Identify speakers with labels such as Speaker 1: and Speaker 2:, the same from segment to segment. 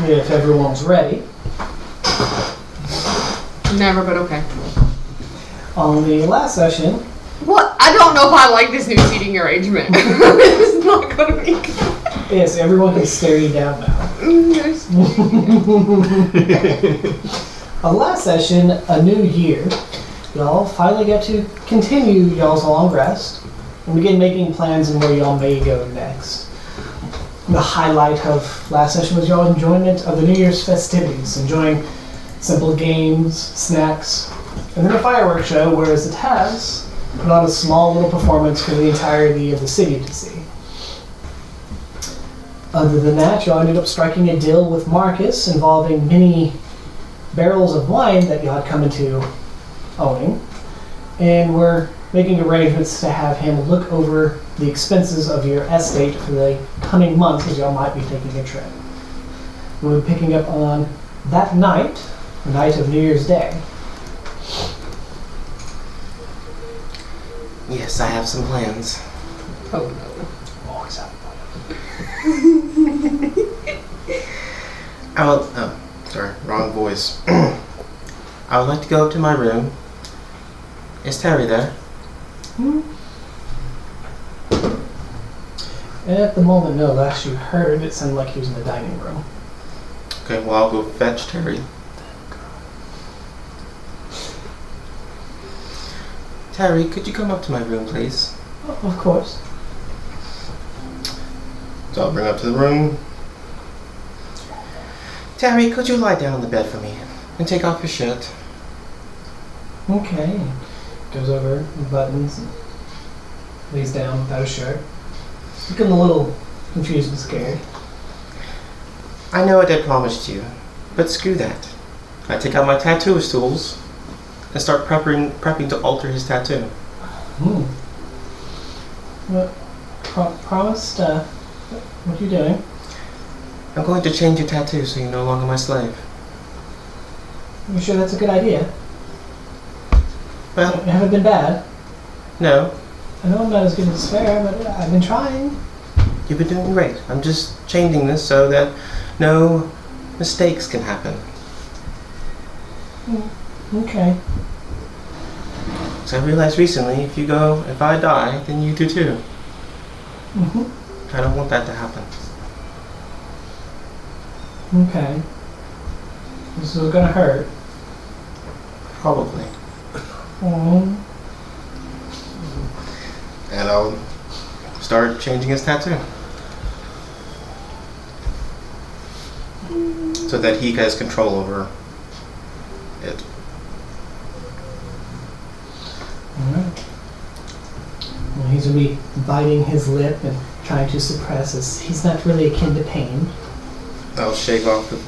Speaker 1: if everyone's ready.
Speaker 2: Never, but okay.
Speaker 1: On the last session,
Speaker 2: Well, I don't know if I like this new seating arrangement. it's not gonna be good.
Speaker 1: yes, everyone can stare you down now.
Speaker 2: Mm, there's-
Speaker 1: On last session, a new year, y'all finally get to continue y'all's long rest and begin making plans and where y'all may go next. The highlight of last session was y'all enjoyment of the New Year's festivities, enjoying simple games, snacks, and then a fireworks show, whereas the Tavs put on a small little performance for the entirety of the city to see. Other than that, y'all ended up striking a deal with Marcus involving many barrels of wine that y'all had come into owning, and were making arrangements to have him look over the expenses of your estate for the coming months as y'all might be taking a trip. We'll be picking up on that night, the night of New Year's Day.
Speaker 3: Yes, I have some plans.
Speaker 2: Oh no.
Speaker 1: Always have fun.
Speaker 3: I will. Oh, sorry, wrong voice. I would like to go up to my room. Is Terry there?
Speaker 1: And at the moment, no, last you heard, it sounded like he was in the dining room.
Speaker 3: Okay, well I'll go fetch Terry. Terry, could you come up to my room, please?
Speaker 1: Oh, of course.
Speaker 3: So I'll bring up to the room. Terry, could you lie down on the bed for me and take off your shirt?
Speaker 1: Okay. Goes over, buttons, lays down without a shirt. Looking a little confused and scared.
Speaker 3: I know what I promised you, but screw that. I take out my tattoo tools and start prepping prepping to alter his tattoo.
Speaker 1: Hmm. What Hmm. pro- promised? Uh, what are you doing?
Speaker 3: I'm going to change your tattoo so you're no longer my slave.
Speaker 1: You sure that's a good idea? I
Speaker 3: Well,
Speaker 1: haven't been bad.
Speaker 3: no,
Speaker 1: I know I'm not as good as fair, but I've been trying.
Speaker 3: you've been doing great. I'm just changing this so that no mistakes can happen.
Speaker 1: Okay.
Speaker 3: So I realized recently, if you go, if I die, then you do too.
Speaker 1: hmm
Speaker 3: I don't want that to happen.
Speaker 1: Okay. This is gonna hurt.
Speaker 3: Probably.
Speaker 1: Mm.
Speaker 3: And I'll start changing his tattoo. So that he has control over it.
Speaker 1: Alright. Well, he's gonna be biting his lip and trying to suppress his. He's not really akin to pain.
Speaker 3: I'll shave off the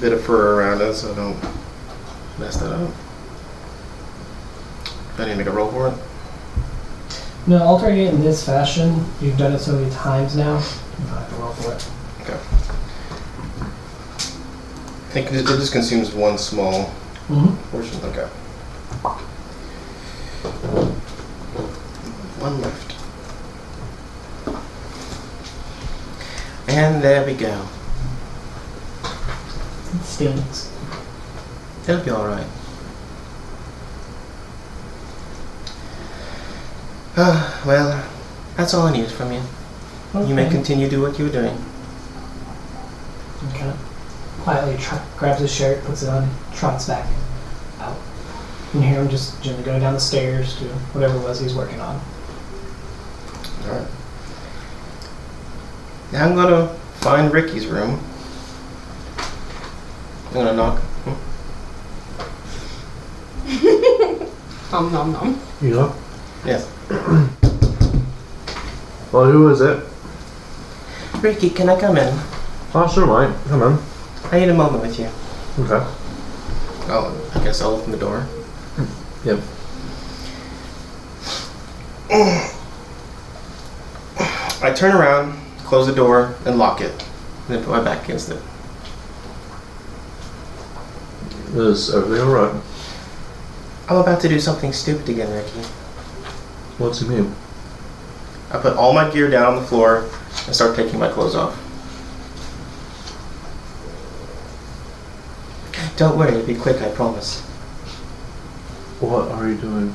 Speaker 3: bit of fur around it so I don't mess that up. I need to make a roll for it.
Speaker 1: No, altering it in this fashion, you've done it so many times now. You don't have to roll for it.
Speaker 3: I think it it just consumes one small
Speaker 1: Mm-hmm.
Speaker 3: portion. Okay. One left. And there we go.
Speaker 1: It stings.
Speaker 3: It'll be alright. Ah, well, that's all I needed from you. You may
Speaker 1: Okay.
Speaker 3: continue to do what you were doing.
Speaker 1: And kind of quietly tr- grabs his shirt, puts it on, trots back out. You can hear him just gently going down the stairs to whatever it was he's working on.
Speaker 3: Alright. Now I'm gonna find Ricky's room. I'm gonna knock.
Speaker 2: Nom nom nom.
Speaker 4: You know?
Speaker 3: Yes.
Speaker 4: Well, who is it?
Speaker 3: Ricky, can I come in?
Speaker 4: Oh, sure, mate. Come in.
Speaker 3: I need a moment with you.
Speaker 4: Okay.
Speaker 3: Oh, I guess I'll open the door.
Speaker 4: Yep.
Speaker 3: I turn around, close the door, and lock it. And then put my back against it.
Speaker 4: Is everything alright?
Speaker 3: I'm about to do something stupid again, Ricky.
Speaker 4: What's he mean?
Speaker 3: I put all my gear down on the floor and start taking my clothes off. Don't worry, it'll be quick, I promise.
Speaker 4: What are you doing?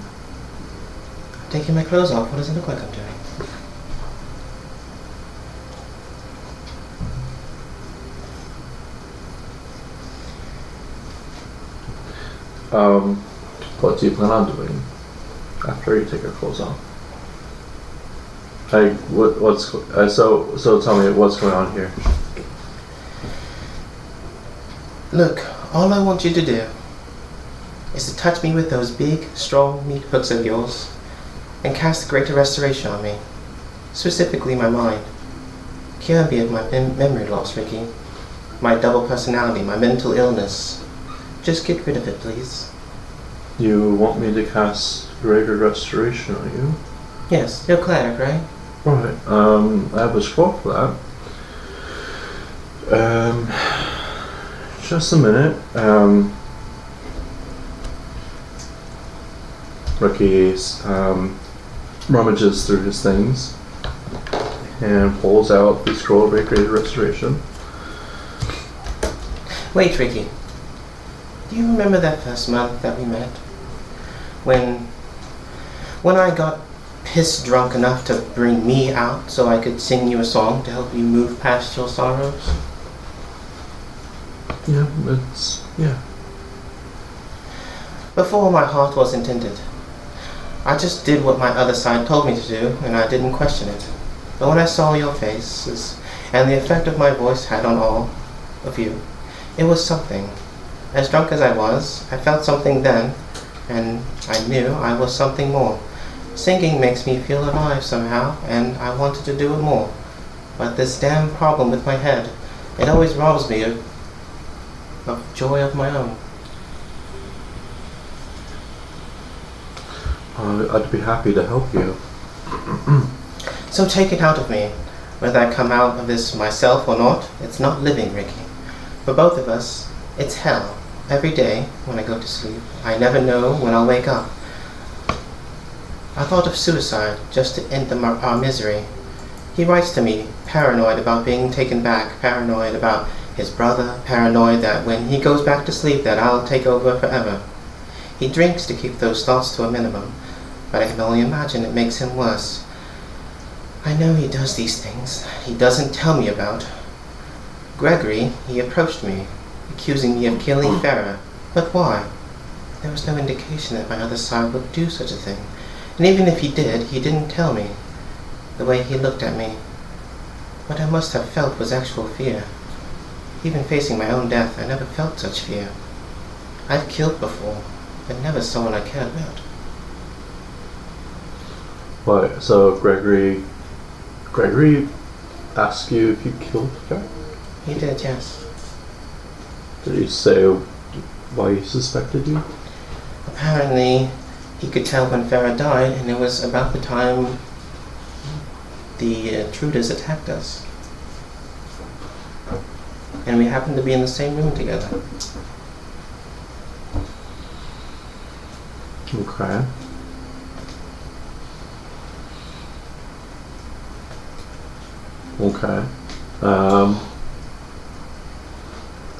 Speaker 3: I'm taking my clothes off. What does it look like I'm doing?
Speaker 4: Um, what do you plan on doing after you take your clothes off? I what what's uh, so so tell me what's going on here.
Speaker 3: Look, all I want you to do is to touch me with those big, strong meat hooks of yours and cast greater restoration on me, specifically my mind. Cure me of my mem- memory loss, Ricky, my double personality, my mental illness. Just get rid of it, please.
Speaker 4: You want me to cast greater restoration on you?
Speaker 3: Yes, you're cleric, right?
Speaker 4: Right. Um, I have a scroll for that. Um, just a minute. Um, Ricky um, rummages through his things and pulls out the scroll of Greater Restoration.
Speaker 3: Wait, Ricky. Do you remember that first month that we met? When when I got pissed drunk enough to bring me out so I could sing you a song to help you move past your sorrows?
Speaker 4: Yeah, it's yeah.
Speaker 3: Before my heart was intended. I just did what my other side told me to do and I didn't question it. But when I saw your faces and the effect of my voice had on all of you, it was something. As drunk as I was, I felt something then, and I knew I was something more. Singing makes me feel alive somehow, and I wanted to do it more. But this damn problem with my head, it always robs me of, of joy of my own.
Speaker 4: Uh, I'd be happy to help you.
Speaker 3: So take it out of me. Whether I come out of this myself or not, it's not living, Ricky. For both of us, it's hell. Every day when I go to sleep, I never know when I'll wake up. I thought of suicide just to end the, mi- our misery. He writes to me, paranoid about being taken back, paranoid about his brother, paranoid that when he goes back to sleep that I'll take over forever. He drinks to keep those thoughts to a minimum, but I can only imagine it makes him worse. I know he does these things he doesn't tell me about. Gregory, he approached me, accusing me of killing Farah. But why? There was no indication that my other side would do such a thing. And even if he did, he didn't tell me. The way he looked at me. What I must have felt was actual fear. Even facing my own death, I never felt such fear. I've killed before, but never someone I cared about.
Speaker 4: But so Gregory, Gregory, asked you if you killed her.
Speaker 3: He did, yes.
Speaker 4: Did he say why he suspected you?
Speaker 3: Apparently, he could tell when Farah died, and it was about the time the intruders attacked us. And we happened to be in the same room together.
Speaker 4: Okay. Okay. Um,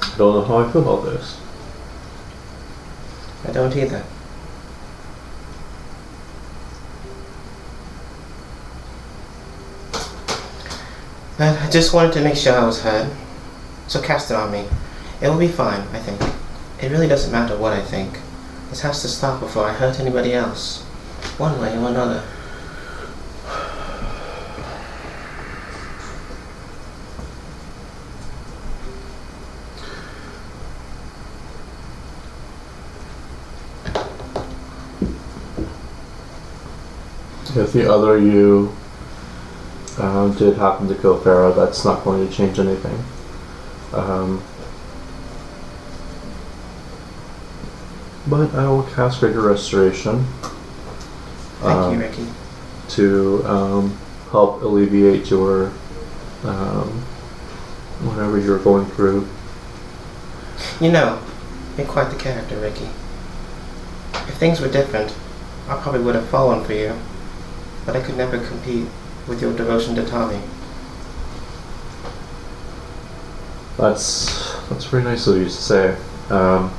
Speaker 4: I don't know how I feel about this.
Speaker 3: I don't either. But I just wanted to make sure I was heard. So cast it on me. It will be fine, I think. It really doesn't matter what I think. This has to stop before I hurt anybody else. One way or another.
Speaker 4: If the other you uh, did happen to kill Pharaoh, that's not going to change anything. Um, but I will cast Greater Restoration.
Speaker 3: Thank
Speaker 4: Um,
Speaker 3: you, Ricky.
Speaker 4: to um, help alleviate your um, whatever you're going through.
Speaker 3: You know, you're quite the character, Ricky. If things were different, I probably would have fallen for you, but I could never compete with your devotion to Tommy.
Speaker 4: That's that's pretty nice of you to say. Um,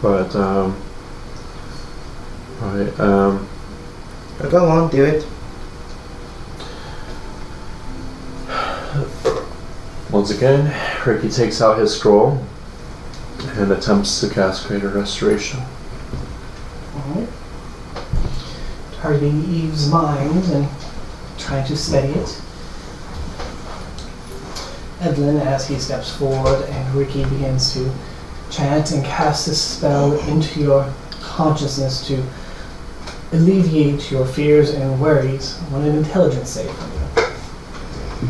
Speaker 4: but um, right, um,
Speaker 3: But go on, do it.
Speaker 4: once again, Ricky takes out his scroll and attempts to cast Greater Restoration.
Speaker 1: Alright. Targeting Eve's mind and trying to steady it. Edlin, as he steps forward, and Ricky begins to chant and cast this spell into your consciousness to alleviate your fears and worries. I want an intelligence save from you.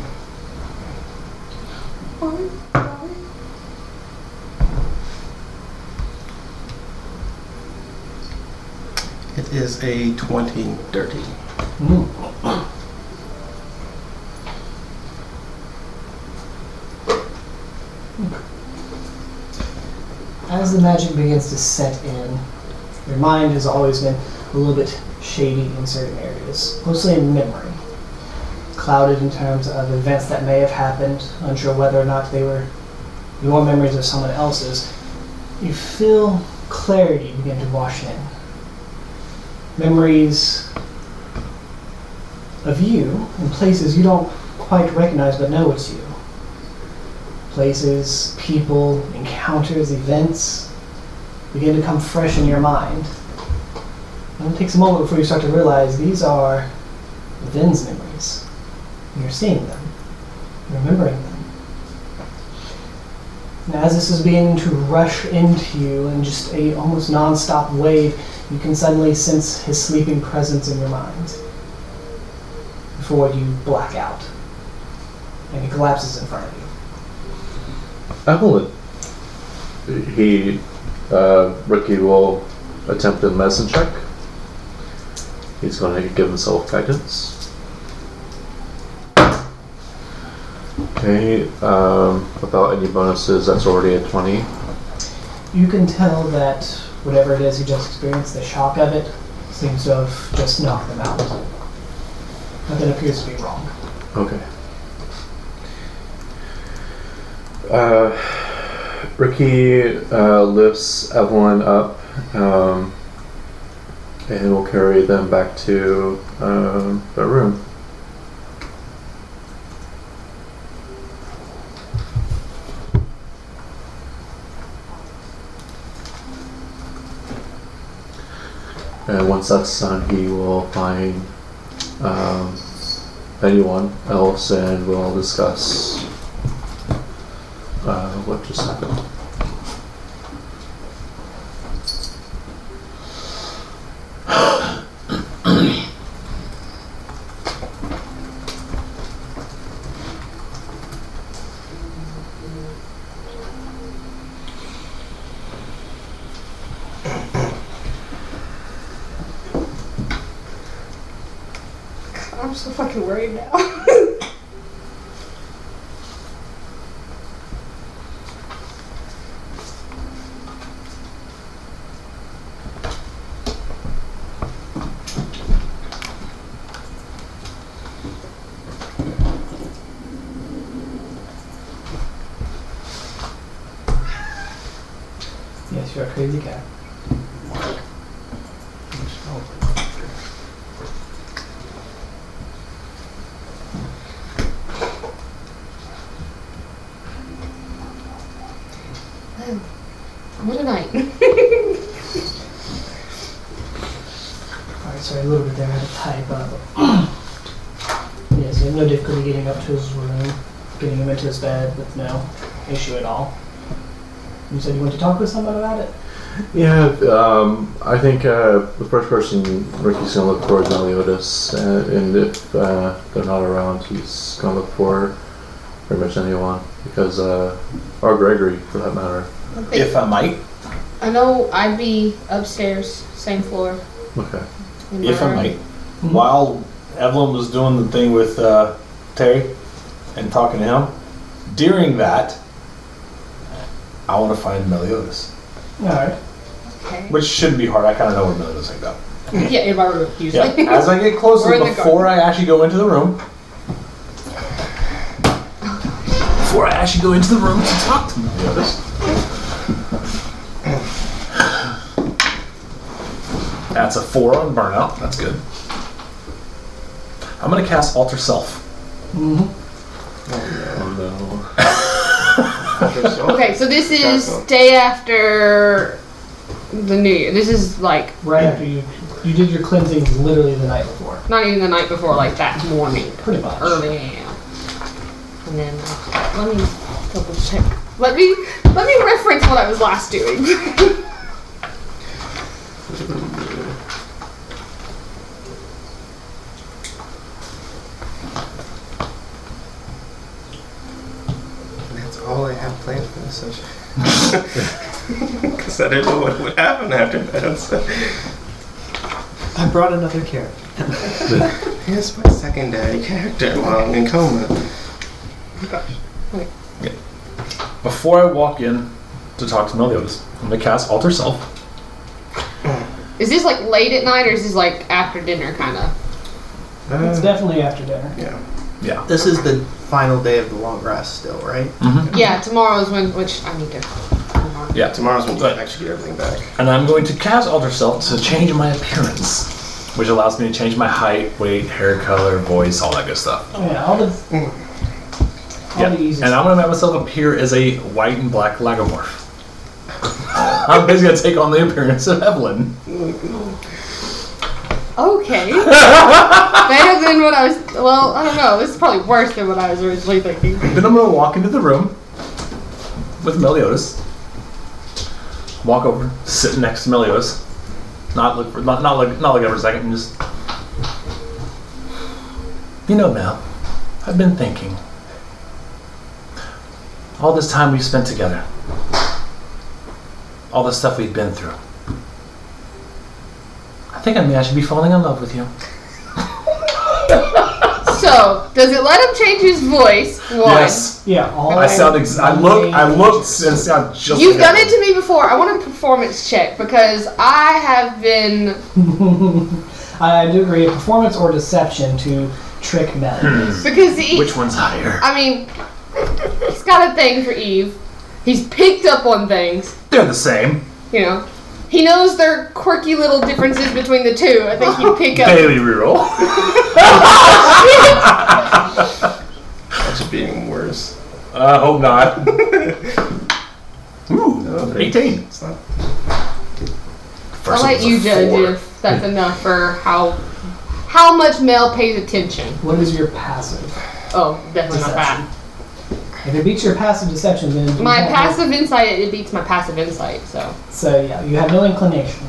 Speaker 3: It is a 20 dirty.
Speaker 1: Mm. As the magic begins to set in, your mind has always been a little bit shady in certain areas, mostly in memory. Clouded in terms of events that may have happened, unsure whether or not they were your memories or someone else's, you feel clarity begin to wash in. Memories of you in places you don't quite recognize but know it's you. Places, people, encounters, events begin to come fresh in your mind. And it takes a moment before you start to realize these are Vin's memories. And You're seeing them, You're remembering them. And as this is beginning to rush into you in just a almost non-stop wave, you can suddenly sense his sleeping presence in your mind before you black out. And he collapses in front of you.
Speaker 4: Evelyn. He, uh, Ricky will attempt a medicine check. He's going to give himself guidance. Okay, um, without any bonuses, that's already a 20.
Speaker 1: You can tell that whatever it is you just experienced, the shock of it, seems to have just knocked them out. Nothing appears to be wrong.
Speaker 4: Okay. Uh, Ricky uh, lifts Evelyn up um, and will carry them back to um, their room. And once that's done, he will find um, anyone else and we'll discuss uh, what just happened.
Speaker 2: I'm so fucking worried now.
Speaker 1: Yes, you're a crazy cat.
Speaker 2: what a night.
Speaker 1: Alright, sorry, a little bit there, I had to type up. yes, you have no difficulty getting up to his room, getting him into his bed with no issue at all. You said you want to talk with someone about it?
Speaker 4: Yeah, um, I think uh, the first person Ricky's gonna look for is Meliodas, uh, and if uh, they're not around, he's gonna look for pretty much anyone because, uh, or Gregory for that matter.
Speaker 5: If I might,
Speaker 2: I know I'd be upstairs, same floor.
Speaker 4: Okay.
Speaker 2: in my
Speaker 5: if I
Speaker 2: room.
Speaker 5: might, while Evelyn was doing the thing with uh, Terry and talking to him, during that, I want to find Meliodas,
Speaker 1: Alright.
Speaker 2: Okay.
Speaker 5: which shouldn't be hard. I kind of know where Meliodas can go.
Speaker 2: Yeah, in my room,
Speaker 5: Yeah,
Speaker 2: usually.
Speaker 5: as I get
Speaker 2: Or
Speaker 5: closer,
Speaker 2: in the
Speaker 5: before I actually go into the room, before I actually go into the room to talk to Meliodas,
Speaker 6: That's a four on burnout. That's good. I'm gonna cast alter self.
Speaker 4: Oh
Speaker 2: Okay, so this is
Speaker 3: Castle.
Speaker 2: day after the New Year. This is like
Speaker 1: Right after you you did your cleansing literally the night before.
Speaker 2: not even the night before, like that morning,
Speaker 1: Pretty much.
Speaker 2: early AM. And then uh, let me double check. Let me let me reference what I was last doing.
Speaker 3: And that's all I have planned for this session. Because I didn't know what would happen after that. So.
Speaker 7: I brought another character.
Speaker 3: Here's my secondary character while I'm in coma.
Speaker 6: Before I walk in to talk to Meliodas, I'm gonna cast alter self.
Speaker 2: is this like late at night or is this like after dinner kind of?
Speaker 1: It's
Speaker 3: Uh,
Speaker 1: definitely after dinner.
Speaker 3: yeah.
Speaker 6: Yeah.
Speaker 7: This is the final day of the long rest, still, right?
Speaker 2: Yeah, tomorrow's when which I need to.
Speaker 6: Mm-hmm. Yeah.
Speaker 3: Tomorrow's when we
Speaker 6: But-
Speaker 3: actually get everything back.
Speaker 6: And I'm going to cast alter self to change my appearance, which allows me to change my height, weight, hair color, voice, all that good stuff.
Speaker 1: Yeah, all the all
Speaker 6: Yeah.
Speaker 1: the easy
Speaker 6: And I'm gonna make myself appear as a white and black lagomorph. I'm basically gonna take on the appearance of Evelyn.
Speaker 2: Okay. Better than what I was. Well, I don't know. This is probably worse than what I was originally thinking.
Speaker 6: Then I'm gonna walk into the room with Meliodas. Walk over, sit next to Meliodas. Not look for, not not look not look over a second and just You know Mel, I've been thinking. All this time we've spent together. All the stuff we've been through. I think I may actually be falling in love with you.
Speaker 2: So, does it let him change his voice? One.
Speaker 1: Yeah, all
Speaker 6: I sound. Ex- I look. I looked and sound just.
Speaker 2: You've
Speaker 6: like
Speaker 2: done
Speaker 6: him.
Speaker 2: it to me before. I want a performance check because I have been.
Speaker 1: I do agree. Performance or deception to trick Melody.
Speaker 2: Because he.
Speaker 6: Which one's higher?
Speaker 2: I mean, he's got a thing for Eve. He's picked up on things,
Speaker 6: They're the same.
Speaker 2: you know. He knows their quirky little differences between the two. I think you pick up.
Speaker 6: Daily reroll. Uh,
Speaker 3: That's just being worse.
Speaker 6: I hope not.
Speaker 3: Oh,
Speaker 6: Ooh, eighteen.
Speaker 3: It's not.
Speaker 2: I'll
Speaker 6: First
Speaker 2: let
Speaker 6: one's a
Speaker 2: you judge
Speaker 6: four.
Speaker 2: if that's enough for how how much Mel pays attention.
Speaker 6: Hmm.
Speaker 1: what is your passive?
Speaker 2: Oh, definitely not that.
Speaker 1: If it beats your passive deception, then you
Speaker 2: My
Speaker 1: have no-
Speaker 2: passive insight it beats my passive insight. So
Speaker 1: So yeah, you have no inclination.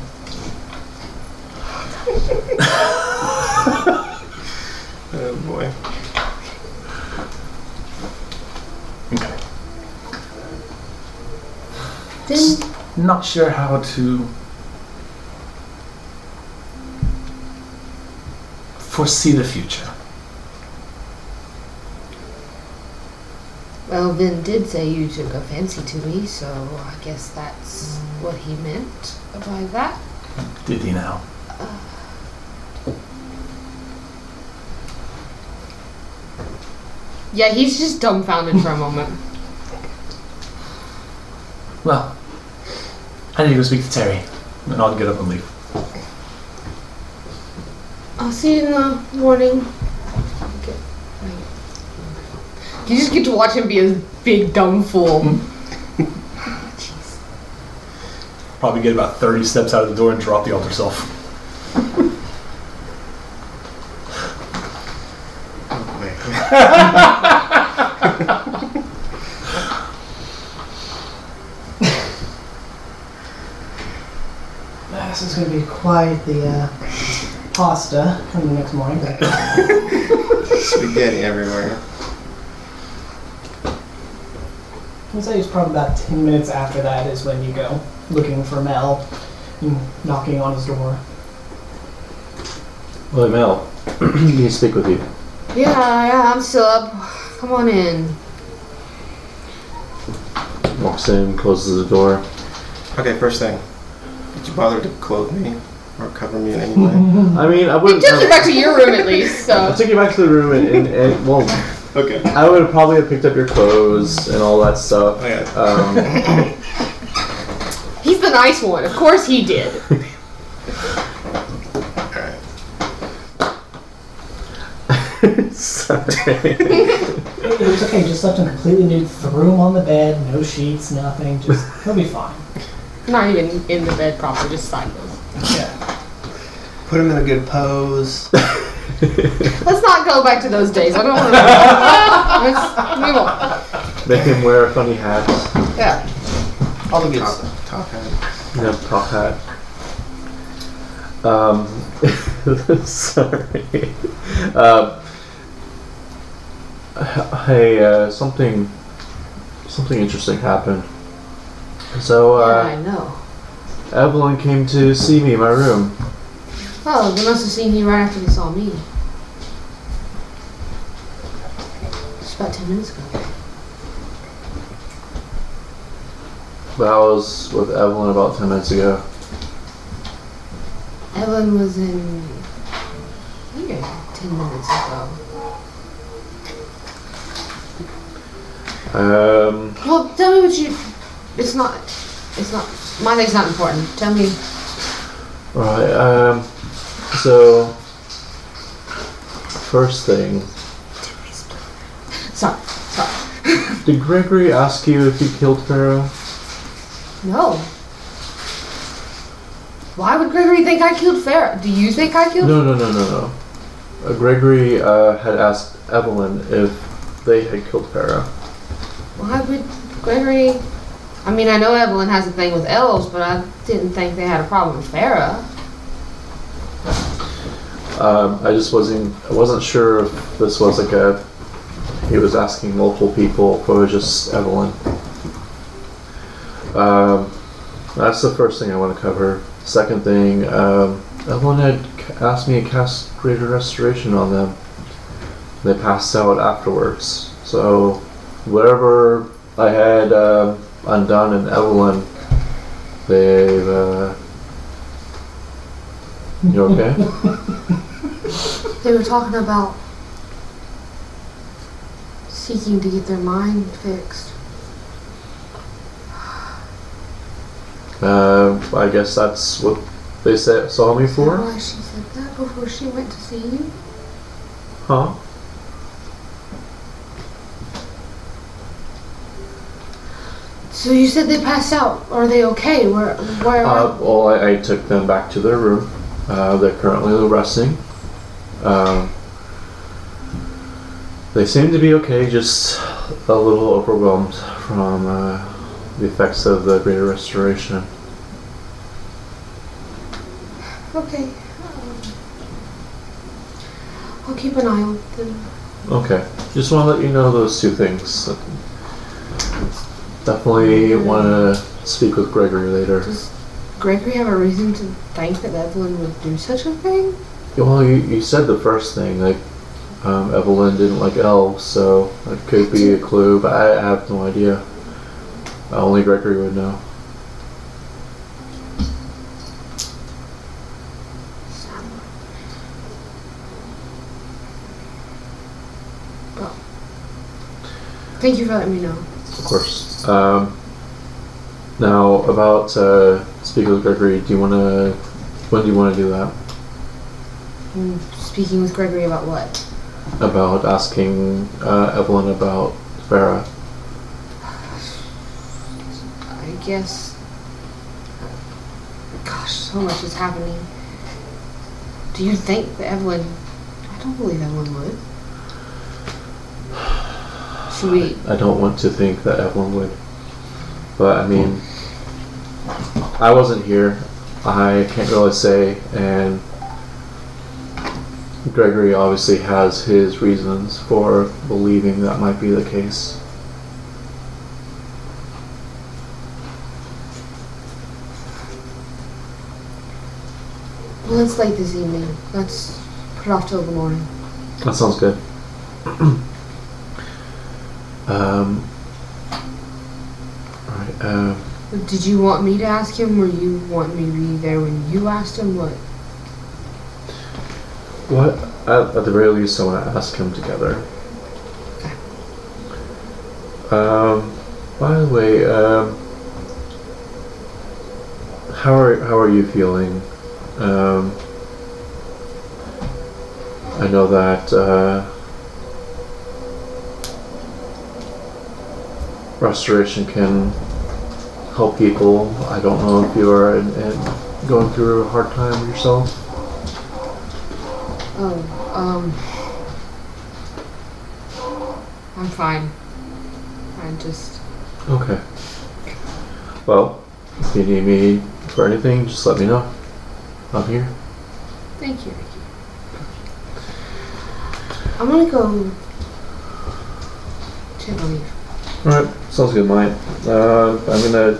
Speaker 3: Oh boy.
Speaker 6: Okay. Not sure how to foresee the future.
Speaker 2: Well, Vin did say you took a fancy to me, so I guess that's what he meant by that.
Speaker 6: Did he now?
Speaker 2: Yeah, he's just dumbfounded for a moment.
Speaker 6: Well, I need to go speak to Terry, and I'll get up and leave.
Speaker 2: I'll see you in the morning. You just get to watch him be a big dumb fool.
Speaker 6: Probably get about 30 steps out of the door and drop the altar self.
Speaker 3: Oh
Speaker 1: This is going to be quite the uh, pasta in the next morning.
Speaker 3: boy. Spaghetti everywhere.
Speaker 1: I'd say it's probably about 10 minutes after that is when you go looking for Mel and knocking on his door.
Speaker 4: no. Hey Mel, need to speak with you.
Speaker 2: Yeah, yeah, I'm still up. Come on in.
Speaker 4: Walks in, closes the door.
Speaker 3: Okay, first thing. Did you bother to clothe me or cover me in any way?
Speaker 4: I mean, I
Speaker 2: You
Speaker 4: wouldn't.
Speaker 2: took me back to your room at least,
Speaker 4: I
Speaker 2: so.
Speaker 4: took you back to the room and, and, and well,
Speaker 3: okay.
Speaker 4: I would have probably have picked up your clothes and all that stuff.
Speaker 3: Okay.
Speaker 4: Um,
Speaker 2: He's the nice one. Of course he did.
Speaker 4: Um, Sorry.
Speaker 1: It, it was okay. Just left him completely nude. Threw him on the bed. No sheets. Nothing. Just he'll be fine.
Speaker 2: Not even in the bed proper, just sideways.
Speaker 1: Yeah.
Speaker 7: Put him in a good pose.
Speaker 2: Let's not go back to those days. I don't want to. Let's move on.
Speaker 4: Make him wear a funny hat.
Speaker 7: Yeah. All the good
Speaker 3: Top,
Speaker 7: stuff.
Speaker 3: top hat.
Speaker 4: No top hat. Um, sorry. Uh, hey, uh, something, something interesting happened. So
Speaker 2: I
Speaker 4: uh,
Speaker 2: know.
Speaker 4: Evelyn came to see me in my room.
Speaker 2: Oh, they must have seen you right after they saw me. Just about ten minutes ago.
Speaker 4: But I was with Evelyn about ten minutes ago.
Speaker 2: Evelyn was in here ten minutes ago.
Speaker 4: Um,
Speaker 2: Well, tell me what you. It's not. It's not. My leg's not important. Tell me.
Speaker 4: Right. Um, so, first thing,
Speaker 2: Sorry. Sorry.
Speaker 4: did Gregory ask you if you killed Pharaoh?
Speaker 2: No. Why would Gregory think I killed Farah? Do you think I killed?
Speaker 4: No, no, no, no, no. Uh, Gregory uh, had asked Evelyn if they had killed Pharaoh.
Speaker 2: Why would Gregory? I mean, I know Evelyn has a thing with elves, but I didn't think they had a problem with Farah.
Speaker 4: Um, I just wasn't. I wasn't sure if this was like a. He was asking multiple people, or it was just Evelyn. Um, that's the first thing I want to cover. Second thing, um, Evelyn had c- asked me to cast Greater Restoration on them. They passed out afterwards. So, whatever I had um undone in Evelyn, they've. Uh, you okay?
Speaker 2: They were talking about seeking to get their mind fixed.
Speaker 4: Uh, I guess that's what they said, saw me
Speaker 2: Is that
Speaker 4: for?
Speaker 2: Why she said that before she went to see you?
Speaker 4: Huh?
Speaker 2: So you said they passed out. Are they okay? Where? Where? are
Speaker 4: Uh, well, I, I took them back to their room. Uh, they're currently resting. Um, they seem to be okay, just a little overwhelmed from uh, the effects of the Greater Restoration.
Speaker 2: Okay. Um, I'll keep an eye on them.
Speaker 4: Okay, just want to let you know those two things. Definitely want to speak with Gregory later.
Speaker 2: Does Gregory have a reason to think that Evelyn would do such a thing?
Speaker 4: Well, you, you said the first thing, like um, Evelyn didn't like elves, so that could be a clue, but I have no idea. Only Gregory would know.
Speaker 2: Thank you for letting me know.
Speaker 4: Of course. Um, now about uh, speaking with Gregory, do you want to? When do you want to do that?
Speaker 2: Mm, Speaking with Gregory about what?
Speaker 4: About asking uh, Evelyn about Farah.
Speaker 2: I guess. uh, Gosh, so much is happening. Do you think that Evelyn? I don't believe Evelyn would. Should we?
Speaker 4: I don't want to think that Evelyn would, but I mean, I wasn't here. I can't really say, and Gregory obviously has his reasons for believing that might be the case.
Speaker 2: Well, it's late this evening. Let's put it off till the morning.
Speaker 4: That sounds good. um, all right. Um,
Speaker 2: Did you want me to ask him, or you want me to be there when you asked him? What?
Speaker 4: what? At, at the very least, I want to ask him together. Um, by the way, um, how are how are you feeling? Um, I know that uh, restoration can help people. I don't know if you are in, in going through a hard time yourself.
Speaker 2: Oh, um. I'm fine. I just.
Speaker 4: Okay. Well, if you need me for anything, just let me know. I'm here.
Speaker 2: Thank you, Ricky. I'm gonna go. check on you.
Speaker 4: All right, sounds good, Mike. Uh, I'm gonna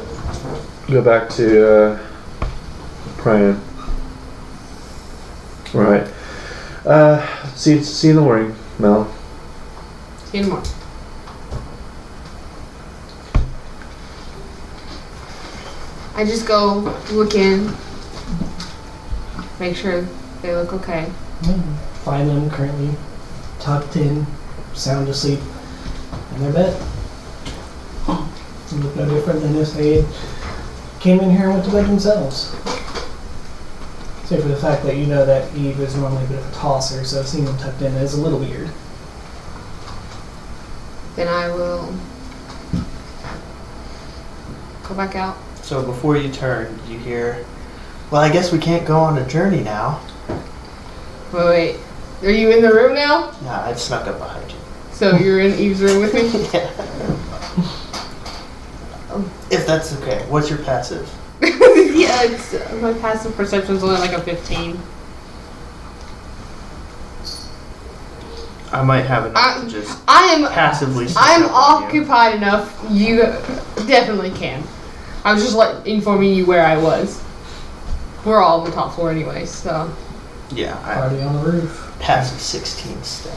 Speaker 4: go back to uh, Brian. All right. Uh, see, see you in the morning, Mel.
Speaker 2: See you tomorrow. I just go look in, make sure they look okay.
Speaker 1: Find them currently tucked in, sound asleep in their bed. They Look no different than if they came in here and went to bed themselves. Except for the fact that you know that Eve is normally a bit of a tosser, so seeing them tucked in is a little weird.
Speaker 2: Then I will go back out.
Speaker 7: So before you turn, you hear, well, I guess we can't go on a journey now.
Speaker 2: Wait, wait. Are you in the room now?
Speaker 7: Yeah, I snuck up behind you.
Speaker 2: So you're in Eve's room with me?
Speaker 7: If that's okay. What's your passive?
Speaker 2: yeah, it's, uh, my passive perception's only like a 15.
Speaker 8: I might have enough
Speaker 2: I-
Speaker 8: to just
Speaker 2: I am
Speaker 8: passively. sneak
Speaker 2: I'm
Speaker 8: up on you.
Speaker 2: occupied enough. You definitely can. I was just like informing you where I was. We're all on the top floor anyway, so
Speaker 7: Yeah,
Speaker 1: Party on the roof.
Speaker 7: I passive 16 still.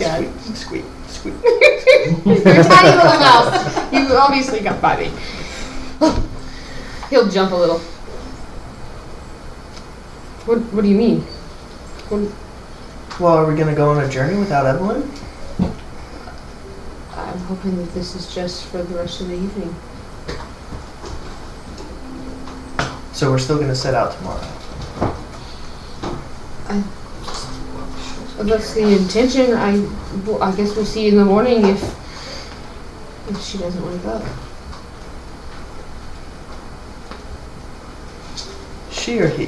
Speaker 2: yeah,
Speaker 7: Squeak, squeak, squeak.
Speaker 2: you're a tiny little mouse. You obviously got by me. He'll jump a little. What What do you mean? What,
Speaker 7: Well, are we gonna go on a journey without Evelyn?
Speaker 2: I'm hoping that this is just for the rest of the evening.
Speaker 7: So we're still gonna set out tomorrow.
Speaker 2: Well, that's the intention. I well, I guess we'll see you in the morning if if she doesn't wake up.
Speaker 7: She or he?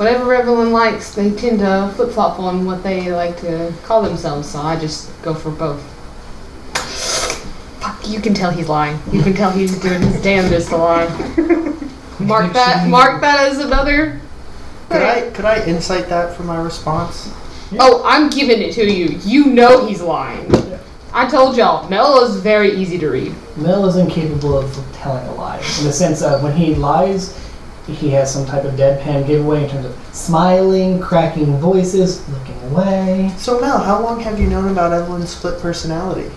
Speaker 2: Whatever everyone likes, they tend to flip flop on what they like to call themselves, so I just go for both. Fuck, you can tell he's lying. You can tell he's doing his damnedest to lie. mark that mark that as another
Speaker 7: Could I could I insight that for my response?
Speaker 2: Oh, I'm giving it to you. You know he's lying.
Speaker 1: Yeah.
Speaker 2: I told y'all, Mel is very easy to read.
Speaker 1: Mel is incapable of telling a lie in the sense of when he lies, he has some type of deadpan giveaway in terms of smiling, cracking voices, looking away.
Speaker 7: So Mel, how long have you known about Evelyn's split personality?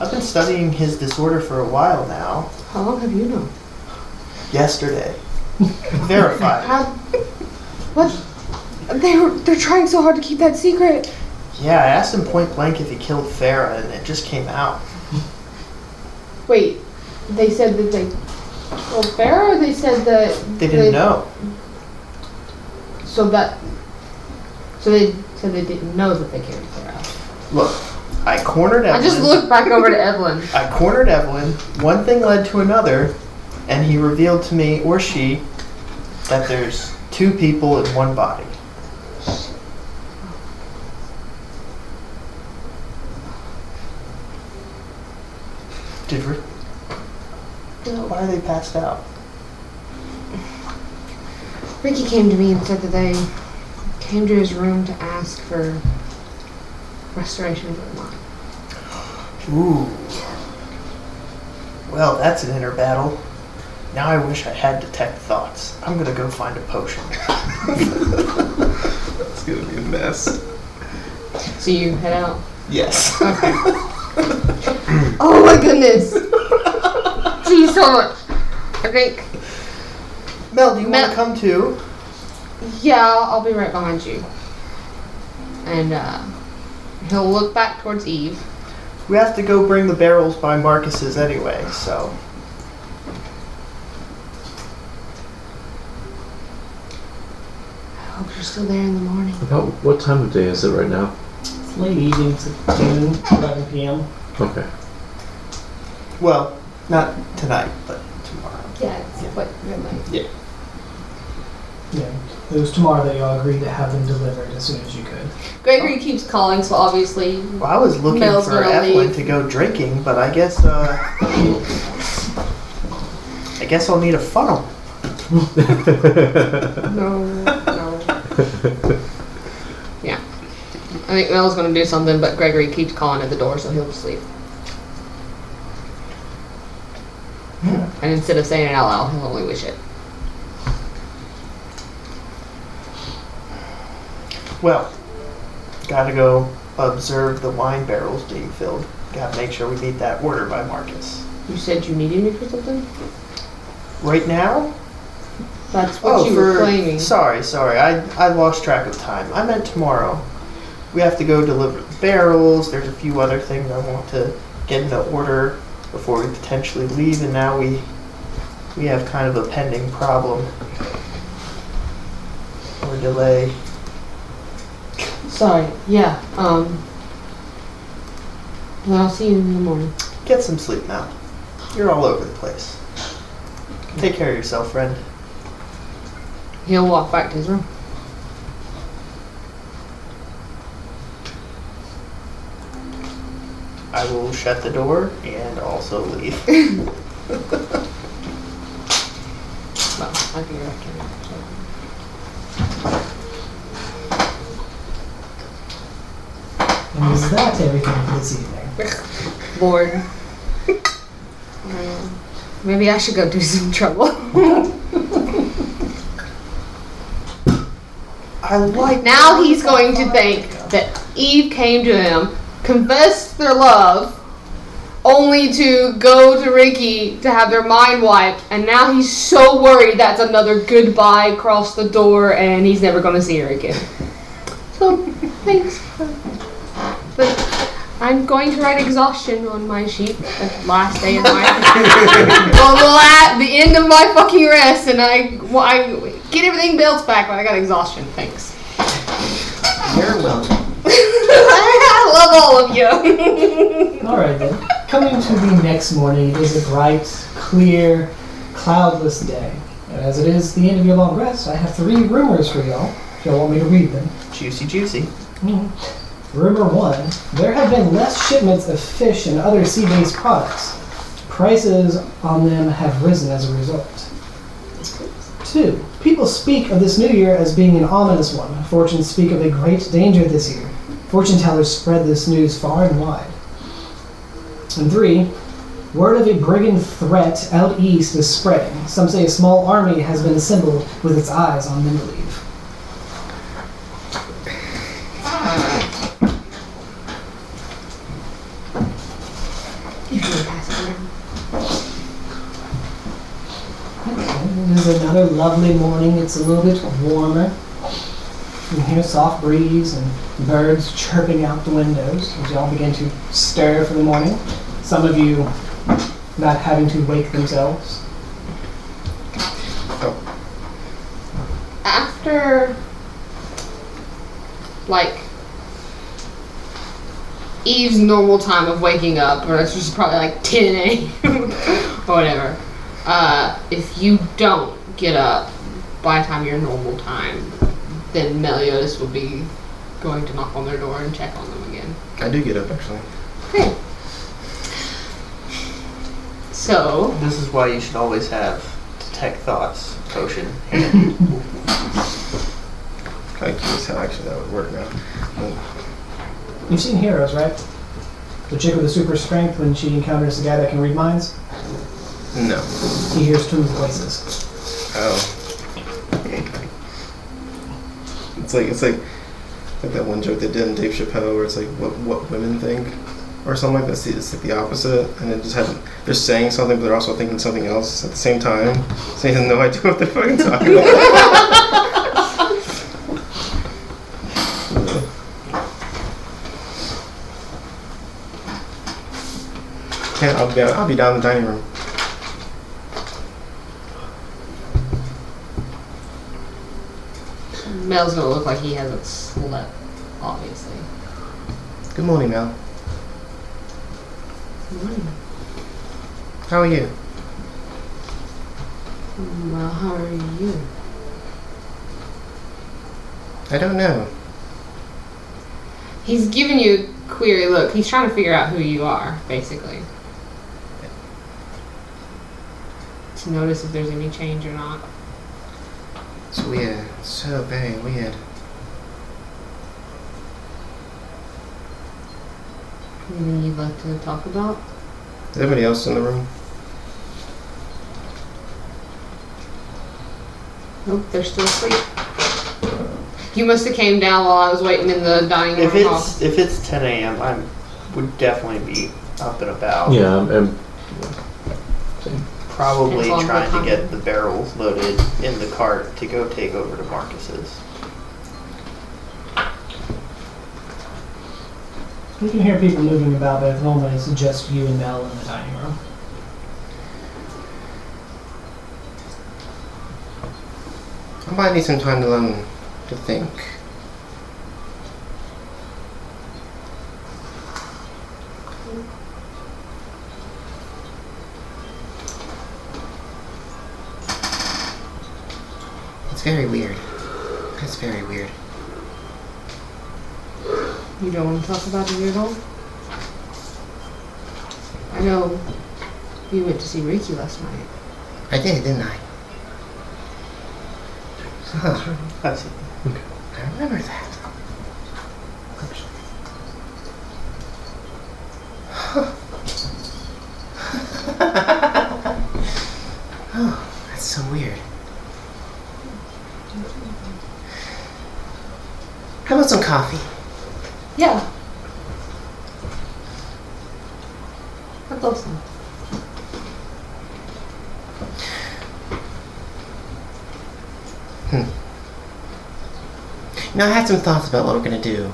Speaker 7: I've been studying his disorder for a while now.
Speaker 2: How long have you known?
Speaker 7: Yesterday. Verified.
Speaker 2: How what they were, they're trying so hard to keep that secret.
Speaker 7: Yeah, I asked him point blank if he killed Farah and it just came out.
Speaker 2: Wait, they said that they killed Pharaoh. They said that
Speaker 7: They didn't know.
Speaker 2: So that so they so they didn't know that they killed Pharaoh.
Speaker 7: Look, I cornered Evelyn.
Speaker 2: I just looked back over to Evelyn.
Speaker 7: I cornered Evelyn. One thing led to another, and he revealed to me, or she, that there's two people in one body. Did we? Why are they passed out?
Speaker 2: Ricky came to me and said that they came to his room to ask for restoration of their mind.
Speaker 7: Ooh. Well, that's an inner battle. Now I wish I had detect thoughts. I'm gonna go find a potion.
Speaker 8: It's gonna be a mess.
Speaker 2: So you head out.
Speaker 7: Yes.
Speaker 2: Oh my goodness. Jeez, so much. I think
Speaker 7: Mel, do you want
Speaker 2: Mel-
Speaker 7: to come too?
Speaker 2: yeah, I'll, I'll be right behind you. And uh, he'll look back towards Eve.
Speaker 7: We have to go bring the barrels by Marcus's anyway, so.
Speaker 2: I hope you're still there in the morning.
Speaker 4: About what time of day is it right now?
Speaker 2: It's
Speaker 1: late evening to 10, 11 p.m.
Speaker 4: Okay.
Speaker 7: Well, not tonight, but tomorrow.
Speaker 2: Yeah, it's quite really.
Speaker 1: Yeah, it was tomorrow that y'all agreed to have them delivered as soon as you could.
Speaker 2: Gregory keeps calling, so obviously
Speaker 7: Well, I was looking
Speaker 2: Mel's
Speaker 7: for
Speaker 2: gonna
Speaker 7: Evelyn
Speaker 2: leave.
Speaker 7: to go drinking, but I guess uh, I guess I'll need a funnel.
Speaker 2: No, no. yeah. I think Mel's gonna do something, but Gregory keeps calling at the door, so he'll just leave. And instead of saying it out loud, he'll only wish it.
Speaker 7: Well, gotta go observe the wine barrels being filled. Gotta make sure we meet that order by Marcus.
Speaker 2: You said you needed me for something?
Speaker 7: Right now?
Speaker 2: That's what you were claiming.
Speaker 7: Oh, sorry, sorry. I I lost track of time. I meant tomorrow. We have to go deliver the barrels. There's a few other things I want to get into order before we potentially leave, and now we we have kind of a pending problem or delay.
Speaker 2: Sorry. Yeah. Um. Well, I'll see you in the morning.
Speaker 7: Get some sleep now. You're all over the place. Take care of yourself, friend.
Speaker 2: He'll walk back to his room.
Speaker 7: I will shut the door and also leave.
Speaker 2: Well, I can go after him. so.
Speaker 1: And is that everything for this evening?
Speaker 2: bored. Uh, Maybe I should go do some trouble.
Speaker 7: I like
Speaker 2: now he's going to think that Eve came to him, confessed their love, only to go to Ricky to have their mind wiped, and now he's so worried that's another goodbye across the door and he's never going to see her again. So, thanks. for- But I'm going to write exhaustion on my sheet. The last day of my. well, well, at the end of my fucking rest, and I, well, I get everything built back, but I got exhaustion. Thanks.
Speaker 7: You're welcome.
Speaker 2: I love all of you.
Speaker 1: All right then. Coming to the next morning, it is a bright, clear, cloudless day. And as it is the end of your long rest, I have three rumors for y'all. If y'all want me to read them.
Speaker 7: Juicy, juicy.
Speaker 1: Rumor one: There have been less shipments of fish and other sea-based products. Prices on them have risen as a result. Two: People speak of this new year as being an ominous one. Fortunes speak of a great danger this year. Fortune tellers spread this news far and wide. And three: Word of a brigand threat out east is spreading. Some say a small army has been assembled with its eyes on Mendeleev.
Speaker 2: You can pass it around.
Speaker 1: It is another lovely morning. It's a little bit warmer. You can hear soft breeze and birds chirping out the windows as y'all begin to stir for the morning. Some of you not having to wake themselves.
Speaker 2: after like Eve's normal time of waking up, or it's just probably like 10 a.m. or whatever. Uh, if you don't get up by the time your normal time, then Meliodas will be going to knock on their door and check on them again.
Speaker 8: I do get up actually.
Speaker 2: Okay. So,
Speaker 7: This is why you should always have detect thoughts potion.
Speaker 8: Kind of curious how actually that would work now.
Speaker 1: You've seen Heroes, right? The chick with the super strength, when she encounters the guy that can read minds,
Speaker 8: No.
Speaker 1: he hears two voices.
Speaker 8: Oh. It's like it's like like that one joke they did in Dave Chappelle where it's like what what women think or something like that. See, It's like the opposite, and it just have they're saying something, but they're also thinking something else at the same time. So you have no idea what they're fucking talking about. Yeah, I'll be I'll be down in the dining room.
Speaker 2: Mel's gonna look like he hasn't slept, obviously.
Speaker 3: Good morning, Mel. How are you?
Speaker 2: Well, how are you?
Speaker 3: I don't know.
Speaker 2: He's giving you a query look. He's trying to figure out who you are, basically. To notice if there's any change or not.
Speaker 3: It's weird. So very weird.
Speaker 2: Anything you'd like to talk about?
Speaker 3: Is anybody else in the room?
Speaker 2: Nope, they're still asleep. You must have came down while I was waiting in the dining room
Speaker 7: If
Speaker 2: hall.
Speaker 7: it's if it's 10 a.m., I would definitely be up and about.
Speaker 4: Yeah, I'm, I'm
Speaker 7: Probably
Speaker 2: It's on
Speaker 7: trying
Speaker 2: the
Speaker 7: to get the barrels loaded in the cart to go take over to Marcus's.
Speaker 1: You can hear people moving about, but at the moment it's just you and Mel in the dining room.
Speaker 3: I might need some time alone to think. It's very weird. It's very weird.
Speaker 2: You don't want to talk about it at all? I know you went to see Ricky last night.
Speaker 3: I did, didn't I? Huh,
Speaker 7: That's it.
Speaker 3: I remember that. oh, that's so weird. How about some coffee?
Speaker 2: Yeah. That's awesome.
Speaker 3: You know, I had some thoughts about what we're gonna do.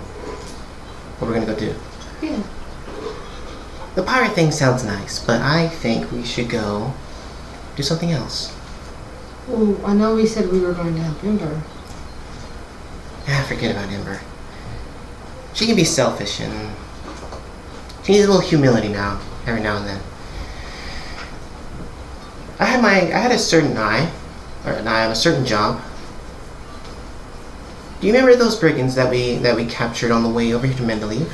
Speaker 3: What we're gonna go do.
Speaker 2: Yeah.
Speaker 3: The pirate thing sounds nice, but I think we should go do something else.
Speaker 2: Well, I know we said we were going to help Ember.
Speaker 3: Ah, forget about Ember. She can be selfish and she needs a little humility now, every now and then. I had my I had a certain eye, or an eye on a certain job. Do you remember those brigands that we that we captured on the way over here to Mendeleev?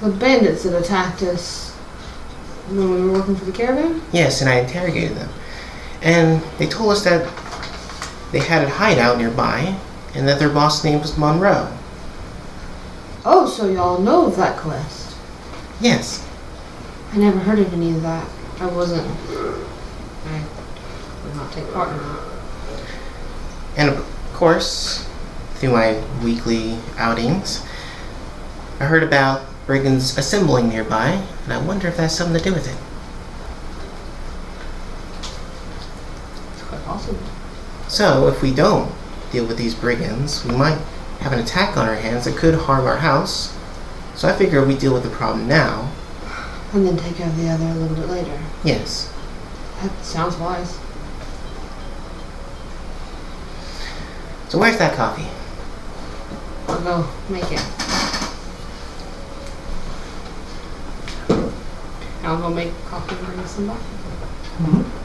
Speaker 2: The bandits that attacked us when we were working for the caravan?
Speaker 3: Yes, and I interrogated them. And they told us that they had a hideout nearby and that their boss name was Monroe.
Speaker 2: Oh, so y'all know of that quest.
Speaker 3: Yes.
Speaker 2: I never heard of any of that. I wasn't. I would not take part in that.
Speaker 3: And of course, through my weekly outings, I heard about brigands assembling nearby, and I wonder if that has something to do with it.
Speaker 2: It's quite possible.
Speaker 3: So, if we don't deal with these brigands, we might have an attack on our hands that could harm our house. So, I figure we deal with the problem now.
Speaker 2: And then take care of the other a little bit later.
Speaker 3: Yes.
Speaker 2: That sounds wise.
Speaker 3: So, where's that coffee?
Speaker 2: I'll go make it. I'll go make coffee and bring us some back.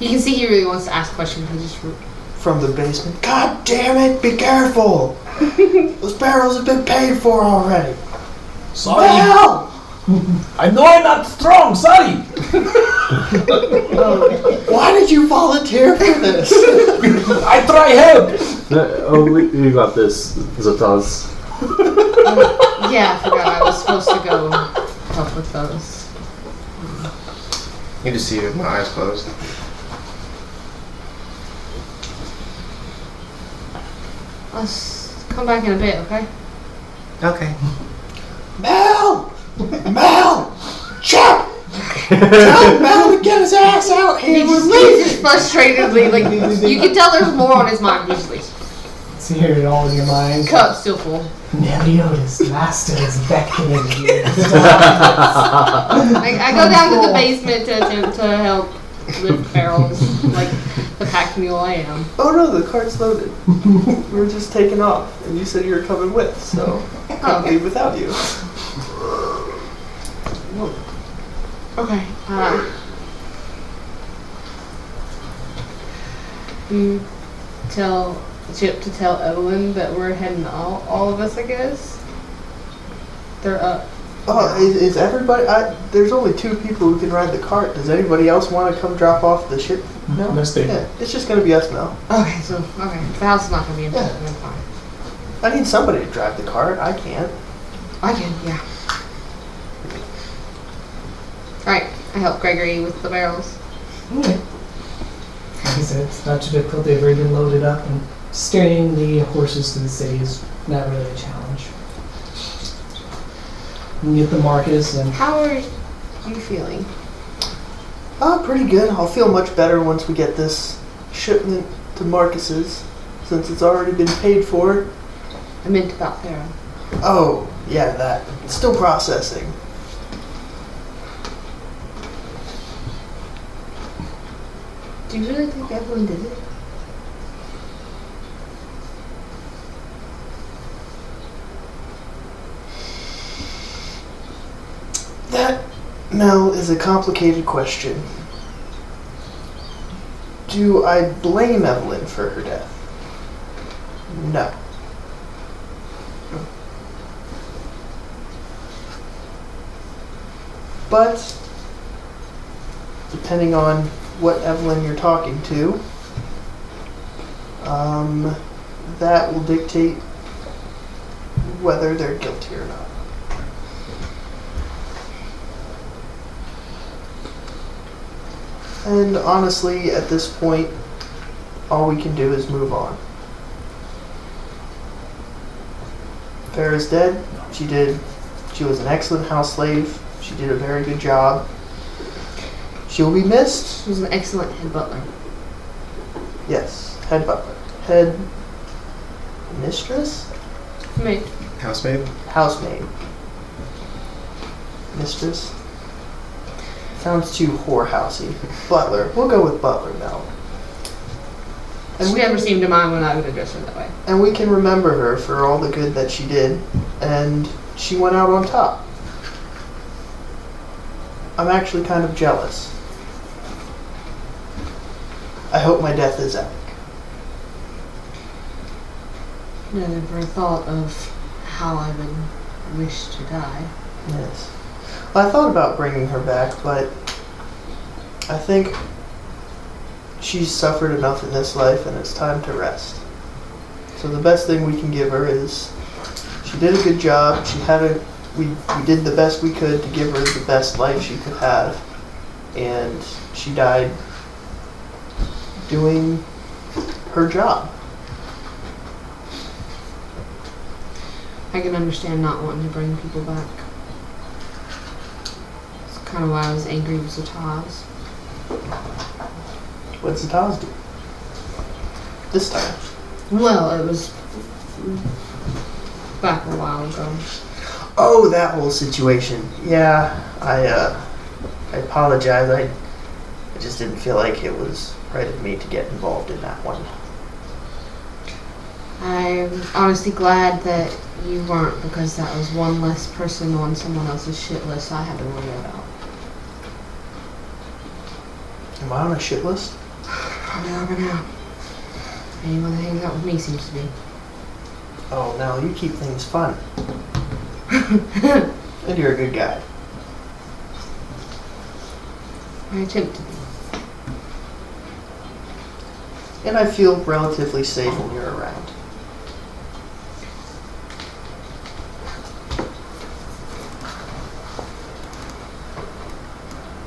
Speaker 2: You can see he really wants to ask questions. He just
Speaker 7: From the basement. God damn it! Be careful. Those barrels have been paid for already.
Speaker 6: Sorry.
Speaker 7: Oh.
Speaker 6: I know I'm not strong. Sorry.
Speaker 7: Why did you volunteer for this?
Speaker 6: I try help.
Speaker 4: No, oh, we- you got this, Zataz.
Speaker 2: Yeah, I forgot I was supposed to go help with those.
Speaker 3: You just see it with my eyes closed.
Speaker 2: I'll s- come back in a bit, okay?
Speaker 3: Okay.
Speaker 7: Mel! Mel! Chop! Tell Mel to get his ass out here!
Speaker 2: He was just frustratedly, like, you can tell there's more on his mind. He's like,
Speaker 1: So you hear it all in your mind.
Speaker 2: cup still full.
Speaker 1: Meliodas, master is beckoning you.
Speaker 2: I, I go down to the basement to attempt to help lift barrels like the pack mule I am.
Speaker 7: Oh no, the cart's loaded. we were just taking off, and you said you were coming with, so I can't
Speaker 2: Okay.
Speaker 7: leave without you.
Speaker 2: Okay. Uh, mm, tell Chip to tell Evelyn that we're heading all, all of us, I guess. They're up.
Speaker 7: Oh, is, is everybody? I, there's only two people who can ride the cart. Does anybody else want to come drop off the ship? No.
Speaker 5: Next day.
Speaker 7: Yeah, it's just gonna be us now.
Speaker 2: Okay, so, okay. The house is not going to be in
Speaker 7: Yeah.
Speaker 2: yeah. That's fine.
Speaker 7: I need somebody to drive the cart. I can't.
Speaker 2: I can, yeah. Alright, I help Gregory with the barrels.
Speaker 1: Okay. Like I said, it's not too difficult. They've already been loaded up, and steering the horses through the city is not really a challenge. You get the Marcus, and
Speaker 2: How are you feeling?
Speaker 7: Ah, pretty good. I'll feel much better once we get this shipment to Marcus's, since it's already been paid for.
Speaker 2: I meant about Pharaoh.
Speaker 7: Oh, yeah, that. It's still processing.
Speaker 2: Do you really think Evelyn did it?
Speaker 7: That, Mel, is a complicated question. Do I blame Evelyn for her death? No. But, depending on what Evelyn you're talking to, um, that will dictate whether they're guilty or not. And honestly, at this point, all we can do is move on. Farrah's dead. She did. She was an excellent house slave. She did a very good job. She will be missed.
Speaker 2: She was an excellent head butler.
Speaker 7: Yes, head butler, head mistress,
Speaker 2: Me.
Speaker 8: Housemaid?
Speaker 7: housemaid, mistress. Sounds too whorehousey. Butler. We'll go with butler now.
Speaker 2: And we never seemed to mind when I would address her that way.
Speaker 7: and we can remember her for all the good that she did, and she went out on top. I'm actually kind of jealous. I hope my death is epic.
Speaker 2: No, never thought of how I would wish to die.
Speaker 7: Yes. Well, I thought about bringing her back, but I think she's suffered enough in this life and it's time to rest. So the best thing we can give her is she did a good job. She had a we, we did the best we could to give her the best life she could have and she died doing her job.
Speaker 2: I can understand not wanting to bring people back. It's kind of why I was angry with the Taz.
Speaker 7: What's the Taz do? This time.
Speaker 2: Well, it was back a while ago.
Speaker 7: Oh, that whole situation. Yeah, I uh, I apologize. I, I just didn't feel like it was right of me to get involved in that one.
Speaker 2: I'm honestly glad that you weren't because that was one less person on someone else's shit list I had to worry about.
Speaker 7: Am I on a shit list?
Speaker 2: Probably over now. Anyone that hangs out with me seems to be.
Speaker 7: Oh, no, you keep things fun. and you're a good guy.
Speaker 2: I attempt to be.
Speaker 7: And I feel relatively safe when you're around.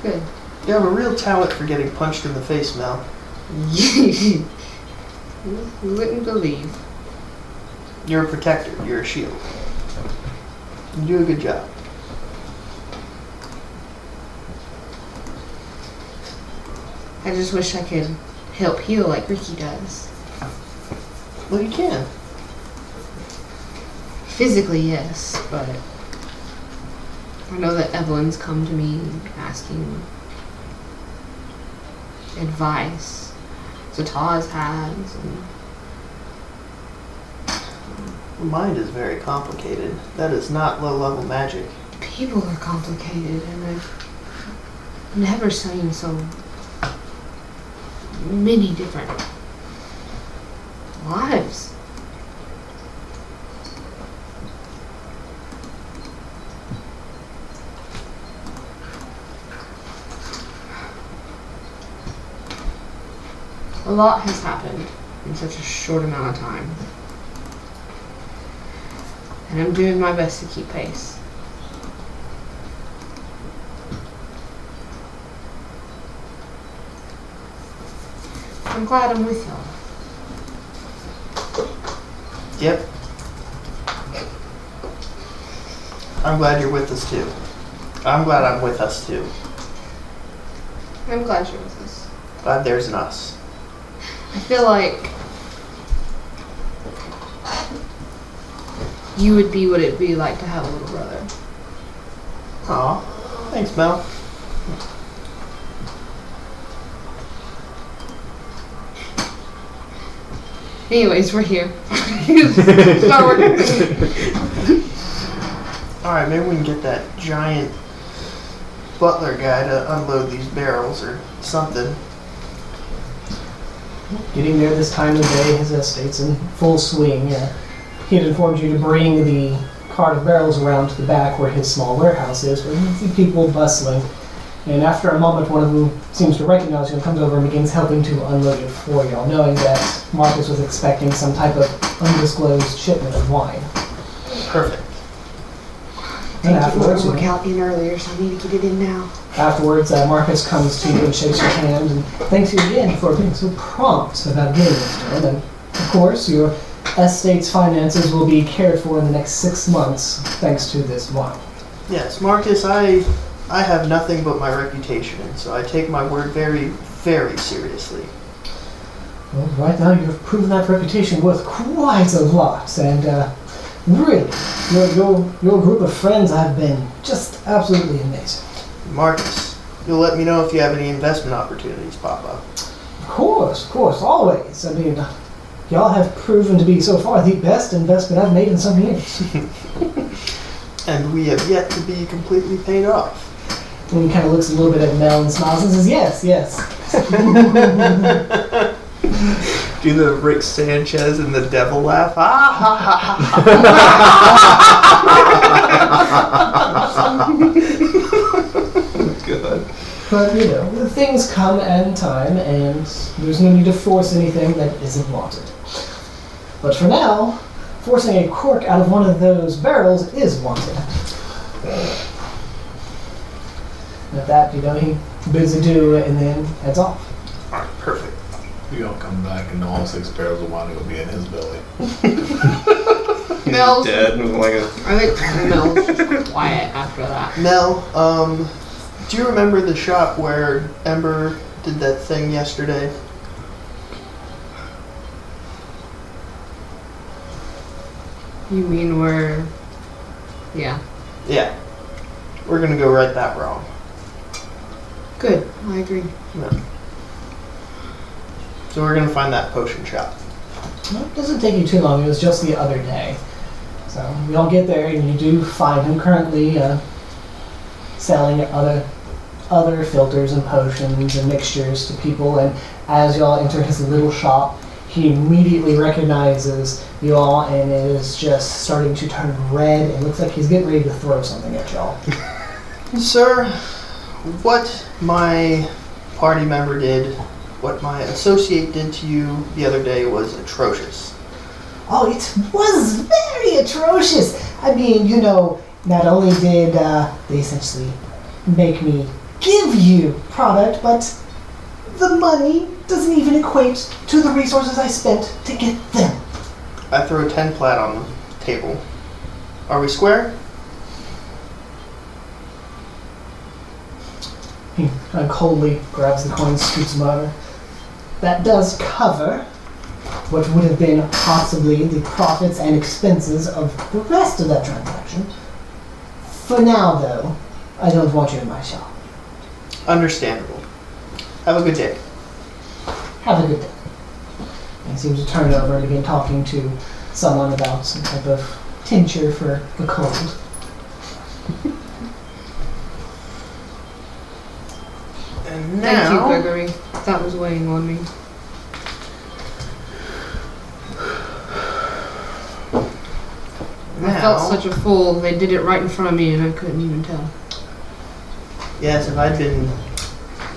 Speaker 2: Good.
Speaker 7: You have a real talent for getting punched in the face, Mel.
Speaker 2: you wouldn't believe.
Speaker 7: You're a protector. You're a shield. You do a good job.
Speaker 2: I just wish I could help heal like Ricky does.
Speaker 7: Well, you can.
Speaker 2: Physically, yes.
Speaker 7: But
Speaker 2: I know that Evelyn's come to me asking advice. So Taz has. And
Speaker 7: the mind is very complicated. That is not low level magic.
Speaker 2: people are complicated, and I've never seen so many different lives. A lot has happened in such a short amount of time. And I'm doing my best to keep pace. I'm glad I'm with y'all.
Speaker 7: Yep. I'm glad you're with us too. I'm glad I'm with us too.
Speaker 2: I'm glad you're with us.
Speaker 7: Glad there's an us.
Speaker 2: I feel like you would be what it'd be like to have a little brother.
Speaker 7: Aw. Thanks, Mel.
Speaker 2: Anyways, we're here. Start working.
Speaker 7: Alright, maybe we can get that giant butler guy to unload these barrels or something.
Speaker 1: Getting there this time of day, his estate's in full swing. Uh, he had informed you to bring the cart of barrels around to the back where his small warehouse is, where you can see people bustling. And after a moment, one of them seems to recognize you and comes over and begins helping to unload it for y'all, knowing that Marcus was expecting some type of undisclosed shipment of wine.
Speaker 7: Perfect.
Speaker 1: And
Speaker 2: Thank you for
Speaker 1: afterwards,
Speaker 2: the
Speaker 1: you
Speaker 2: workout in earlier, so I need to get it in now.
Speaker 1: Afterwards, uh, Marcus comes to you and shakes your hand and thanks you again for being so prompt about getting this done. And of course, your estate's finances will be cared for in the next six months thanks to this wine.
Speaker 7: Yes, Marcus, I I have nothing but my reputation, and so I take my word very, very seriously.
Speaker 1: Well, right now, you've proven that reputation worth quite a lot, and uh, really, your, your, your group of friends have been just absolutely amazing.
Speaker 7: Marcus, you'll let me know if you have any investment opportunities pop up.
Speaker 1: Of course, of course, always. I mean, y'all have proven to be so far the best investment I've made in some years.
Speaker 7: And we have yet to be completely paid off.
Speaker 1: And he kind of looks a little bit at Mel and smiles and says, Yes, yes.
Speaker 7: Do the Rick Sanchez and the devil laugh? Ah ha ha ha.
Speaker 8: Good.
Speaker 1: But, you know, the things come and time, and there's no need to force anything that isn't wanted. But for now, forcing a cork out of one of those barrels is wanted. And at that, you know, he bids adieu and then heads off.
Speaker 7: Alright, perfect.
Speaker 5: You all come back and all six barrels of wine will be in his belly.
Speaker 8: He's
Speaker 2: Mel's-
Speaker 8: dead with like a
Speaker 2: I think Mel's just quiet after that.
Speaker 7: Mel, um, do you remember the shop where Ember did that thing yesterday?
Speaker 2: You mean we're. Yeah.
Speaker 7: Yeah. We're gonna go right that wrong.
Speaker 2: Good. I agree.
Speaker 7: So we're gonna find that potion shop.
Speaker 1: Well, it doesn't take you too long, it was just the other day. So, you all get there, and you do find him currently uh, selling other other filters and potions and mixtures to people. And as y'all enter his little shop, he immediately recognizes you all and is just starting to turn red. It looks like he's getting ready to throw something at y'all.
Speaker 7: Sir, what my party member did, what my associate did to you the other day was atrocious.
Speaker 1: Oh, it was very atrocious. I mean, you know, not only did uh, they essentially make me give you product, but the money doesn't even equate to the resources I spent to get them.
Speaker 7: I threw a 10 plat on the table. Are we square?
Speaker 1: He kind of coldly grabs the coin, scoops them over. That does cover what would have been possibly the profits and expenses of the rest of that transaction. For now, though, I don't want you in my shop.
Speaker 7: Understandable. Have a good day.
Speaker 1: Have a good day. And he seems to turn over and begin talking to someone about some type of tincture for a cold.
Speaker 2: Thank
Speaker 7: And now,
Speaker 2: you, Gregory. That was weighing on me.
Speaker 7: now
Speaker 2: I felt such a fool. They did it right in front of me, and I couldn't even tell.
Speaker 7: yes, if I'd been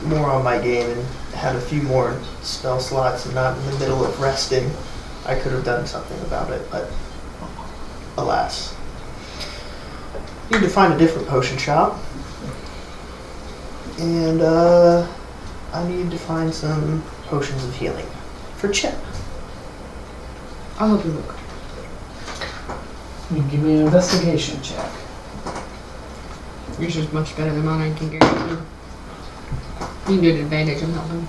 Speaker 7: more on my game and had a few more spell slots and not in the middle of resting, I could have done something about it. But alas, need to find a different potion shop, and uh, I need to find some potions of healing for Chip.
Speaker 2: I'll help you look.
Speaker 1: You can give me an investigation check.
Speaker 2: Yours is much better than mine, I can guarantee. You need an advantage, I'm helping.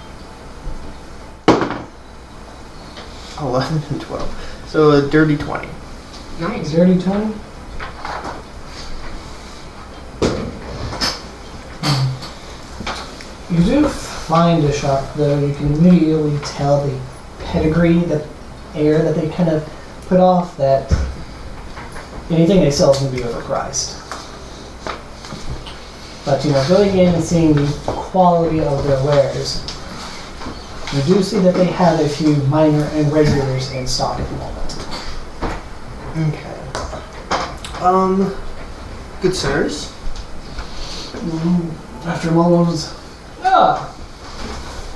Speaker 7: 11 and 12. So a dirty 20.
Speaker 2: Nice.
Speaker 1: Dirty 20? You do find a shop, though, you can immediately tell the pedigree, the air that they kind of put off that anything they sell is going to be overpriced. But, you know, going in and seeing the quality of their wares, you do see that they have a few minor and regulars in stock at the moment.
Speaker 7: Okay. Um, good sirs.
Speaker 1: After a moment, was, ah,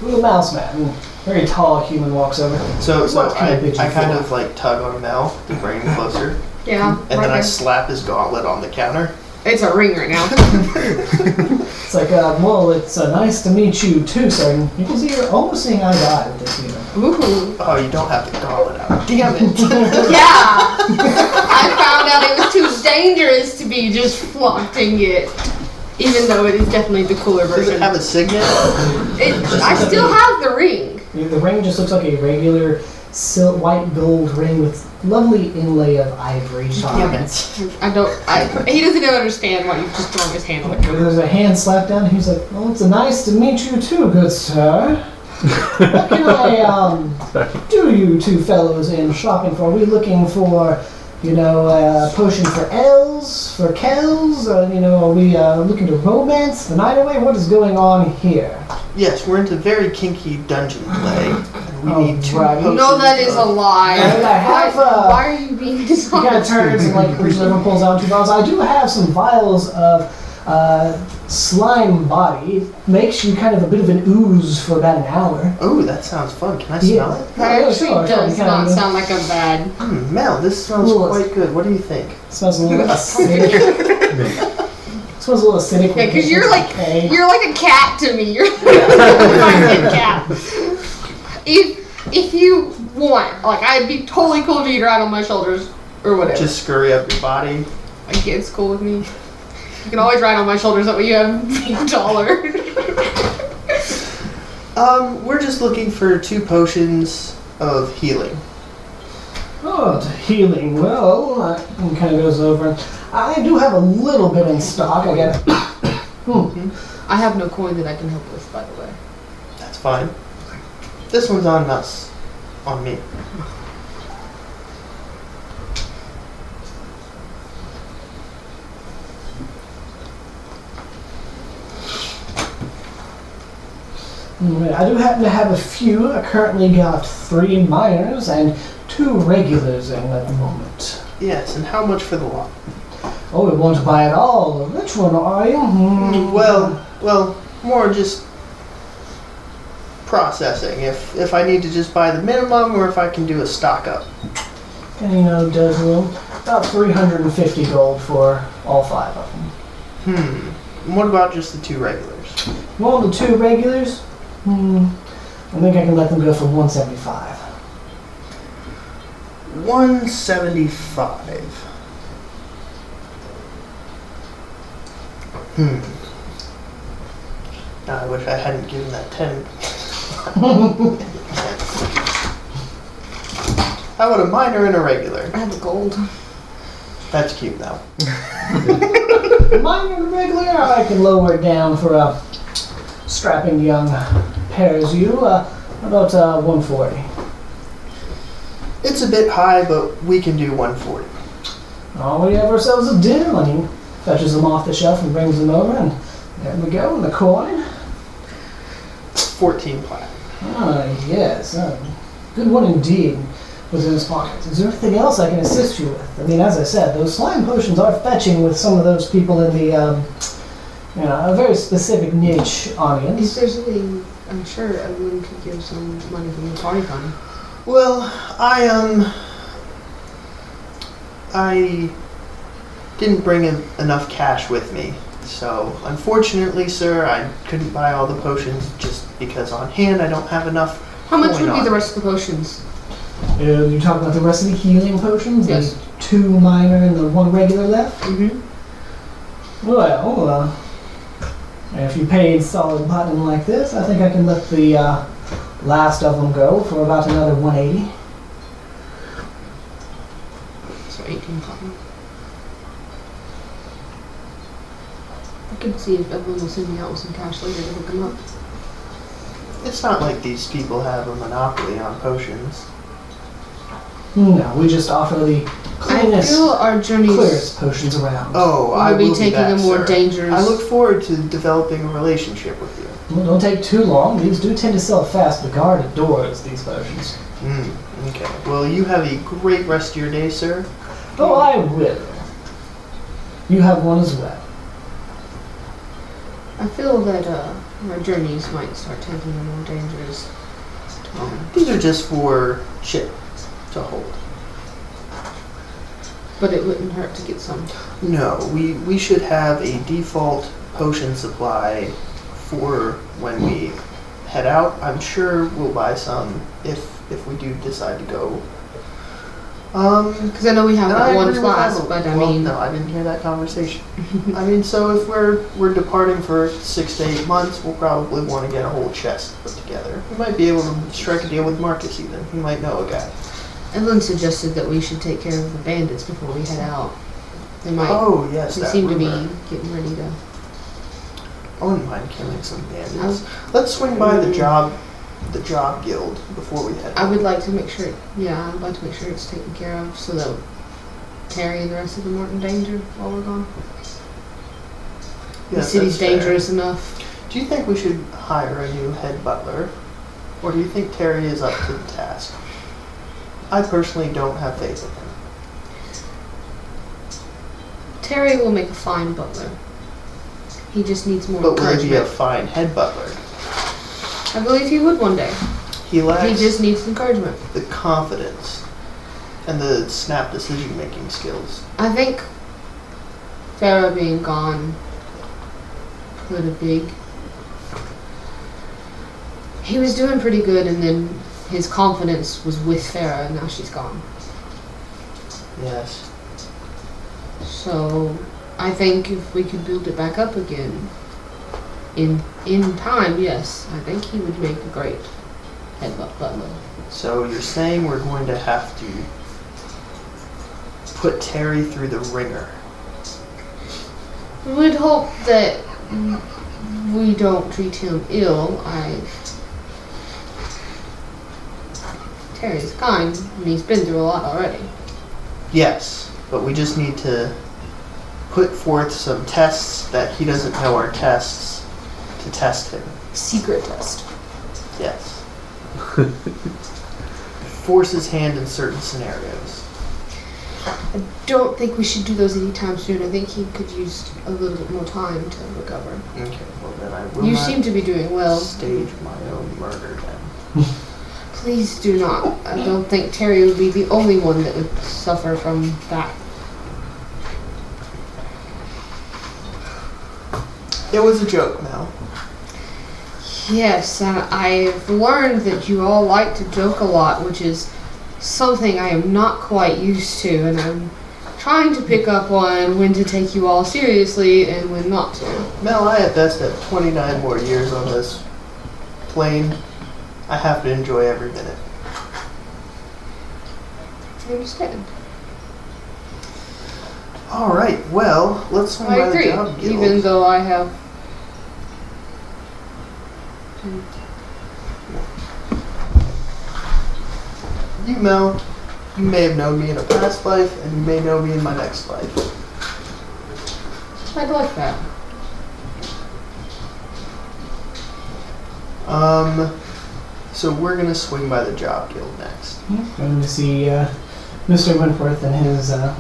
Speaker 1: little mouse man. A Very tall human walks over.
Speaker 7: So, so
Speaker 1: What kind
Speaker 7: I,
Speaker 1: of bid you
Speaker 7: I kind
Speaker 1: for?
Speaker 7: of like tug on Mel to bring him closer,
Speaker 2: Yeah,
Speaker 7: and then I slap his gauntlet on the counter.
Speaker 2: It's a ring right now.
Speaker 1: It's like, uh, well, it's uh, nice to meet you too, sir. And you can see you're almost seeing eye to eye with this human.
Speaker 2: Ooh.
Speaker 7: Oh, you don't have the gauntlet out. Damn it.
Speaker 2: Yeah! I found out it was too dangerous to be just flaunting it. Even though it is definitely the cooler
Speaker 7: Does
Speaker 2: version.
Speaker 7: it have a signet?
Speaker 2: It- I still have the ring.
Speaker 1: You- The ring just looks like a regular sil- white gold ring with lovely inlay of ivory.
Speaker 7: Damn
Speaker 1: Shine.
Speaker 7: it.
Speaker 2: I don't. I, he doesn't even understand why you just throwing his hand on the counter.
Speaker 1: There's a hand slapped down. He's like, well, it's uh, nice to meet you too, good sir. what can I um, do you two fellows in shopping for? Are we looking for, you know, a potion for L's, for Kells? Uh, you know, are we uh, looking to romance the night away? What is going on here?
Speaker 7: Yes, we're into very kinky dungeon play, and we
Speaker 1: Oh,
Speaker 7: need two
Speaker 1: right.
Speaker 7: potions.
Speaker 2: No, that is a
Speaker 7: of-
Speaker 2: lie.
Speaker 1: And I have,
Speaker 2: why,
Speaker 1: uh,
Speaker 2: why are you being
Speaker 1: He kind of
Speaker 2: dishonest?
Speaker 1: turns and like reaches over and pulls out two vials. I do have some vials of uh, slime body. Makes you kind of a bit of an ooze for about an hour.
Speaker 7: Oh, that sounds fun. Can I smell it?
Speaker 2: That
Speaker 1: Yeah,
Speaker 2: actually
Speaker 1: sure, sure,
Speaker 2: does
Speaker 1: you
Speaker 2: not
Speaker 1: can.
Speaker 2: sound like a bad.
Speaker 7: Hmm, Mel, this smells
Speaker 1: Ooh.
Speaker 7: quite good. What do you think?
Speaker 1: Smells a little acidic. smells a little acidic.
Speaker 2: Yeah, because you're
Speaker 1: It's
Speaker 2: like
Speaker 1: okay.
Speaker 2: you're like a cat to me. You're like a cat. If if you want, like, I'd be totally cool to eat her out on my shoulders or whatever.
Speaker 7: Just scurry up your body.
Speaker 2: like, it's cool with me. You can always ride on my shoulders. That way you have being taller.
Speaker 7: Um, we're just looking for two potions of healing.
Speaker 1: Oh, to healing. Well, uh, and kind of goes over. I do have a little bit in stock. I got
Speaker 2: I have no coin that I can help with, by the way.
Speaker 7: That's fine. This one's on us. On me.
Speaker 1: mm, I do happen to have a few. I currently got three minors and two regulars in at the moment.
Speaker 7: Yes, and how much for the lot?
Speaker 1: Oh, we want to buy it all. Which one are you? Hmm.
Speaker 7: Well, well, more just processing. If if I need to just buy the minimum or if I can do a stock up.
Speaker 1: And, you know, does room. About 350 gold for all five of them.
Speaker 7: Hmm. And what about just the two regulars?
Speaker 1: One of the two regulars? Hmm. I think I can let them go for 175.
Speaker 7: 175. Hmm. I wish I hadn't given that 10. How about a minor and a regular?
Speaker 2: I have gold.
Speaker 7: That's cute though.
Speaker 1: Mine are regular. I can lower it down for a strapping young pair as you. Uh, about uh, 140.
Speaker 7: It's a bit high, but we can do 140.
Speaker 1: Oh, we have ourselves a deal. And he fetches them off the shelf and brings them over, and there we go, and the coin.
Speaker 7: 14 plat.
Speaker 1: Ah, yes. uh, good one indeed was in his pocket. Is there anything else I can assist you with? I mean, as I said, those slime potions are fetching with some of those people in the, um, you know, a very specific niche
Speaker 2: If
Speaker 1: audience.
Speaker 2: there's anything, I'm sure everyone could give some money from the party fund.
Speaker 7: Well, I um, I didn't bring in enough cash with me, so unfortunately, sir, I couldn't buy all the potions just because on hand I don't have enough.
Speaker 2: How much
Speaker 7: Why
Speaker 2: would be
Speaker 7: not?
Speaker 2: the rest of the potions?
Speaker 1: Uh, you talk about the rest of the healing potions?
Speaker 2: Yes.
Speaker 1: The two minor and the one regular left?
Speaker 2: Mm-hmm.
Speaker 1: Well, uh, if you paid solid button like this, I think I can let the uh, last of them go for about another 180.
Speaker 2: So 18 platinum. I could see if everyone was sending out with some cash later to hook them up.
Speaker 7: It's not like these people have a monopoly on potions.
Speaker 1: No, we just offer the
Speaker 2: I
Speaker 1: cleanest,
Speaker 2: feel our journeys
Speaker 1: clearest potions around.
Speaker 7: Oh, I
Speaker 2: will be
Speaker 7: will
Speaker 2: taking
Speaker 7: back,
Speaker 2: a more
Speaker 7: sir.
Speaker 2: dangerous.
Speaker 7: I look forward to developing a relationship with you.
Speaker 1: Well, don't take too long. These do tend to sell fast. The guard adores these potions.
Speaker 7: Mm, okay. Well, you have a great rest of your day, sir.
Speaker 1: Oh, I will. You have one as well.
Speaker 2: I feel that uh, our journeys might start taking a more dangerous tone.
Speaker 7: These are just for ship to hold.
Speaker 2: But it wouldn't hurt to get some.
Speaker 7: No, we, we should have a default potion supply for when we head out. I'm sure we'll buy some if if we do decide to go. Um,
Speaker 2: Because I know we have
Speaker 7: and
Speaker 2: that
Speaker 7: I
Speaker 2: one
Speaker 7: agree with
Speaker 2: flask,
Speaker 7: Evelyn.
Speaker 2: but I
Speaker 7: Well,
Speaker 2: mean,
Speaker 7: no, I didn't hear that conversation. I mean, so if we're we're departing for six to eight months, we'll probably want to get a whole chest put together. We might be able to strike a deal with Marcus even. He might know a guy.
Speaker 2: Evelyn suggested that we should take care of the bandits before we head out. They might.
Speaker 7: Oh yes,
Speaker 2: they
Speaker 7: that
Speaker 2: seem to be
Speaker 7: rumor.
Speaker 2: getting ready to.
Speaker 7: I wouldn't mind killing some bandits.
Speaker 2: I-
Speaker 7: Let's swing by the
Speaker 2: Mm.
Speaker 7: job, the job guild before we head.
Speaker 2: I would like to make sure. Yeah, I'd like to make sure it's taken care of so that Terry and the rest of them aren't in danger while we're gone. the
Speaker 7: Yes,
Speaker 2: city's
Speaker 7: that's fair.
Speaker 2: dangerous enough.
Speaker 7: Do you think we should hire a new head butler, or do you think Terry is up to the task? I personally don't have faith in him.
Speaker 2: Terry will make a fine butler. He just needs more
Speaker 7: But would he be a
Speaker 2: encouragement.
Speaker 7: fine head butler?
Speaker 2: I believe he would one day.
Speaker 7: He
Speaker 2: He
Speaker 7: lacks
Speaker 2: just needs encouragement.
Speaker 7: the confidence and the snap decision making skills.
Speaker 2: I think Farah being gone put a big. He was doing pretty good, and then his confidence was with Farah, and now she's gone.
Speaker 7: Yes.
Speaker 2: So I think if we could build it back up again, in in time, yes, I think he would make a great head bu- butler.
Speaker 7: So you're saying we're going to have to put Terry through the ringer.
Speaker 2: We would hope that we don't treat him ill. I. Terry's kind, and he's been through a lot already.
Speaker 7: Yes, but we just need to put forth some tests that he doesn't know are tests to test him.
Speaker 2: Secret test.
Speaker 7: Yes. Force his hand in certain scenarios.
Speaker 2: Don't think we should do those anytime soon. I think he could use a little bit more time to recover.
Speaker 7: Okay, well then I will
Speaker 2: you
Speaker 7: not
Speaker 2: seem to be doing well.
Speaker 7: stage my own murder then.
Speaker 2: Please do not. I don't think Terry would be the only one that would suffer from that.
Speaker 7: It was a joke, Mel.
Speaker 2: Yes, uh, I've learned that you all like to joke a lot, which is something I am not quite used to, and I'm trying to pick up on when to take you all seriously and when not to.
Speaker 7: Mel, I at best have 29 more years on this plane. I have to enjoy every minute.
Speaker 9: I understand.
Speaker 7: All right. Well, let's swing
Speaker 9: I
Speaker 7: by the
Speaker 9: agree.
Speaker 7: job guild.
Speaker 9: Even though I have.
Speaker 7: you know, you may have known me in a past life, and you may know me in my next life.
Speaker 9: I'd like that.
Speaker 7: Um, so we're gonna swing by the job guild next.
Speaker 1: Going to see uh, Mr. Winforth and his uh,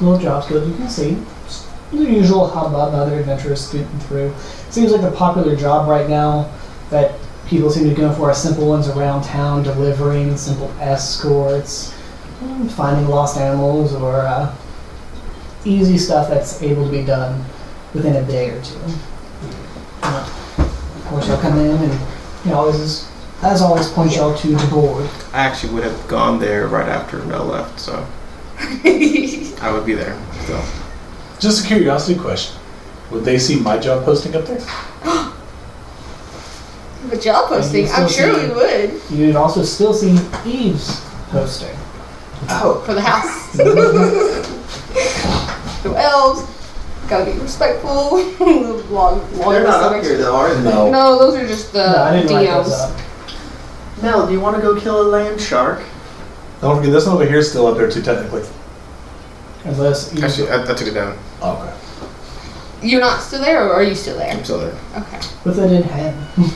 Speaker 1: little job guild. You can see just the usual hubbub, other adventurers scooting through. Seems like a popular job right now that people seem to go for are simple ones around town, delivering simple escorts, mm, finding lost animals, or uh, easy stuff that's able to be done within a day or two. Uh, of course, y'all come in and you know, always, is- as always, point y'all to the board.
Speaker 10: I actually would have gone there right after Mel left, so I would be there. So
Speaker 6: Just a curiosity question. Would they see my job posting up there?
Speaker 2: But job posting, I'm sure we would.
Speaker 1: You'd also still see Eve's poster.
Speaker 7: Oh,
Speaker 2: For the house. the elves. Gotta be respectful. long, long
Speaker 7: though, are
Speaker 6: No.
Speaker 9: No, those are just
Speaker 2: Uh,
Speaker 9: the
Speaker 1: no, I didn't write those
Speaker 9: DMs.
Speaker 1: up.
Speaker 7: Mel, do you want to go kill a land shark?
Speaker 6: Don't forget, this one over here is still up there too, technically.
Speaker 1: Unless Eve,
Speaker 10: actually, I, I took it down.
Speaker 6: Okay.
Speaker 2: You're not still there, or are you still there?
Speaker 10: I'm still there.
Speaker 2: Okay.
Speaker 1: with it in hand.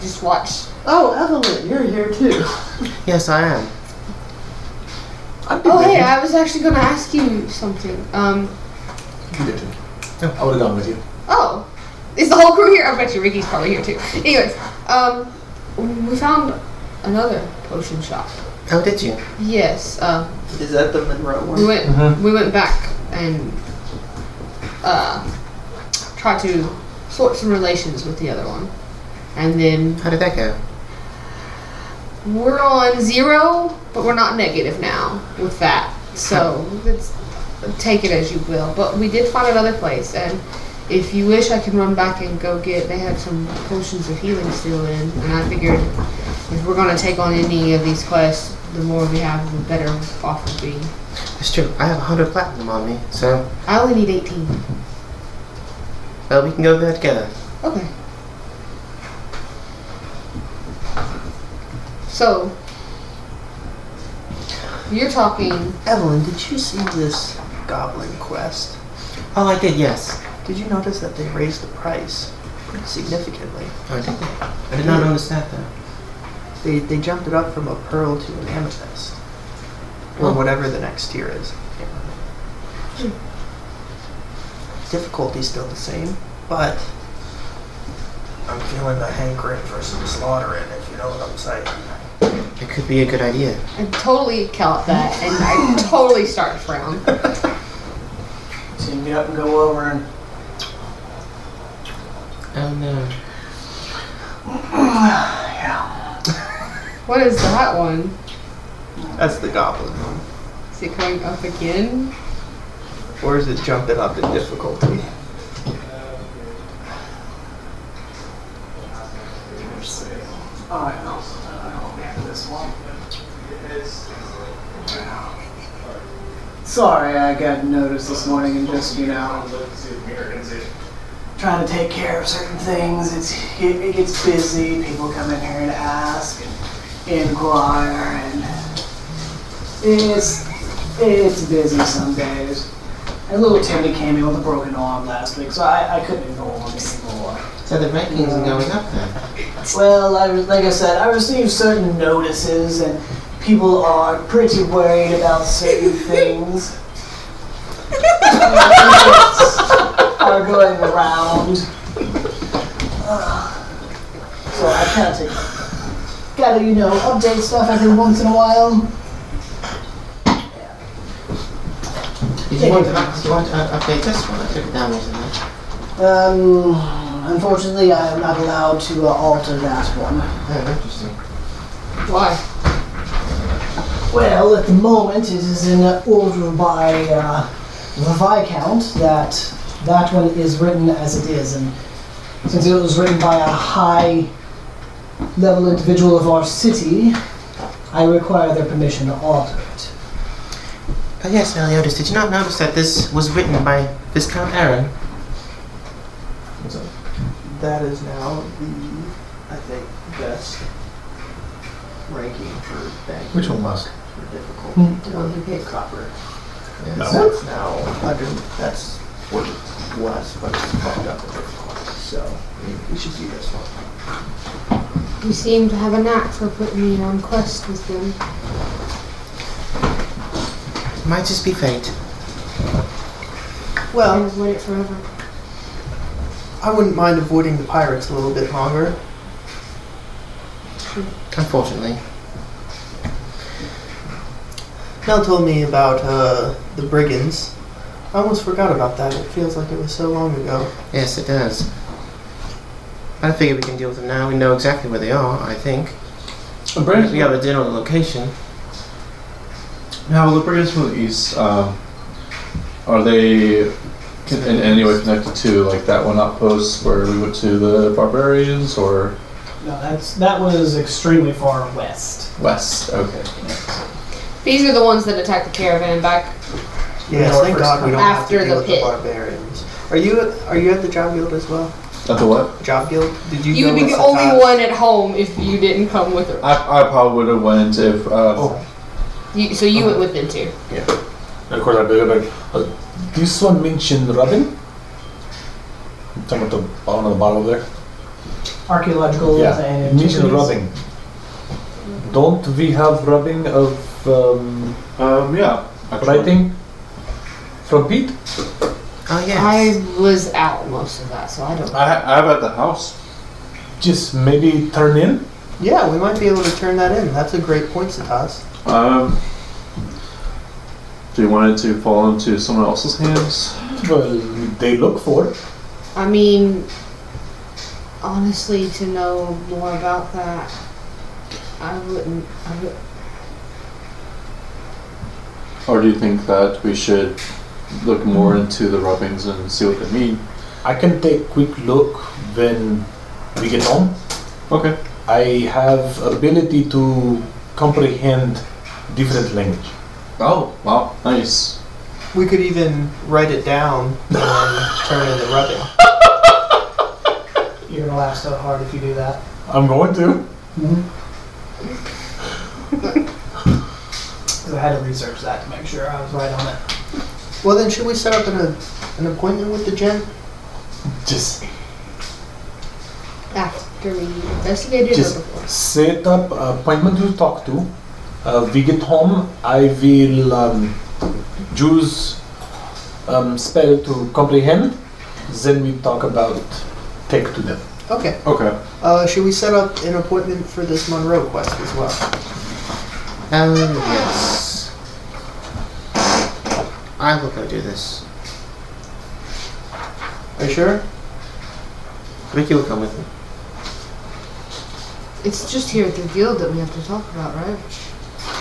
Speaker 2: Just watch.
Speaker 7: Oh, Evelyn, you're here too.
Speaker 3: Yes, I am.
Speaker 7: I'd be
Speaker 9: Oh,
Speaker 7: with
Speaker 9: hey,
Speaker 7: you.
Speaker 9: I was actually gonna ask you something. Um,
Speaker 6: You did too. I would have gone with you.
Speaker 2: Oh, is the whole crew here? I bet you Ricky's probably here too. Anyways, um, we found another potion shop.
Speaker 3: How Oh, did you?
Speaker 2: Yes, uh,
Speaker 7: Is that the Monroe
Speaker 2: we
Speaker 7: one?
Speaker 2: went we went back and uh tried to sort some relations with the other one, and then
Speaker 3: How did that go?
Speaker 2: we're on zero, but we're not negative now with that. So it's, take it as you will. But we did find another place, and if you wish, I can run back and go get. They had some potions of healing still in, and I figured if we're gonna take on any of these quests, the more we have, the better off we'll be.
Speaker 3: It's true. I have 100 platinum on me, so
Speaker 2: I only need 18.
Speaker 3: well, we can go there together.
Speaker 2: Okay. So you're talking
Speaker 7: Evelyn, did you see this goblin quest?
Speaker 3: Oh, I did, yes.
Speaker 7: Did you notice that they raised the price pretty significantly?
Speaker 3: Oh, I did. that. I did not notice that, though.
Speaker 7: They, they jumped it up from a pearl to an amethyst. Or
Speaker 3: Oh.
Speaker 7: whatever the next tier is. Can't remember. Difficulty's still the same, but I'm feeling the hankering for some slaughtering, if you know what I'm saying.
Speaker 3: It could be a good idea.
Speaker 2: I totally count that, and I totally start to frown.
Speaker 7: So you can get up and go over and
Speaker 3: Oh, no.
Speaker 2: What is that one?
Speaker 7: That's the goblin one.
Speaker 2: Is it going up again?
Speaker 7: Or is it jumping up in difficulty?
Speaker 1: Sorry, I got noticed this morning and just, you know, trying to take care of certain things. It's it, it gets busy. People come in here and ask and inquire, and it's it's busy some days. And little Timmy came in with a broken arm last week, so I, I couldn't ignore him anymore.
Speaker 3: So the rankings are going up, then?
Speaker 1: Well, I, like I said, I received certain notices, and people are pretty worried about certain things. are going around. So I kind of gotta, you know, update stuff every once in a while.
Speaker 3: Did you want to, up- you want to up- update this one? I took it down recently.
Speaker 1: Um, unfortunately, I am not allowed to uh, alter that one.
Speaker 3: Oh, interesting.
Speaker 2: Why?
Speaker 1: Well, at the moment, it is in order by uh, the Viscount that that one is written as it is, and since it was written by a high level individual of our city, I require their permission to alter it.
Speaker 3: Uh, yes, Meliodas, did you not notice that this was written by Viscount Aaron?
Speaker 7: That is now the, I think, best ranking for banking.
Speaker 5: Which one was?
Speaker 7: For difficult.
Speaker 1: Hmm.
Speaker 7: One who hit copper. And
Speaker 5: That
Speaker 7: that's now under, that's what it was, but it's bumped up a bit. So we should do this one.
Speaker 11: You seem to have a knack for putting me on quest with them.
Speaker 3: Might just be fate.
Speaker 11: I
Speaker 7: Well,
Speaker 11: avoid it forever.
Speaker 7: I wouldn't mind avoiding the pirates a little bit longer.
Speaker 3: Unfortunately.
Speaker 7: Nell told me about uh, the brigands. I almost forgot about that. It feels like it was so long ago.
Speaker 3: Yes, it does. I figure we can deal with them now. We know exactly where they are, I think.
Speaker 5: The
Speaker 3: We have a general location.
Speaker 4: Now, the brigands from the east, um, are they con- in any way connected to like that one outpost where we went to the barbarians or
Speaker 1: No, that's that was extremely far west.
Speaker 4: west? Okay.
Speaker 2: These are the ones that attacked the caravan back.
Speaker 7: Yes,
Speaker 1: Yeah,
Speaker 7: thank
Speaker 1: first
Speaker 7: God we don't
Speaker 2: After
Speaker 7: have to deal
Speaker 2: the
Speaker 7: with
Speaker 2: pit.
Speaker 7: the barbarians. Are you are you at the job guild as well?
Speaker 4: At the what?
Speaker 7: Job guild? Did you?
Speaker 2: You
Speaker 7: go
Speaker 2: would be
Speaker 7: with
Speaker 2: the only
Speaker 7: Sakai?
Speaker 2: one at home if you didn't come with her.
Speaker 4: I, I probably would have went if. Uh,
Speaker 2: You, so you went with them too.
Speaker 5: And of course, I'd be like, uh, this one mentioned Robin. I'm talking about the bottom of the bottle there.
Speaker 1: Archaeological
Speaker 5: Yeah,
Speaker 1: and
Speaker 5: mention
Speaker 1: antiquities.
Speaker 5: Robin. Don't we have rubbing of um,
Speaker 4: Um, yeah.
Speaker 5: writing from Pete?
Speaker 3: Oh, yes.
Speaker 2: I was out most of that, so I don't.
Speaker 4: I, ha- I have at the house.
Speaker 5: Just maybe turn in.
Speaker 7: Yeah, we might be able to turn that in. That's a great point, Satas.
Speaker 4: Um, do you want it to fall into someone else's hands?
Speaker 5: Well, they look for it.
Speaker 11: I mean, honestly, to know more about that, I wouldn't. I would,
Speaker 4: Or do you think that we should look more into the rubbings and see what they mean?
Speaker 5: I can take a quick look when we get home.
Speaker 4: Okay.
Speaker 5: I have ability to comprehend different language.
Speaker 4: Oh, wow. Nice.
Speaker 7: We could even write it down and turn in the rubbing.
Speaker 1: You're gonna laugh so hard if you do that.
Speaker 5: I'm going to.
Speaker 1: Because I had to research that to make sure I was right on it.
Speaker 7: Well, then should we set up an, an appointment with the gen?
Speaker 5: Just
Speaker 11: after we investigated or
Speaker 5: Just-
Speaker 11: before.
Speaker 5: set up an appointment to talk to. Uh, we get home. I will um, choose um, spell to comprehend. Then we talk about take to them.
Speaker 7: Okay.
Speaker 4: Okay.
Speaker 7: Uh, should we set up an appointment for this Monroe quest as well?
Speaker 3: Um, yes. I will go do this.
Speaker 7: Are you sure?
Speaker 3: Ricky will come with me.
Speaker 11: It's just here at the guild that we have to talk about, right?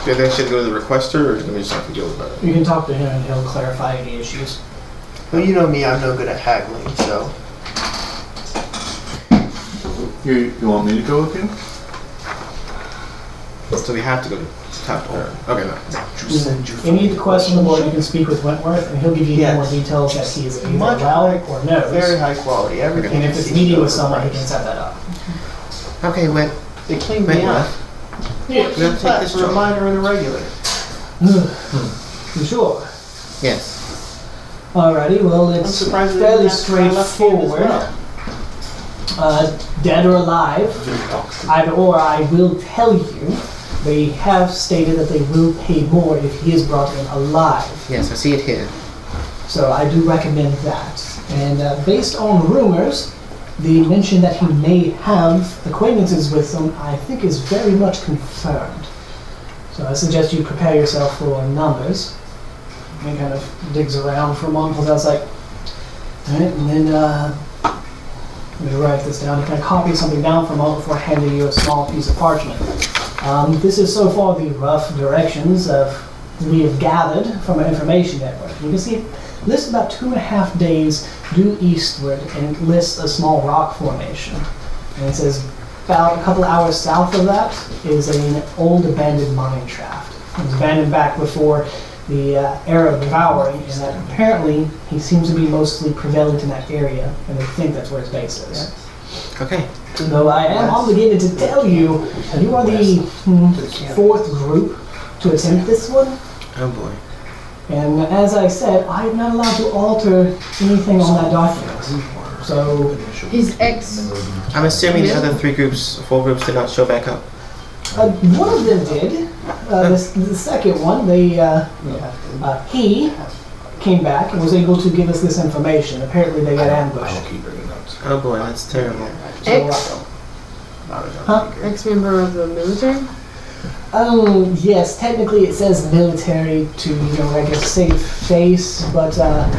Speaker 8: Do you think I should go to the requester or do we just have to uh, deal with that?
Speaker 1: You can talk to him and he'll clarify any issues.
Speaker 7: Well, you know me, I'm no good at haggling, so.
Speaker 4: You, you want me to go with you?
Speaker 8: So we have to go to top or Okay, no.
Speaker 1: Any of the quests on the board, you can speak with Wentworth and he'll give you
Speaker 7: Yes.
Speaker 1: more details that he is either
Speaker 7: Much
Speaker 1: allowed or knows.
Speaker 7: Very high quality. Everything
Speaker 1: and if
Speaker 7: is
Speaker 1: it's meeting with
Speaker 7: overpriced.
Speaker 1: someone, he can set that up.
Speaker 3: Okay, wait.
Speaker 7: They clean me
Speaker 3: Wait,
Speaker 7: up.
Speaker 3: what?
Speaker 7: Yeah,
Speaker 3: we have to take
Speaker 7: but
Speaker 3: this
Speaker 7: for a
Speaker 3: job.
Speaker 7: minor and a regular.
Speaker 1: Sure.
Speaker 3: Yes.
Speaker 1: Alrighty, well,
Speaker 7: I'm
Speaker 1: it's
Speaker 7: surprised they
Speaker 1: fairly
Speaker 7: didn't ask for my left hand as
Speaker 1: straightforward.
Speaker 7: well.
Speaker 1: Uh, dead or alive, either or, I will tell you, they have stated that they will pay more if he is brought in alive.
Speaker 3: Yes, I see it here.
Speaker 1: So I do recommend that. And uh, based on rumors, the mention that he may have acquaintances with them, I think, is very much confirmed. So I suggest you prepare yourself for numbers. He kind of digs around for a moment, pulls out, it's like, all right, and then uh, let me write this down. He kind of copies something down for a moment before handing you a small piece of parchment. Um, this is so far the rough directions of we have gathered from our information network. You can see it lists about two and a half days due eastward and it lists a small rock formation. And it says About a couple hours south of that is an old abandoned mine shaft. It was abandoned back before the uh, era of devouring, and that apparently he seems to be mostly prevalent in that area, and they think that's where his base is.
Speaker 3: Okay.
Speaker 1: Though I am obligated to tell you, you are the hmm, fourth group to attempt this one.
Speaker 3: Oh boy.
Speaker 1: And as I said, I am not allowed to alter anything on that document. So,
Speaker 11: His ex.
Speaker 3: I'm assuming the other three groups, four groups, did not show back up.
Speaker 1: uh, one of them did. Uh, the, the second one, they, uh, uh, he came back and was able to give us this information. Apparently, they got ambushed.
Speaker 3: Oh boy, that's terrible.
Speaker 2: Ex
Speaker 1: Huh?
Speaker 2: ex member of the military.
Speaker 1: Oh, yes, technically it says military to, you know, like a safe face, but uh,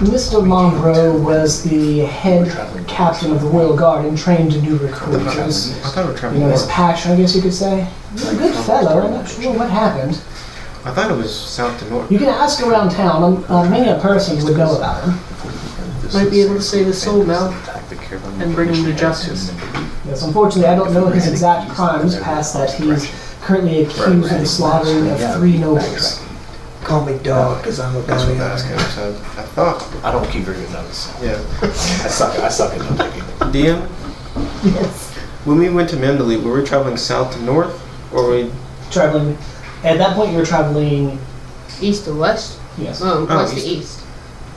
Speaker 1: Mr. Monroe was the head captain of the Royal Guard and trained new recruits.
Speaker 8: I thought we were
Speaker 1: You
Speaker 8: traveling
Speaker 1: know, his
Speaker 8: north.
Speaker 1: passion, I guess you could say. He's a good fellow, I'm not sure what happened.
Speaker 8: I thought it was south to north.
Speaker 1: You can ask around town, um, uh, many a person would know about him.
Speaker 7: Might be able to save his soul now and bring him to justice.
Speaker 1: Yes, unfortunately, I don't know his exact crimes past that he's currently accused of the slaughtering of three nobles.
Speaker 12: Call me dog, because I'm a
Speaker 8: That's what
Speaker 12: bunny.
Speaker 8: I was gonna say. I thought,
Speaker 6: I don't keep reading notes.
Speaker 8: yeah.
Speaker 6: I suck. I suck at note taking.
Speaker 8: DM,
Speaker 1: Yes.
Speaker 8: when we went to Mendeley, were we traveling south to north, or we?
Speaker 1: Traveling, at that point, you were traveling,
Speaker 2: East to west?
Speaker 1: yes.
Speaker 2: Um,
Speaker 8: Oh,
Speaker 2: west to
Speaker 8: east.
Speaker 2: east.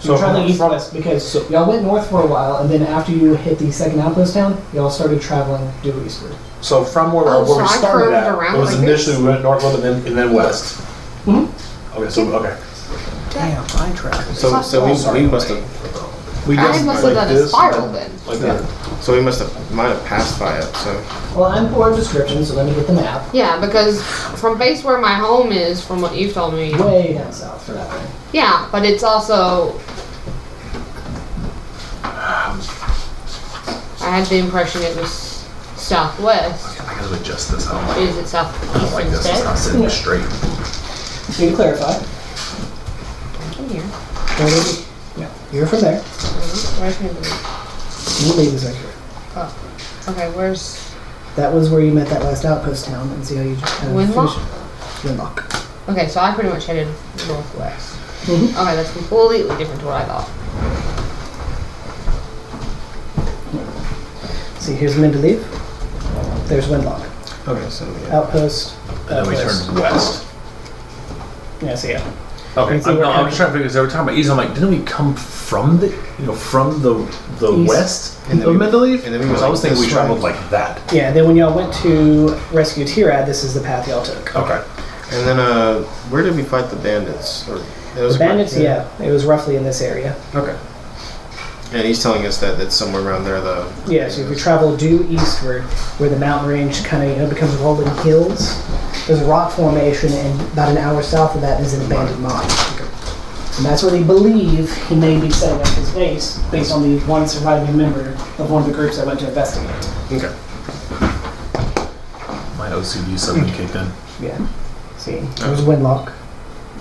Speaker 1: You're
Speaker 5: So
Speaker 1: traveling
Speaker 5: from-
Speaker 1: east west because
Speaker 5: so-
Speaker 1: y'all went north for a while, and then after you hit the second outpost town, y'all started traveling due eastward.
Speaker 5: So from where,
Speaker 2: Oh,
Speaker 5: where
Speaker 2: so
Speaker 5: we
Speaker 2: I
Speaker 5: started
Speaker 2: curved
Speaker 5: at,
Speaker 2: around
Speaker 6: It was
Speaker 2: like
Speaker 6: initially we went northward and then and then west.
Speaker 1: Mhm.
Speaker 8: Hmm?
Speaker 6: Okay, so okay.
Speaker 12: Damn, I travel.
Speaker 8: So, so we, we must have,
Speaker 6: We
Speaker 2: I must have done a spiral then.
Speaker 6: Like that.
Speaker 8: so we must have, might have passed by it. So
Speaker 1: Well, I'm poor in description, so let me get the map.
Speaker 2: Yeah, because from base where my home is, from what you've told me,
Speaker 1: Way down south for that one.
Speaker 2: yeah, but it's also. I had the impression it was southwest.
Speaker 6: I gotta adjust this. I don't like.
Speaker 2: Is it southeast
Speaker 6: I don't like this. It's
Speaker 2: instead?
Speaker 6: not sitting straight.
Speaker 1: So you can clarify.
Speaker 2: Come here.
Speaker 12: You're from there.
Speaker 2: Mm-hmm. Where's Kimberly?
Speaker 12: You leave is right here.
Speaker 2: Okay, where's
Speaker 12: That was where you met that last outpost town and see how you uh, kind of
Speaker 2: Winlock?
Speaker 12: Winlock.
Speaker 2: Okay, so I pretty much headed northwest.
Speaker 6: Mm-hmm.
Speaker 2: Okay, that's completely different to what I thought.
Speaker 12: See, here's Mendeleev. There's Windlock.
Speaker 8: okay, so yeah.
Speaker 12: Outpost.
Speaker 6: And then we
Speaker 12: outpost.
Speaker 6: turned west.
Speaker 12: Yeah, so yeah.
Speaker 6: Okay,
Speaker 12: Let's see
Speaker 6: I'm,
Speaker 12: where-
Speaker 6: no, I'm just trying to figure this out. Every time I east, I'm like, didn't we come from the, you know, from the the
Speaker 12: East.
Speaker 6: west
Speaker 8: And then
Speaker 6: of
Speaker 8: we-
Speaker 6: Mendeleev?
Speaker 8: and then we
Speaker 6: Because
Speaker 8: were
Speaker 6: I was
Speaker 8: like
Speaker 6: thinking we
Speaker 8: this
Speaker 6: traveled
Speaker 8: way.
Speaker 6: like that.
Speaker 12: Yeah, and then when y'all went to rescue Tirad, this is the path y'all took.
Speaker 6: Okay.
Speaker 8: And then, uh, where did we fight the bandits? Or it was
Speaker 12: The bandits, yeah, it was roughly in this area.
Speaker 8: Okay. And he's telling us that it's somewhere around there, though.
Speaker 12: Yeah, so if you travel due eastward, where the mountain range kind of you know becomes rolling hills, there's a rock formation, and about an hour south of that is an abandoned mine.
Speaker 1: And that's where they believe he may be setting up his base, based on the one surviving member of one of the groups that went to investigate.
Speaker 8: Okay.
Speaker 6: My OCD suddenly kicked in.
Speaker 12: Yeah. See, there's Windlock,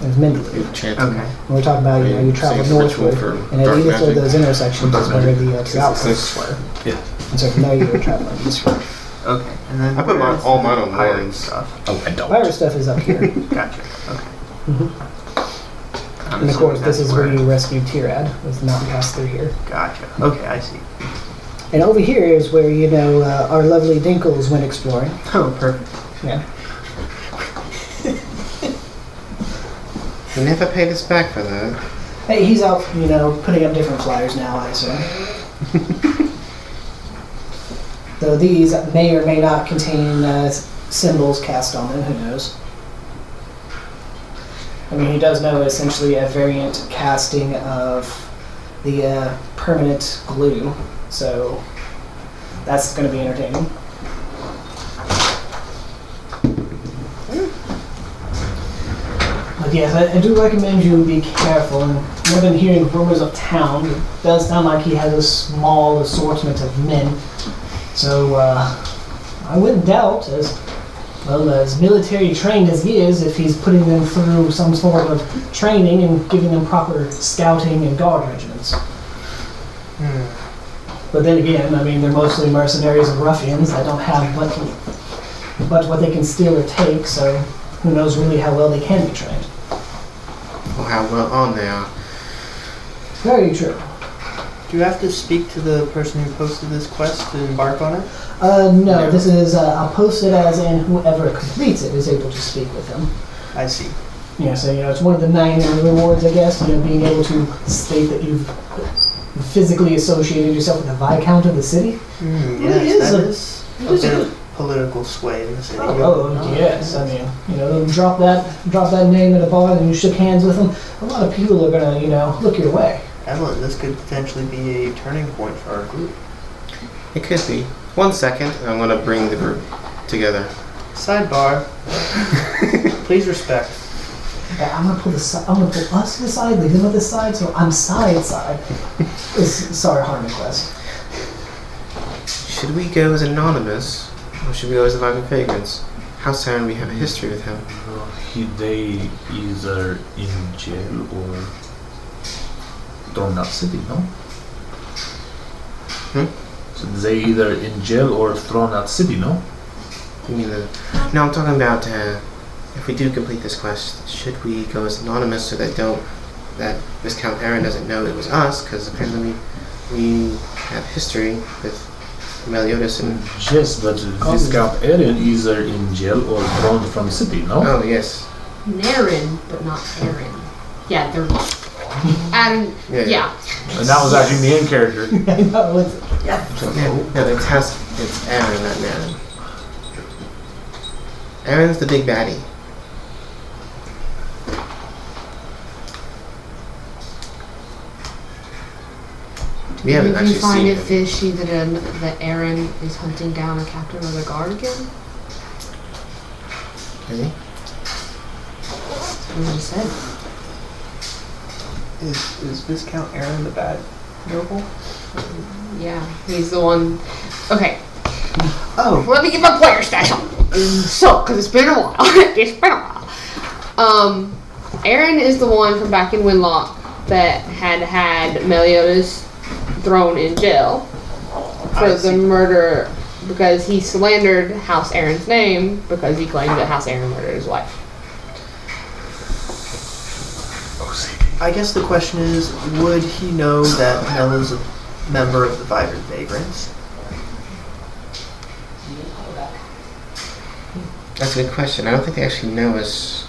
Speaker 12: there's Mendeleev.
Speaker 8: Good chance.
Speaker 12: And we're talking about you know you travel
Speaker 8: Same ritual
Speaker 12: northward,
Speaker 8: for
Speaker 12: and at
Speaker 8: dark
Speaker 12: either side of
Speaker 8: magic.
Speaker 12: those intersections is where the uh, two outposts. And so from there you were traveling eastward.
Speaker 7: Okay, and then
Speaker 8: I put mine, all mine on ones.
Speaker 7: stuff.
Speaker 6: Oh, I don't.
Speaker 12: Virus stuff is up here,
Speaker 7: Gotcha. Okay.
Speaker 12: Mm-hmm. and of course this is where you rescued Tirad. Was not passed through here.
Speaker 7: Gotcha. Okay, I see.
Speaker 12: And over here is where, you know, uh, our lovely Dinkles went exploring.
Speaker 7: Oh, perfect.
Speaker 8: They never paid us back for that.
Speaker 1: Hey, he's out, you know, putting up different flyers now, I assume. Though these may or may not contain uh, symbols cast on them, who knows? I mean, he does know essentially a variant casting of the uh, permanent glue, so that's going to be entertaining. But yes, I, I do recommend you be careful. And I've been hearing rumors of town. It does sound like he has a small assortment of men. So uh, I wouldn't doubt, as well as military trained as he is, if he's putting them through some sort of
Speaker 7: Hmm.
Speaker 1: training and giving them proper scouting and guard regiments. But then again, I mean, they're mostly mercenaries and ruffians that don't have but, but what they can steal or take, so who knows really how well they can be trained.
Speaker 3: Oh, how well on they are.
Speaker 1: Very true.
Speaker 7: Do you have to speak to the person who posted this quest to embark on it?
Speaker 1: Uh, no, this is, uh, I'll post it as, and whoever completes it is able to speak with them.
Speaker 7: I see.
Speaker 1: Yeah, so you know, it's one of the nine rewards, I guess. You know, being able to state that you've physically associated yourself with the viscount of the city.
Speaker 12: Hmm.
Speaker 7: Mm,
Speaker 1: It
Speaker 7: yes,
Speaker 1: is
Speaker 7: that
Speaker 1: a- it
Speaker 7: is a
Speaker 1: is a-
Speaker 7: bit of political sway in the city.
Speaker 1: Oh yes, I mean, you know, they'll drop that, drop that name at a bar, and you shook hands with them. A lot of people are gonna, you know, look your way.
Speaker 7: Evelyn, this could potentially be a turning point for our group.
Speaker 3: It could be. One second, and I'm gonna bring the group together.
Speaker 7: Sidebar. Please respect.
Speaker 1: Yeah, Uh, I'm gonna pull the, si- I'm gonna pull us to the side, leave them at the side, so I'm side side. Is sorry, Harmon Quest.
Speaker 3: Should we go as anonymous, or should we go as Ivan Vagrants? How sound we have a history with him.
Speaker 6: He, they either in jail or thrown out city, no?
Speaker 3: Hmm?
Speaker 6: So they either in jail or thrown out city, no?
Speaker 3: You mean the? No, I'm talking about uh, if we do complete this quest, should we go as anonymous so that don't that Viscount Aaron doesn't know it was us? Because apparently we have history with Meliodas and.
Speaker 6: Yes, but Viscount Aaron either uh, in jail or thrown from city, no?
Speaker 3: Oh yes,
Speaker 2: Naren, but not Aaron. Yeah, they're. And
Speaker 3: yeah,
Speaker 2: yeah,
Speaker 6: And that was actually the end character.
Speaker 1: I know it's
Speaker 3: No, no, it's has it's Aaron, not Naren. Aaron's the big baddie. We haven't
Speaker 2: Did
Speaker 3: actually
Speaker 2: you find
Speaker 3: seen
Speaker 2: it
Speaker 3: him.
Speaker 2: fishy that um, that Aaron is hunting down a captain of the guard again?
Speaker 3: Is he?
Speaker 2: That's what he said.
Speaker 7: Is, is Viscount Aaron the bad noble?
Speaker 2: Yeah, he's the one. Okay,
Speaker 7: Oh,
Speaker 2: let me get my player stash on. So, because it's been a while. it's been a while. Um, Aaron is the one from back in Winlock that had had Meliodas thrown in jail for
Speaker 7: I
Speaker 2: the
Speaker 7: see.
Speaker 2: murder because he slandered House Aaron's name because he claimed that House Aaron murdered his wife.
Speaker 7: I guess the question is, would he know that Mel is a member of the Vibrant Vagrants?
Speaker 3: That's a good question. I don't think they actually know us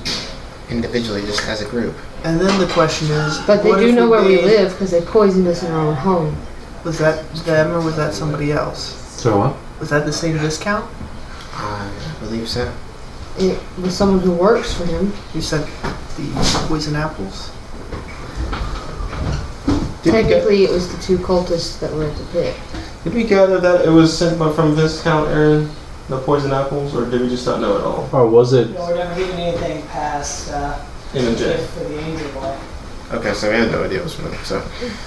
Speaker 3: individually, just as a group.
Speaker 7: And then the question is,
Speaker 13: But
Speaker 2: They
Speaker 7: what
Speaker 2: do
Speaker 7: if
Speaker 2: know where we
Speaker 7: made-
Speaker 2: live because they poisoned us in our own home.
Speaker 7: Was that them or was that somebody else?
Speaker 4: So uh, what?
Speaker 7: Was that the same discount?
Speaker 3: Uh, I believe so.
Speaker 2: It was someone who works for him.
Speaker 7: You said the poison apples?
Speaker 14: Did we, ga-
Speaker 2: Technically, it was the two cultists that were at the pit.
Speaker 14: did we gather that it was sent by, from Viscount Aaron, the poison apples, or did we just not know at all?
Speaker 4: Or was it?
Speaker 1: we're never getting anything past uh,
Speaker 14: MJ.
Speaker 1: for the angel boy.
Speaker 3: Okay, so we have no idea what's going on. So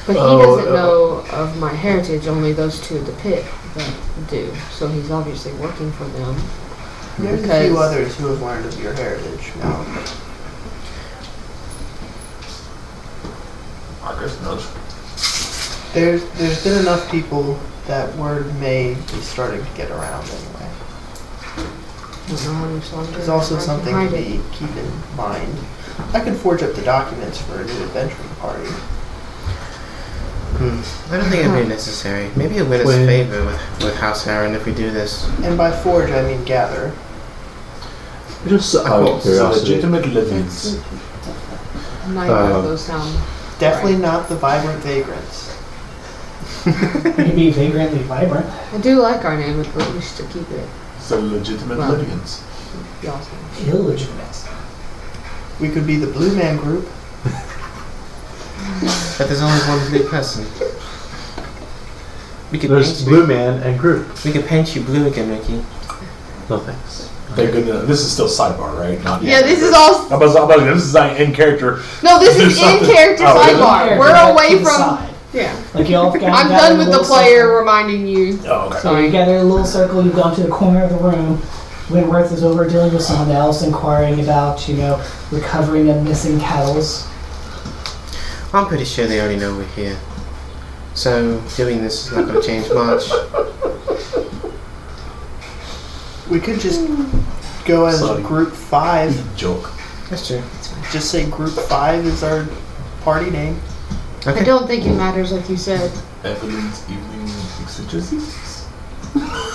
Speaker 2: But he
Speaker 4: Oh,
Speaker 2: doesn't
Speaker 4: uh,
Speaker 2: know of my heritage, only those two at the pit that do. So he's obviously working for them.
Speaker 7: There's a
Speaker 2: Because-
Speaker 7: few others who have learned of your heritage now.
Speaker 6: Marcus knows.
Speaker 7: There's, there's been enough people that word may be starting to get around anyway.
Speaker 2: Don't know how much longer
Speaker 7: It's also
Speaker 2: I can
Speaker 7: something
Speaker 2: hide
Speaker 7: to
Speaker 2: it.
Speaker 7: be, keep in mind. I could forge up the documents for a new adventuring party.
Speaker 3: I don't think it'd be necessary. Maybe it'll win us
Speaker 4: Wait.
Speaker 3: favor with, with House Aaron if we do this.
Speaker 7: And by forge, I mean gather.
Speaker 4: Just out
Speaker 3: Oh,
Speaker 4: of
Speaker 3: so
Speaker 4: curiosity.
Speaker 5: Legitimate livings.
Speaker 2: Mm. Neither
Speaker 4: Uh,
Speaker 2: of
Speaker 7: um,
Speaker 2: those sound.
Speaker 7: Definitely not the vibrant vagrants.
Speaker 1: Maybe vagrantly vibrant.
Speaker 2: I do like our name, but we should keep it.
Speaker 6: So legitimate
Speaker 2: Well.
Speaker 6: litigants.
Speaker 2: Y'all's
Speaker 1: Illegitimate.
Speaker 7: We could be the Blue Man Group.
Speaker 3: But there's only one blue person. We could
Speaker 4: There's
Speaker 3: paint
Speaker 4: Blue
Speaker 3: you.
Speaker 4: Man and Group.
Speaker 3: We could paint you blue again, Ricky.
Speaker 4: No thanks.
Speaker 5: They're gonna. This is still sidebar, right? Not
Speaker 13: Yeah, this is all.
Speaker 5: I'm about, I'm about, this is not in character.
Speaker 13: No, this is
Speaker 5: There's
Speaker 13: in
Speaker 5: something-
Speaker 13: character
Speaker 5: oh,
Speaker 1: Like,
Speaker 13: sidebar.
Speaker 1: back
Speaker 13: We're
Speaker 1: to
Speaker 13: away
Speaker 1: the
Speaker 13: from.
Speaker 1: side.
Speaker 2: Yeah.
Speaker 1: Like you all have
Speaker 13: I'm done with the player reminding you.
Speaker 5: Oh, okay.
Speaker 1: So you gather a little circle, you've gone to the corner of the room. Winworth is over dealing with someone else, inquiring about, you know, recovering of missing cattles.
Speaker 3: I'm pretty sure they already know we're here. So doing this is not going to change much.
Speaker 7: We could just go as
Speaker 6: Sorry.
Speaker 7: Group Five.
Speaker 6: Joke.
Speaker 3: That's true.
Speaker 7: Just say Group Five is our party name.
Speaker 2: I don't think it matters, like you said.
Speaker 6: Evelyn's evening exigencies?
Speaker 3: Yeah.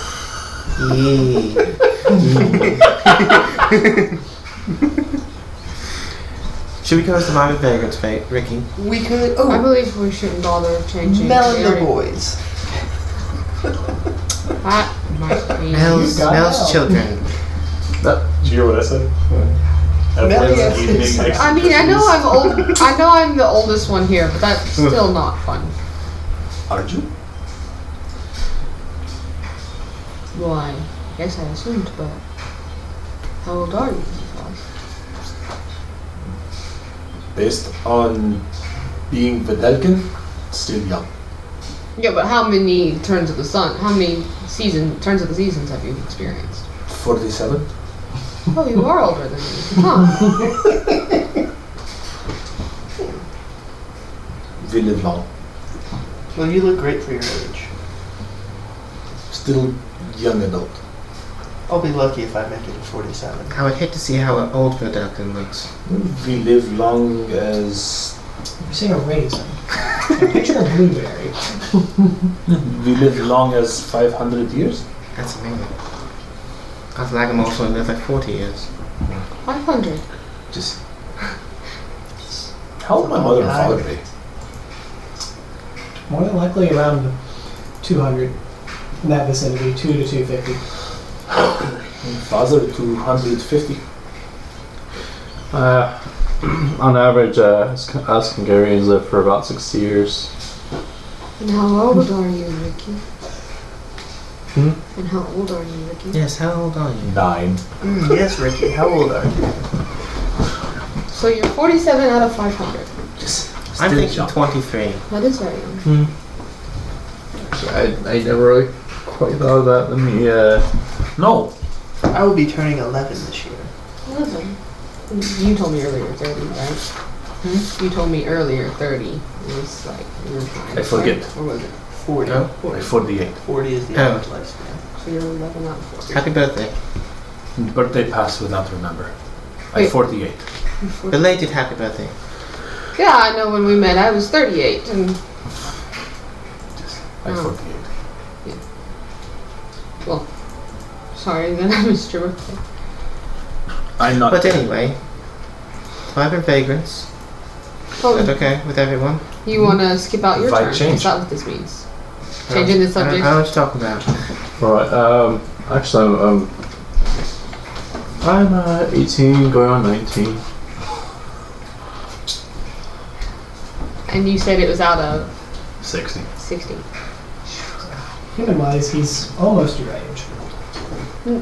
Speaker 3: Should we go as the Mime Vagrant's fate, Ricky?
Speaker 7: We could.
Speaker 2: I
Speaker 7: Oh,
Speaker 2: believe we shouldn't bother changing. it.
Speaker 7: Melon the
Speaker 2: Already-
Speaker 7: Boys.
Speaker 2: That might be.
Speaker 3: Mel's,
Speaker 1: got
Speaker 3: Mel's
Speaker 1: Mel.
Speaker 3: children.
Speaker 6: Did you hear what I said? Evelyn's
Speaker 7: yes.
Speaker 6: evening exigencies.
Speaker 2: I mean, I know I'm old. I know I'm the oldest one here, but that's still not fun.
Speaker 6: Are you?
Speaker 2: Well, I guess I assumed, but how old are you?
Speaker 5: Based on being Vedelkin, still young.
Speaker 2: Yeah, but how many turns of the sun? How many season turns of the seasons have you experienced?
Speaker 5: 47.
Speaker 2: Oh, you are older than me, huh?
Speaker 5: We live long.
Speaker 7: Well, you look great for your age.
Speaker 5: Still young adult.
Speaker 7: I'll be lucky if I make it to 47.
Speaker 3: I would hate to see how an old Vidalkin looks.
Speaker 5: We live long as.
Speaker 1: You're saying a raisin. I picture a blueberry.
Speaker 5: We live long as 500 years?
Speaker 3: That's amazing. I was like, I'm also lived like 40 years.
Speaker 2: Five hundred.
Speaker 5: Just. How old my mother and father be?
Speaker 1: More than likely around 200 in that vicinity, 2 to 250.
Speaker 5: Father 250.
Speaker 4: Uh, on average, uh, us us Hungarians live for about 60 years.
Speaker 2: And how old are you, Ricky?
Speaker 4: Hmm?
Speaker 2: And how old are you, Ricky?
Speaker 3: Yes, how old are you?
Speaker 5: Nine.
Speaker 7: Mm, yes, Ricky. How old are you?
Speaker 2: So you're 47 out of 500.
Speaker 3: I'm
Speaker 5: Still
Speaker 3: thinking
Speaker 5: young.
Speaker 3: 23.
Speaker 2: That is very young.
Speaker 4: I, I never really quite thought of that. Let me, uh,
Speaker 5: No.
Speaker 7: I will be turning 11 this year.
Speaker 2: Eleven. You told me earlier 30, right? You told me earlier 30. It was like, you were trying.
Speaker 6: I forget.
Speaker 7: Or was it 40?
Speaker 3: No.
Speaker 7: 40.
Speaker 6: 48.
Speaker 7: 40 is the
Speaker 3: Oh.
Speaker 7: average lifespan.
Speaker 2: So you're 11 out of 40.
Speaker 3: Happy birthday.
Speaker 6: Birthday pass would not remember.
Speaker 2: Wait.
Speaker 6: I'm 48.
Speaker 3: Belated happy birthday.
Speaker 2: Yeah, I know when we met, I was 38, and
Speaker 6: I'm
Speaker 2: Oh.
Speaker 6: 48.
Speaker 2: sorry that I missed your birthday.
Speaker 6: I'm not.
Speaker 3: But anyway, vibrant vagrants. Is that
Speaker 2: Oh,
Speaker 3: okay with everyone?
Speaker 2: you want to skip out your
Speaker 6: If I
Speaker 2: turn?
Speaker 6: change.
Speaker 2: Is that what this means? Changing the
Speaker 3: I don't, I
Speaker 2: subject?
Speaker 3: don't know what you're talking about.
Speaker 4: Alright, um, actually, I'm, um, I'm uh, 18, going on 19.
Speaker 2: And you said it was out of
Speaker 6: 60.
Speaker 2: 60.
Speaker 1: Human wise, he's almost your age.
Speaker 13: Hmm.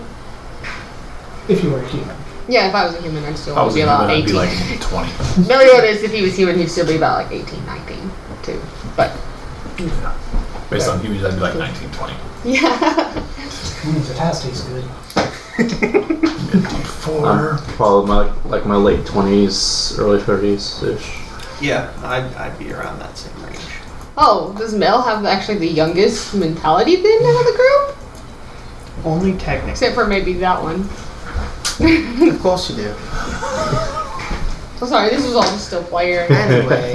Speaker 1: If you were a human.
Speaker 2: Yeah, if I was a human, I'd still
Speaker 6: I was
Speaker 2: be
Speaker 6: in
Speaker 2: about
Speaker 6: I'd be
Speaker 2: 18.
Speaker 6: like 20.
Speaker 2: No, you notice if he was human, he'd still be about like 18, 19, too. But,
Speaker 6: Based on humans, I'd be like 19, 20.
Speaker 2: yeah.
Speaker 1: Mm, the past tastes good.
Speaker 4: I'm probably my, like my late 20s, early 30s ish.
Speaker 7: Yeah, I'd, I'd be around that same range.
Speaker 2: Oh, does Mel have actually the youngest mentality then out of the group?
Speaker 7: Only technically.
Speaker 2: Except for maybe that one.
Speaker 3: Of course you do.
Speaker 2: Oh, sorry, this was all just still player.
Speaker 3: Anyway,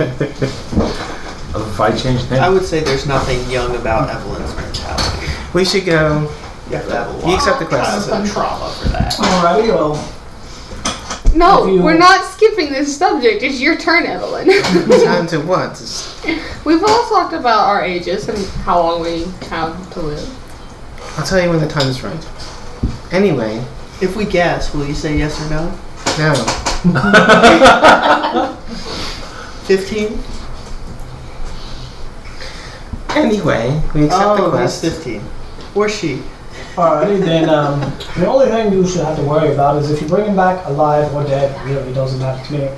Speaker 6: If I change
Speaker 7: I
Speaker 6: name,
Speaker 7: would say there's nothing young about Evelyn's mentality.
Speaker 3: we should go.
Speaker 7: You have to have a
Speaker 3: You
Speaker 7: lot
Speaker 3: accept the
Speaker 2: This
Speaker 3: quest.
Speaker 2: is fun.
Speaker 7: of trauma for that.
Speaker 1: Alrighty, well,
Speaker 2: No,
Speaker 1: If you-
Speaker 2: we're not skipping this subject. It's your turn, Evelyn.
Speaker 3: Time to what? It's-
Speaker 2: We've all talked about our ages and how long we have to live.
Speaker 3: I'll tell you when the time is right. Anyway,
Speaker 7: If we guess, will you say yes or no?
Speaker 3: no.
Speaker 7: 15?
Speaker 3: Anyway, we accept the
Speaker 7: Oh, he's
Speaker 3: quest.
Speaker 7: 15. Or she.
Speaker 1: alrighty then. Um, the only thing you should have to worry about is if you bring him back alive or dead. Really doesn't matter to me.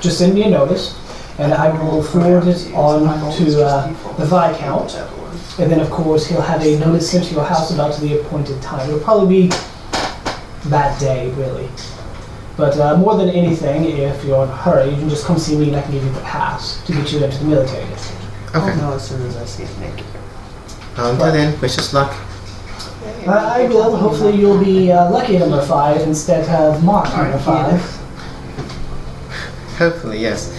Speaker 1: Just send me a notice, and I will forward it on to uh, the viscount.
Speaker 7: Evelyn.
Speaker 1: And then, of course, he'll have a notice sent to your house about the appointed time. It'll probably be that day, really. But uh, more than anything, if you're in a hurry, you can just come see me and I can give you the pass to get you into the military.
Speaker 7: I'll know as soon as I see it naked.
Speaker 3: Until then, wish us luck.
Speaker 1: Uh, I will. Hopefully, you'll be uh, lucky number five instead of Mark number five.
Speaker 3: Hopefully, yes.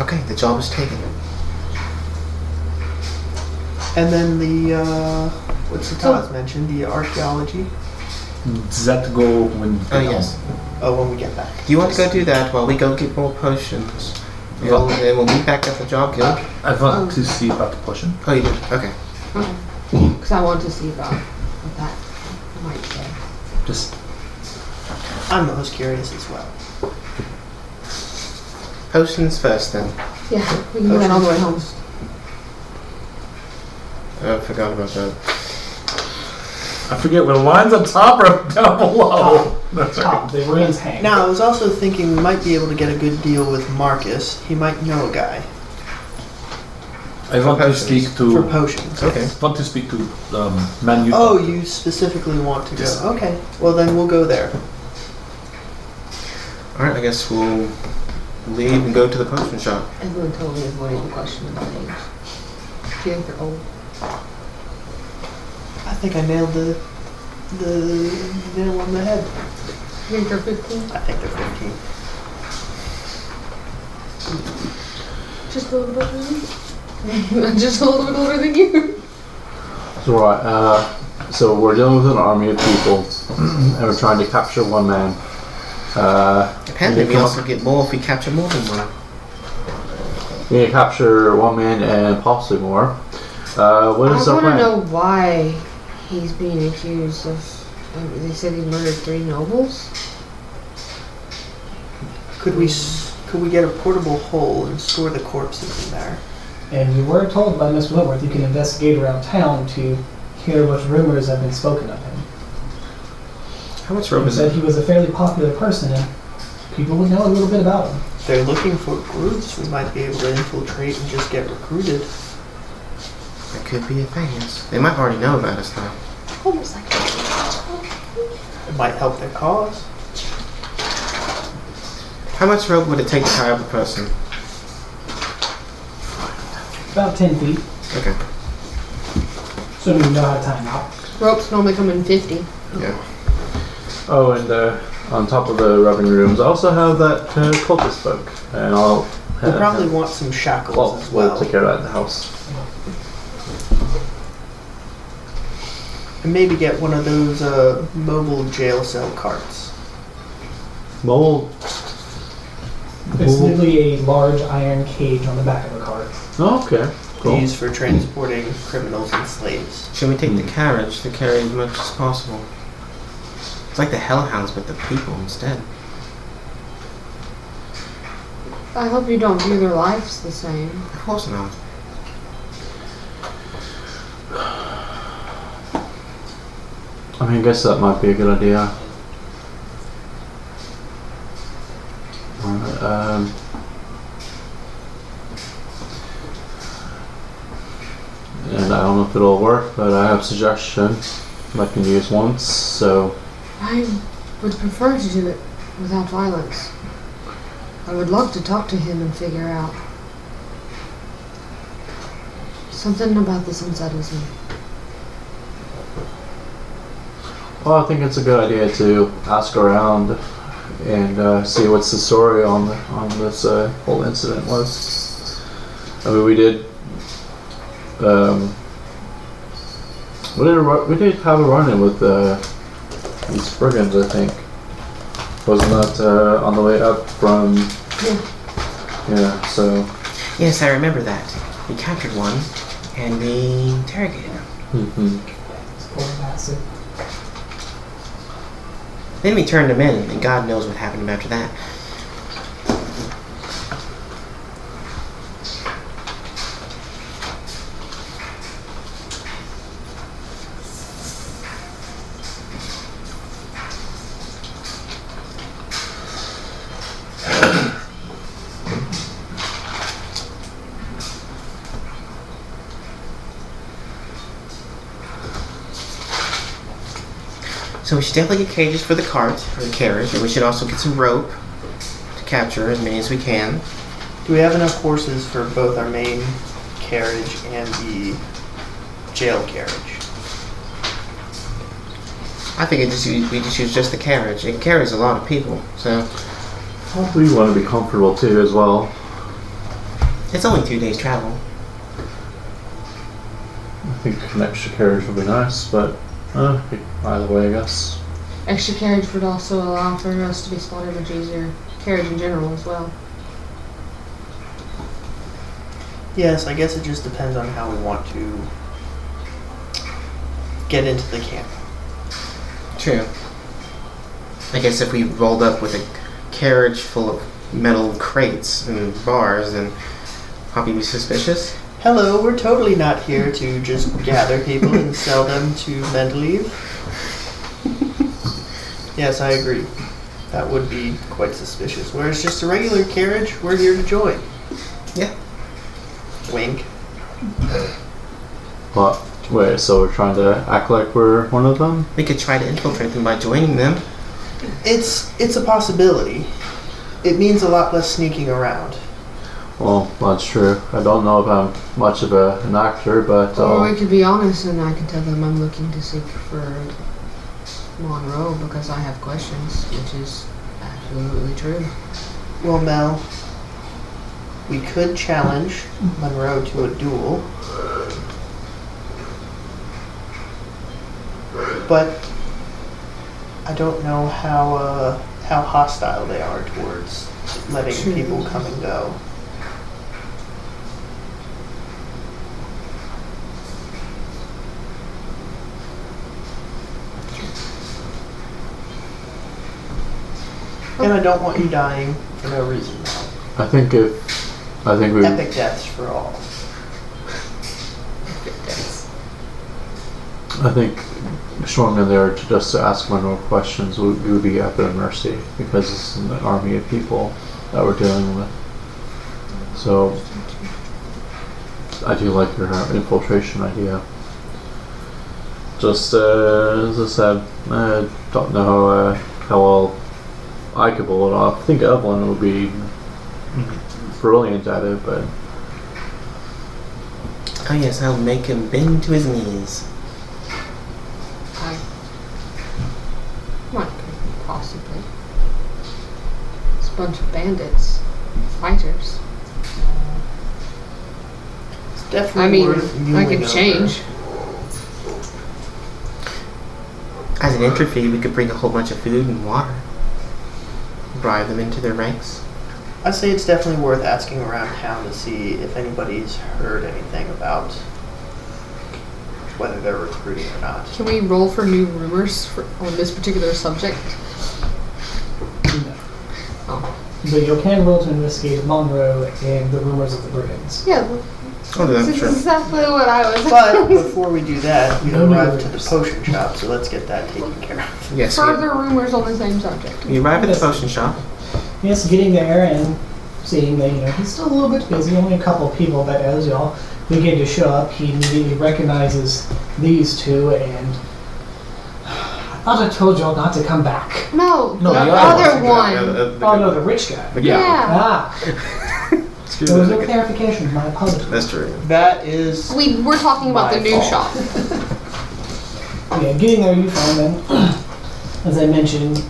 Speaker 3: Okay, the job is taken.
Speaker 7: And then the uh, what's
Speaker 3: Oh.
Speaker 7: the Todd's mentioned? The archaeology.
Speaker 5: Does that go when
Speaker 7: Uh,
Speaker 5: you
Speaker 3: Oh,
Speaker 5: get
Speaker 3: yes.
Speaker 5: home?
Speaker 7: Oh, when we get back.
Speaker 3: You want to go do that while we go get more potions? We'll, and we'll meet back at the job guild.
Speaker 6: I
Speaker 7: Um,
Speaker 6: want to see about the potion.
Speaker 3: Oh, you do? Okay.
Speaker 2: Because I want to see about what that might say.
Speaker 6: Just
Speaker 7: I'm the most curious as well.
Speaker 3: Potions first, then.
Speaker 2: Yeah, we can do that on the way home.
Speaker 3: Oh, I forgot about that.
Speaker 5: I forget whether lines up top or down
Speaker 7: Ah.
Speaker 5: below. That's right.
Speaker 1: Top, the ruins hang.
Speaker 7: Now, I was also thinking we might be able to get a good deal with Marcus. He might know a guy
Speaker 5: I want to
Speaker 3: potions.
Speaker 5: speak
Speaker 7: for
Speaker 5: to.
Speaker 7: potions.
Speaker 3: Okay.
Speaker 5: want to speak to um, Man U.
Speaker 7: Oh, you specifically want to
Speaker 5: Yes.
Speaker 7: go? Okay. Well, then we'll go there.
Speaker 3: Alright, I guess we'll leave and go to the potion shop.
Speaker 2: Everyone totally avoided the question of age. Do you think they're old?
Speaker 7: I think I nailed the the nail on the head.
Speaker 2: Do you think they're 15?
Speaker 7: I think they're 15.
Speaker 2: Just a little bit older than you. Just a little bit older than you.
Speaker 4: So right, uh, so we're dealing with an army of people, and we're trying to capture one man. Uh,
Speaker 3: Apparently, we also get more if we capture more than one.
Speaker 4: we need to capture one man and possibly more. Uh, what
Speaker 2: I
Speaker 4: is our
Speaker 2: want to
Speaker 4: plan?
Speaker 2: know why he's being accused of. um, They said he murdered three nobles.
Speaker 7: Could we s- could we get a portable hole and store the corpses in there?
Speaker 1: And you were told by Miss Whitworth you can investigate around town to hear what rumors have been spoken of him.
Speaker 3: How much rope
Speaker 1: You
Speaker 3: is it?
Speaker 1: said he was a fairly popular person and people would know a little bit about him.
Speaker 7: If they're looking for groups, we might be able to infiltrate and just get recruited.
Speaker 3: That could be a thing, yes. They might already know about us, though.
Speaker 2: Almost like
Speaker 7: It might help their cause.
Speaker 3: How much rope would it take to tie up a person?
Speaker 1: About 10 feet,
Speaker 3: Okay.
Speaker 1: so you know how to time out.
Speaker 2: Ropes normally come in 50.
Speaker 3: Yeah.
Speaker 4: Oh, and uh, on top of the rubbing rooms, I also have that uh, cultist book, and I'll.
Speaker 7: We'll probably want some shackles
Speaker 4: well,
Speaker 7: as
Speaker 4: we'll
Speaker 7: well.
Speaker 4: take care of that in the house.
Speaker 7: And maybe get one of those uh, mobile jail cell carts.
Speaker 4: Mole?
Speaker 1: It's
Speaker 4: Ooh.
Speaker 1: literally a large iron cage on the back of a cart.
Speaker 4: Oh, okay. Cool.
Speaker 7: Used for transporting criminals and slaves.
Speaker 3: Should we take
Speaker 1: Hmm.
Speaker 3: the carriage to carry as much as possible? It's like the hellhounds, but the people instead.
Speaker 2: I hope you don't view their lives the same.
Speaker 3: Of course not.
Speaker 4: I mean, I guess that might be a good idea. Alright, um. And I don't know if it'll work, but I have a suggestion I can use once, so.
Speaker 2: I would prefer to do it without violence. I would love to talk to him and figure out. Something about this unsettles me.
Speaker 4: Well, I think it's a good idea to ask around and uh, see what's the story on the, on this uh, whole incident was. I mean, we did. Um, we did a, ru- we did have a run-in with uh, these brigands. I think wasn't that uh, on the way up from?
Speaker 2: Yeah.
Speaker 4: Yeah. So.
Speaker 3: Yes, I remember that. We captured one, and we interrogated him.
Speaker 4: mhm.
Speaker 1: It's quite massive.
Speaker 3: Then we turned him in, and God knows what happened to him after that. So we should definitely get cages for the cart or the carriage, and we should also get some rope to capture as many as we can.
Speaker 7: Do we have enough horses for both our main carriage and the jail carriage?
Speaker 3: I think it just u- we just use just the carriage. It carries a lot of people, so
Speaker 4: Probably want to be comfortable too, as well.
Speaker 3: it's only two days travel.
Speaker 4: I think an extra carriage would be nice, but uh, either way, I guess.
Speaker 2: Extra carriage would also allow for us to be spotted much easier. Carriage in general as well.
Speaker 7: Yes, I guess it just depends on how we want to get into the camp.
Speaker 3: True. I guess if we rolled up with a carriage full of metal crates and bars, then Poppy would be suspicious.
Speaker 7: Hello, we're totally not here to just gather people and sell them to Mendeleev. yes, I agree. That would be quite suspicious. Whereas just a regular carriage, we're here to join.
Speaker 3: Yeah.
Speaker 7: Wink.
Speaker 4: But wait, so we're trying to act like we're one of them?
Speaker 3: We could try to infiltrate them by joining them.
Speaker 7: It's it's a possibility. It means a lot less sneaking around.
Speaker 4: Well, that's true. I don't know if I'm much of a, an actor, but
Speaker 2: Or
Speaker 4: uh,
Speaker 2: we could be honest and I can tell them I'm looking to seek for Monroe because I have questions, which is absolutely true.
Speaker 7: Well, Mel, we could challenge Monroe to a duel. But I don't know how uh, how hostile they are towards letting
Speaker 2: True.
Speaker 7: people come and go. And I don't want you dying for no reason.
Speaker 4: I think if I think we
Speaker 7: Epic deaths for all.
Speaker 4: I think storming in there to just to ask one more questions would, we would be at their mercy because it's an army of people that we're dealing with. So I do like your infiltration idea. Just uh, as I said, I don't know uh, how well I could pull it off. I think Evelyn would be brilliant at it, but
Speaker 3: Oh yes, I'll make him bend to his knees.
Speaker 2: What could it possibly? It's a bunch of bandits, fighters.
Speaker 7: It's
Speaker 2: I
Speaker 7: definitely
Speaker 2: mean,
Speaker 7: worth
Speaker 2: I
Speaker 7: mulling
Speaker 2: could
Speaker 7: over.
Speaker 2: change.
Speaker 3: As an entry fee, we could bring a whole bunch of food and water. Bribe them into their ranks.
Speaker 7: I say it's definitely worth asking around town to see if anybody's heard anything about whether they're recruiting or not.
Speaker 2: Can we roll for new rumors for, on this particular subject?
Speaker 1: But you can roll to investigate Monroe and the rumors of the brigands.
Speaker 2: Yeah,
Speaker 8: I'll do
Speaker 2: this
Speaker 8: that,
Speaker 2: is
Speaker 8: Oh, sure.
Speaker 2: exactly what I was.
Speaker 7: But before we do that, we
Speaker 1: No
Speaker 7: arrive to the
Speaker 1: news.
Speaker 7: potion shop, so let's get that taken care of.
Speaker 3: Yes.
Speaker 2: Further rumors on the same subject.
Speaker 3: We, we arrive at the potion shop.
Speaker 1: Yes, getting there and seeing that, you know, he's still a little bit busy, only a couple of people that as y'all begin to show up, he immediately recognizes these two and I thought I told y'all not to come back.
Speaker 2: No,
Speaker 5: No,
Speaker 2: the
Speaker 5: the
Speaker 2: other
Speaker 5: other
Speaker 2: one.
Speaker 8: Yeah, the- the-
Speaker 1: Oh no, the rich guy.
Speaker 8: the-
Speaker 2: yeah.
Speaker 1: Ah,
Speaker 8: Excuse
Speaker 1: there was no
Speaker 8: me.
Speaker 1: clarification, my apologies.
Speaker 8: That's true.
Speaker 7: That is
Speaker 2: We we're talking about the
Speaker 7: My
Speaker 2: new shop.
Speaker 7: fault.
Speaker 1: Yeah, getting there, you find them. As I mentioned,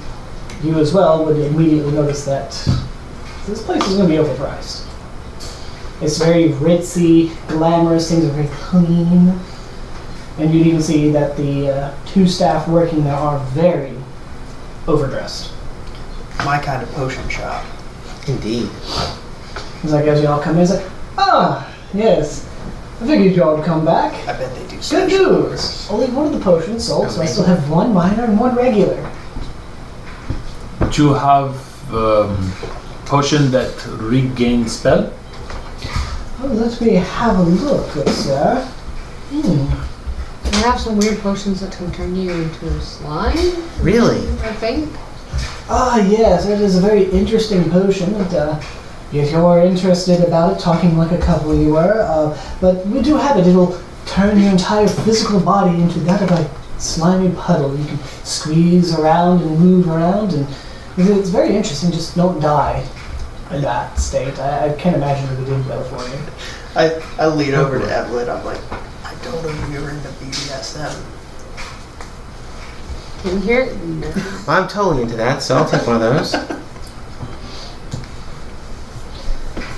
Speaker 1: you as well would immediately notice that this place is going to be overpriced. It's very ritzy, glamorous, things are very clean. And you'd even see that the uh, two staff working there are very overdressed.
Speaker 7: my kind of potion shop.
Speaker 3: Indeed.
Speaker 1: It's like, as you all come in, it's like, ah, yes, I figured you all would come back.
Speaker 7: I bet they do
Speaker 1: Good
Speaker 7: special
Speaker 1: news! Only one of the potions sold, so I still have one minor and one regular.
Speaker 5: Do you have um, potion that regain spell?
Speaker 1: Oh, let me have a look, good sir. Hmm.
Speaker 2: We have some weird potions that can turn you into a slime.
Speaker 3: Really?
Speaker 2: I think.
Speaker 1: Ah, yes, it is a very interesting potion. And, uh, if you're interested about it, talking like a couple you were, uh, but we do have it. It'll turn your entire physical body into that of a slimy puddle. You can squeeze around and move around, and it's- it's very interesting. Just don't die. in that state. I, I can't imagine if we didn't go for you.
Speaker 7: I, I lean over to Evelyn. I'm like, I don't know if you're into BDSM.
Speaker 2: Can you hear it? No.
Speaker 3: I'm totally into that, so I'll take one of those.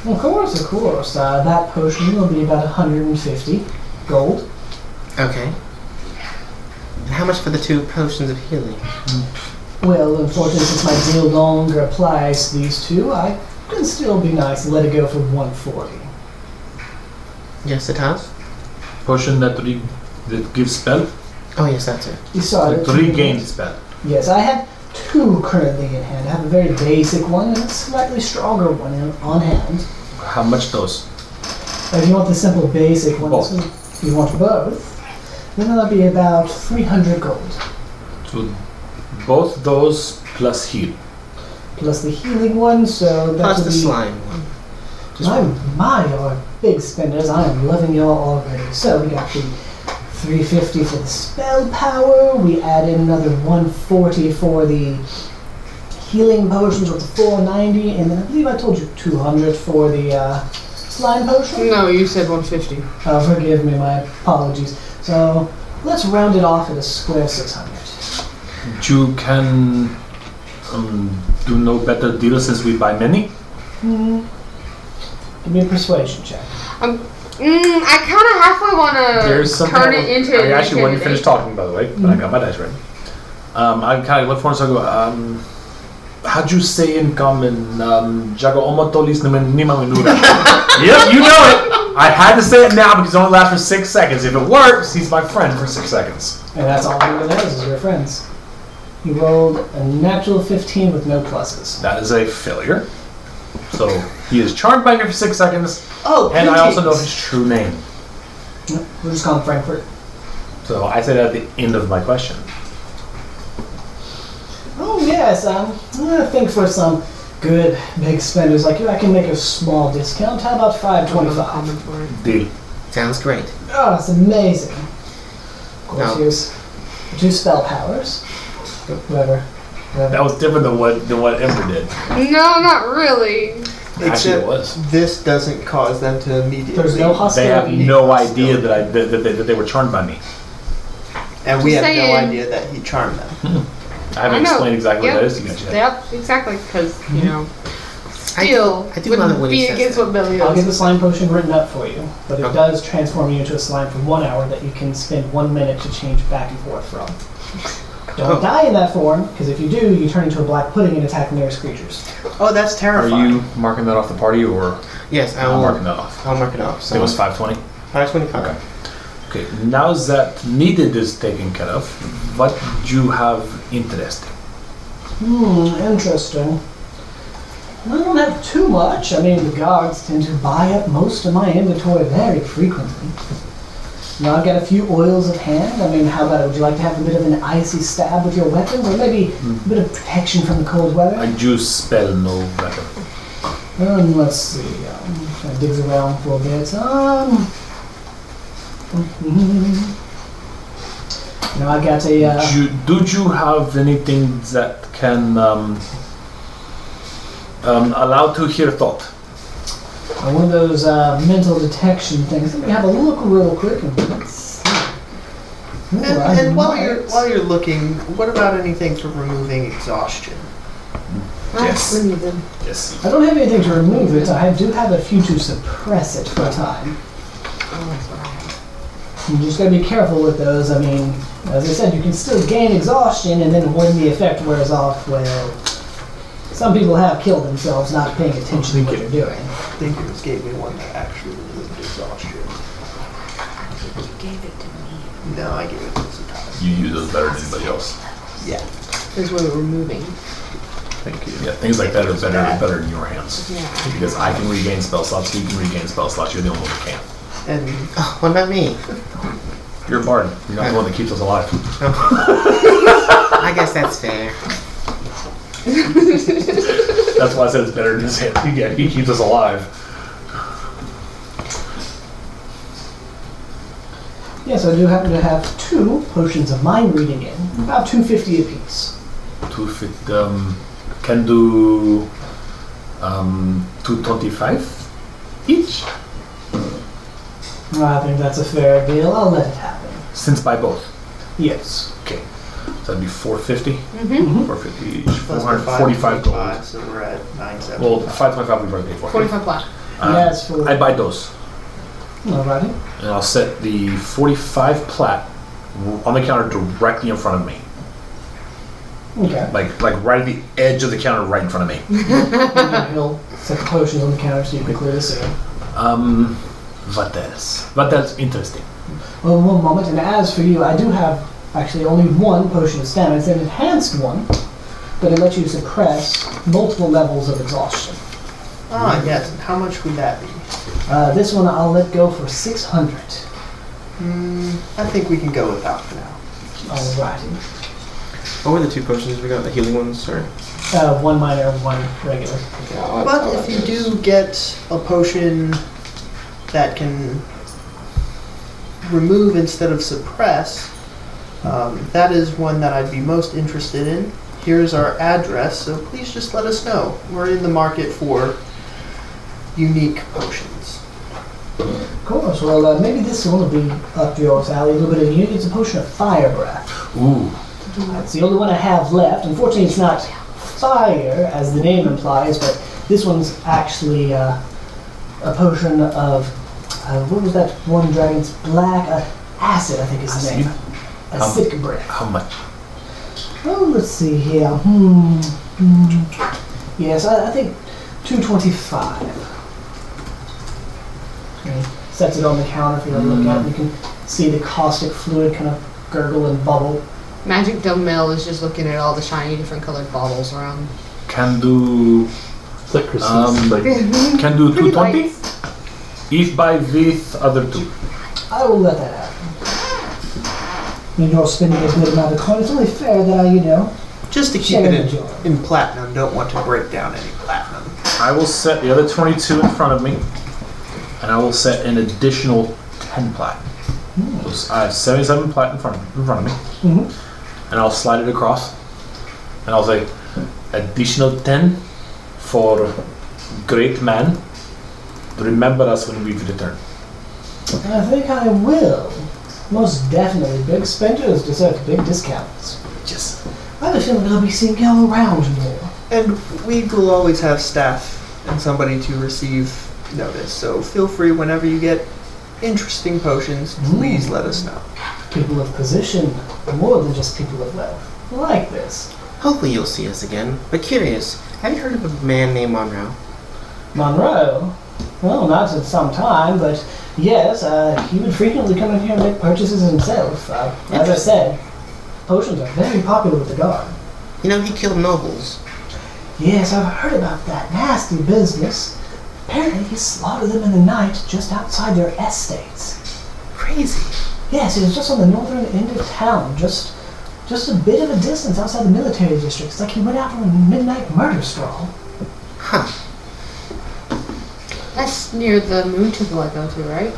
Speaker 1: Of course, of course. Uh, that potion will be about 150 gold.
Speaker 3: Okay. And how much for the two potions of healing?
Speaker 1: Well, unfortunately, since my deal no longer applies to these two, I can still be nice and let it go for 140.
Speaker 3: Yes, it has.
Speaker 6: Potion that re- that gives spell.
Speaker 3: Oh yes, that's it.
Speaker 1: You
Speaker 7: Uh,
Speaker 1: saw
Speaker 6: That
Speaker 1: it.
Speaker 6: regains spell.
Speaker 1: Yes, I have two currently in hand. I have a very basic one and a slightly stronger one in, on hand.
Speaker 6: How much those?
Speaker 1: If you want the simple basic one, this one- you want both, then that'll be about 300 gold.
Speaker 6: So both those plus heal.
Speaker 1: Plus the healing one, so that
Speaker 3: Plus
Speaker 1: will
Speaker 3: the
Speaker 1: be...
Speaker 3: slime one. Just
Speaker 1: My, my, y'all are big spenders. I am loving y'all already. So we got the 350 for the spell power. We add in another 140 for the healing potions with the 490. And then I believe I told you 200 for the uh, slime potion.
Speaker 2: No, you said 150.
Speaker 1: Uh, forgive me, my apologies. So let's round it off at a square 600.
Speaker 7: Mm.
Speaker 6: You can um, do no better deal since we buy many.
Speaker 1: Give me a persuasion check.
Speaker 2: Mm, I kind of halfway
Speaker 6: There's
Speaker 2: want to
Speaker 6: some.
Speaker 2: Um, turn it into. Mm-hmm.
Speaker 6: I actually
Speaker 2: want
Speaker 6: wouldn't finish talking, by the way, but I got my dice ready. Um, I kind of look for him, so I go, um, how'd you say in common? Um, Jago omotolis nima- nima menura. Yep, you know it. I had to say it now because it only lasts for six seconds. If it works, he's my friend for six seconds.
Speaker 1: And that's all anyone knows is your friends. You rolled a natural 15 with no pluses.
Speaker 6: That is a failure. So he is charmed by me for six seconds,
Speaker 1: Oh,
Speaker 6: and I also know
Speaker 1: greetings.
Speaker 6: his true name.
Speaker 1: Nope, We're just calling Frankfurt.
Speaker 6: So I said at the end of my question.
Speaker 1: Oh yes, um, I think for some good big spenders like you, I can make a small discount. How about five twenty-five?
Speaker 6: Deal.
Speaker 3: sounds great.
Speaker 1: Oh, it's amazing. Of course,
Speaker 3: No.
Speaker 1: here's two spell powers. Whoever.
Speaker 6: That was different than what than what Ember did.
Speaker 2: No, not really.
Speaker 6: Actually, it was.
Speaker 7: this doesn't cause them to immediately.
Speaker 1: There's no
Speaker 6: They have
Speaker 1: hostility.
Speaker 6: no idea that I that, that, they, that they were charmed by me.
Speaker 7: and we
Speaker 2: Just
Speaker 7: have no
Speaker 2: saying.
Speaker 7: idea that he charmed them.
Speaker 6: I
Speaker 2: I
Speaker 6: haven't
Speaker 2: know.
Speaker 6: explained exactly
Speaker 2: yep.
Speaker 6: what that is to you guys yet.
Speaker 2: Yep, exactly. Because you know,
Speaker 3: I do-
Speaker 2: still
Speaker 3: I do love it
Speaker 2: would
Speaker 3: when he
Speaker 2: be
Speaker 3: says
Speaker 2: against
Speaker 3: that.
Speaker 2: what Billy
Speaker 1: I'll get
Speaker 2: is.
Speaker 1: the slime potion written up for you, but it
Speaker 3: Okay.
Speaker 1: does transform you into a slime for one hour that you can spend one minute to change back and forth from. Don't
Speaker 3: Oh.
Speaker 1: die in that form, because if you do, you turn into a black pudding and attack nearest creatures.
Speaker 7: Oh, that's
Speaker 6: Are
Speaker 7: terrifying.
Speaker 6: you marking that off the party or
Speaker 3: Yes, I
Speaker 6: I'm
Speaker 3: will.
Speaker 6: marking that off?
Speaker 3: I'll mark it off. So
Speaker 6: It was five twenty.
Speaker 3: five twenty-five.
Speaker 6: Okay. Okay. Now that needed is taken care of, what do you have interesting?
Speaker 1: Hmm, interesting. I don't have too much. I mean, the guards tend to buy up most of my inventory very frequently. Now I've got a few oils at hand. I mean, how about it? Would you like to have a bit of an icy stab with your weapons, or maybe a bit of protection from the cold weather?
Speaker 6: I do spell no better.
Speaker 1: Um, let's see. Um, I digs around for a bit. Um. Now I got a. Uh,
Speaker 6: Do, you, do you have anything that can um, um, allow to hear thought?
Speaker 1: Uh, one of those uh, mental detection things. Let me have a look real quick and let's see. Ooh, I
Speaker 7: And, and while
Speaker 1: might.
Speaker 7: you're while you're looking, what about anything for removing exhaustion?
Speaker 6: Yes.
Speaker 2: I believe him.
Speaker 6: Yes.
Speaker 1: I don't have anything to remove it. I do have a few to suppress it for a time.
Speaker 7: Oh,
Speaker 1: You just gotta be careful with those. I mean, as I said, you can still gain exhaustion, and then when the effect wears off, well, some people have killed themselves not paying attention to what they're doing.
Speaker 7: I think you just gave me one that actually removed exhaustion. You gave it to me. No, I gave it to Zatara.
Speaker 6: You use those better than anybody else.
Speaker 2: Is what we're moving.
Speaker 6: Thank you. Yeah, things like that are better better in your hands.
Speaker 2: Yeah.
Speaker 6: Because I can regain spell slots, you can regain spell slots, you're the only one who can.
Speaker 7: And
Speaker 3: Oh, what about me?
Speaker 6: You're a bard. You're not the one that keeps us alive.
Speaker 3: I guess that's fair.
Speaker 6: That's why I said it's better than his hand. Yeah, he keeps us alive.
Speaker 1: Yes, I do happen to have two potions of mind reading in, about 250 apiece.
Speaker 6: Two fit um, can do um, to 25 each,
Speaker 1: I think that's a fair deal. I'll let it happen.
Speaker 6: since by both.
Speaker 1: Yes.
Speaker 6: So that'd be 450.
Speaker 1: Mm-hmm.
Speaker 2: Mhm.
Speaker 6: 450 each.
Speaker 7: Plus the
Speaker 6: 445 gold.
Speaker 7: 525, so we're at 975.
Speaker 6: Well, 525 we've already paid for.
Speaker 2: 45 Mm-hmm. black.
Speaker 6: Um,
Speaker 1: yeah, it's for Oh,
Speaker 6: I buy those.
Speaker 1: nobody.
Speaker 6: And I'll set the 45 plat on the counter directly in front of me.
Speaker 1: Okay.
Speaker 6: Like like right at the edge of the counter, right in front of me.
Speaker 1: And He'll set the potions on the counter so you can clear the scene.
Speaker 6: Um, what else? What else interesting?
Speaker 1: Well, one moment. And as for you, I do have actually only one potion of stamina. It's an enhanced one, but it lets you suppress multiple levels of exhaustion.
Speaker 7: Ah, yes. And how much would that be?
Speaker 1: Uh, this one I'll let go for 600.
Speaker 7: Hmm, I think we can go without for now.
Speaker 1: Alrighty.
Speaker 8: What were the two potions we got? The healing ones? Sorry.
Speaker 1: Uh, one minor, one regular.
Speaker 7: But if you do get a potion that can remove instead of suppress, um, that is one that I'd be most interested in. Here's our address, so please just let us know. We're in the market for unique potions.
Speaker 1: Of course. Well, uh, maybe this one will be up your alley a little bit. Of you. It's a potion of fire breath.
Speaker 6: Ooh,
Speaker 1: That's the only one I have left. Unfortunately, it's not fire as the name implies, but this one's actually uh, a potion of uh, what was that one dragon's black uh, acid? I think is the
Speaker 6: Acid?
Speaker 1: name.
Speaker 6: Um,
Speaker 1: Acidic breath.
Speaker 6: how much?
Speaker 1: Oh, let's see here. Hmm. hmm. Yes, I, I think two twenty-five. Sets it on the counter for you to look at. You can see the caustic fluid kind of gurgle and bubble.
Speaker 2: Magic Dumbbell is just looking at all the shiny different colored bottles around.
Speaker 6: Can do
Speaker 4: It's like Christmas.
Speaker 6: Um,
Speaker 4: like,
Speaker 6: can do
Speaker 2: Pretty
Speaker 6: two twenty.
Speaker 2: lights.
Speaker 6: If by with other two.
Speaker 1: I will let that happen. You know, spending a good amount of coin. It's only fair that I, you know,
Speaker 7: Just to keep
Speaker 1: share
Speaker 7: it
Speaker 1: and
Speaker 7: in,
Speaker 1: enjoy.
Speaker 7: in platinum, don't want to break down any platinum.
Speaker 6: I will set the other twenty-two in front of me, and I will set an additional ten plat. So I have seventy-seven plat in front of, in front of me,
Speaker 1: Mhm.
Speaker 6: and I'll slide it across, and I'll say additional ten for great man. Remember us when we return.
Speaker 1: I think I will. Most definitely, big spenders deserve big discounts.
Speaker 6: Yes.
Speaker 1: I have a feeling I'll be seeing y'all around more.
Speaker 7: And we will always have staff and somebody to receive notice, so feel free whenever you get interesting potions, please
Speaker 1: Mm.
Speaker 7: let us know.
Speaker 1: People of position are more than just people of wealth. I like this.
Speaker 3: Hopefully you'll see us again. But curious, have you heard of a man named Monroe?
Speaker 1: Monroe? Well, not in some time, but yes, uh, he would frequently come in here and make purchases himself. Uh, as I said, potions are very popular with the guard.
Speaker 3: You know, he killed nobles.
Speaker 1: Yes, I've heard about that nasty business. Apparently, he slaughtered them in the night just outside their estates.
Speaker 3: Crazy.
Speaker 1: Yes, it was just on the northern end of town, just just a bit of a distance outside the military district. It's like he went out on a midnight murder stroll.
Speaker 2: That's near the moon temple I go to, right?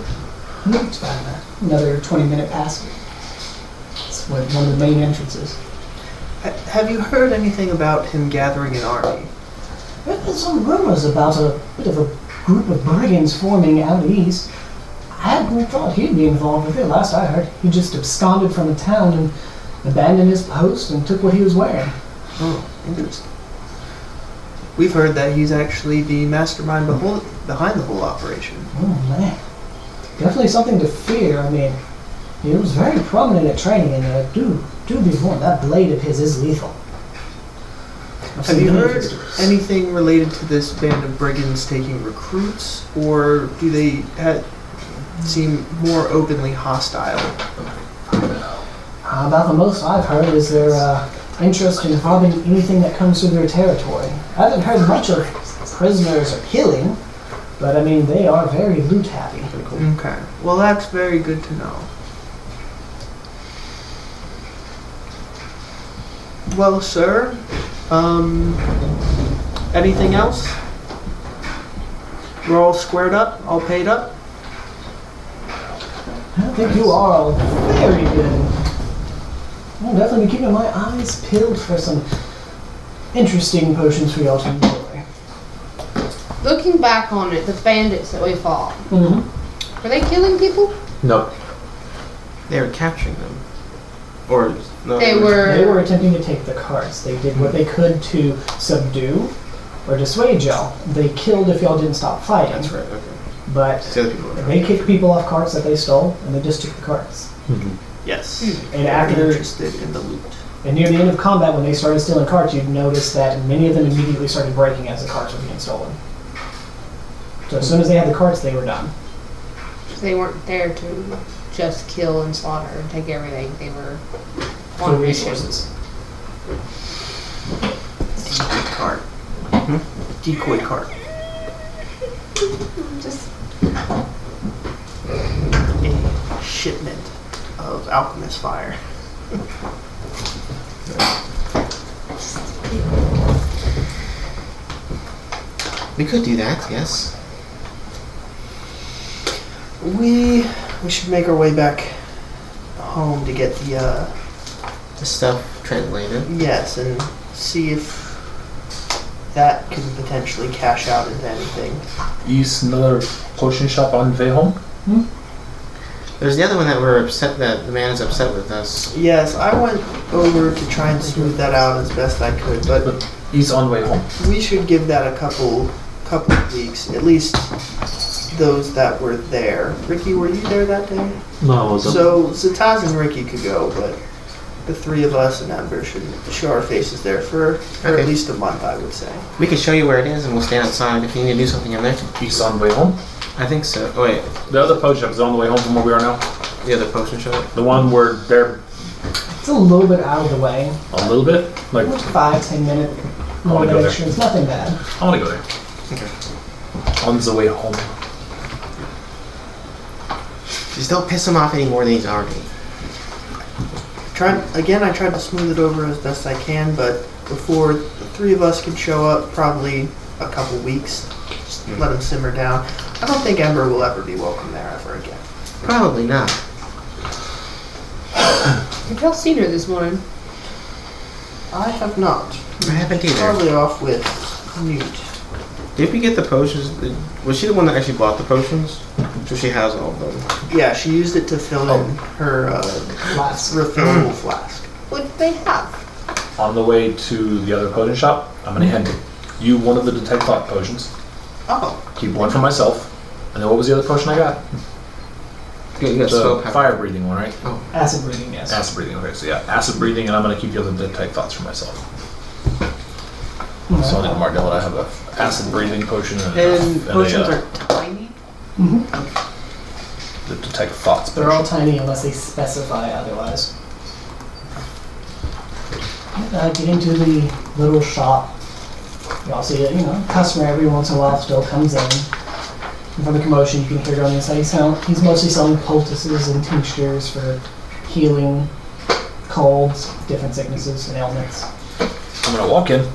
Speaker 1: It's about a- another 20 minute pass. It's one one of the main entrances.
Speaker 7: Ha- Have you heard anything about him gathering an army?
Speaker 1: There have been some rumors about a bit of a group of brigands forming out east. I hadn't thought he'd be involved with it. Last I heard, he just absconded from the town and abandoned his post and took what he was wearing.
Speaker 7: Oh, interesting. We've heard that he's actually the mastermind behold- behind the whole operation.
Speaker 1: Oh man, definitely something to fear. I mean, he was very prominent at training, and uh, do do be warned that blade of his is lethal. I've
Speaker 7: Have
Speaker 1: seen
Speaker 7: you
Speaker 1: many
Speaker 7: heard
Speaker 1: visitors.
Speaker 7: anything related to this band of brigands taking recruits, or do they ha- seem more openly hostile?
Speaker 1: Uh, about the most I've heard is their uh, interest in robbing anything that comes through their territory. I haven't heard much of prisoners or killing, but I mean, they are very loot happy.
Speaker 7: Okay. Well, that's very good to know. Well, sir, um, anything else? We're all squared up, all paid up.
Speaker 1: I think you are all very good. I'll definitely be keeping my eyes peeled for some interesting potions for y'all to enjoy.
Speaker 11: looking back on it, the bandits that we fought,
Speaker 1: Mhm.
Speaker 11: were they killing people?
Speaker 4: No.
Speaker 8: They were capturing them. Or no,
Speaker 11: They
Speaker 8: it was-
Speaker 11: were.
Speaker 1: They were attempting to take the carts. They did what they could to subdue or dissuade y'all. They killed if y'all didn't stop fighting.
Speaker 8: That's right. Okay.
Speaker 1: But
Speaker 8: It's the other people. around.
Speaker 1: they kicked people off carts that they stole, and they just took the carts.
Speaker 7: Yes.
Speaker 1: And
Speaker 7: They're
Speaker 1: after
Speaker 7: Hmm. interested in the loot.
Speaker 1: and near the end of combat, when they started stealing carts, you'd notice that many of them immediately started breaking as the carts were being stolen. So as soon as they had the carts, they were done.
Speaker 11: They weren't there to just kill and slaughter and take everything. They were
Speaker 1: For
Speaker 11: on a mission.
Speaker 1: resources.
Speaker 7: Decoy cart. Decoy cart.
Speaker 11: Just
Speaker 7: A shipment of alchemist fire.
Speaker 3: We could do that, yes.
Speaker 7: We we should make our way back home to get the uh,
Speaker 3: The stuff translated.
Speaker 7: yes and see if that can potentially cash out into anything.
Speaker 6: Is another potion shop on way home?
Speaker 3: There's the other one that we're upset that the man is upset with us.
Speaker 7: Yes, I went over to try and smooth that out as best I could, but
Speaker 6: Is on way home.
Speaker 7: we should give that a couple couple of weeks, at least those that were there. Ricky, were you there that day?
Speaker 4: No, it wasn't.
Speaker 7: So Zataz and Ricky could go, but the three of us and Ember should show our faces there for, for
Speaker 3: Okay.
Speaker 7: at least a month, I would say.
Speaker 3: We could show you where it is, and we'll stand outside if you need to do something in there.
Speaker 6: Is on way home.
Speaker 3: I think so. Oh wait,
Speaker 6: The other potion shop is on the way home from where we are now.
Speaker 3: the other potion shop.
Speaker 6: The one where they're
Speaker 1: It's a little bit out of the way.
Speaker 6: a little bit like
Speaker 1: Five, ten minute
Speaker 6: I wanna go there.
Speaker 1: direction. It's nothing bad.
Speaker 6: I want to go there. On the way home.
Speaker 3: Just don't piss him off any more than he's already.
Speaker 7: Try again. I tried to smooth it over as best I can, but before the three of us can show up, probably a couple weeks. Just let them simmer down. I don't think Ember will ever be welcome there ever again.
Speaker 3: Probably not.
Speaker 11: have y'all seen her this morning?
Speaker 7: I have not.
Speaker 3: I haven't either.
Speaker 7: Probably off with Newt.
Speaker 8: Did we get the potions? Did- Was she the one that actually bought the potions? So she has all of them.
Speaker 7: Yeah, she used it to fill in her uh,
Speaker 1: Last
Speaker 7: refillable flask.
Speaker 11: What did they have?
Speaker 6: On the way to the other potion shop, I'm gonna hand you one of the detect thought potions.
Speaker 7: Oh,
Speaker 6: Keep one for myself. And then what was the other potion I got?
Speaker 3: You got- you got spell
Speaker 6: The
Speaker 3: power.
Speaker 6: fire breathing one, right?
Speaker 1: acid breathing, yes.
Speaker 6: Acid breathing. Okay, so yeah, acid breathing, and I'm gonna keep the other detect thoughts for myself. So I need to mark down that I have a acid breathing potion and, a-
Speaker 7: and
Speaker 6: and a,
Speaker 7: potions
Speaker 6: uh,
Speaker 7: are tiny.
Speaker 6: the detect thoughts
Speaker 1: They're
Speaker 6: potion.
Speaker 1: all tiny unless they specify otherwise. Uh, get into the little shop. You all see it, you know, customer every once in a while still comes in. And from the commotion, you can hear it on the inside. He's, sell- he's mostly selling poultices and tinctures for healing colds, different sicknesses, and ailments.
Speaker 6: I'm gonna walk in.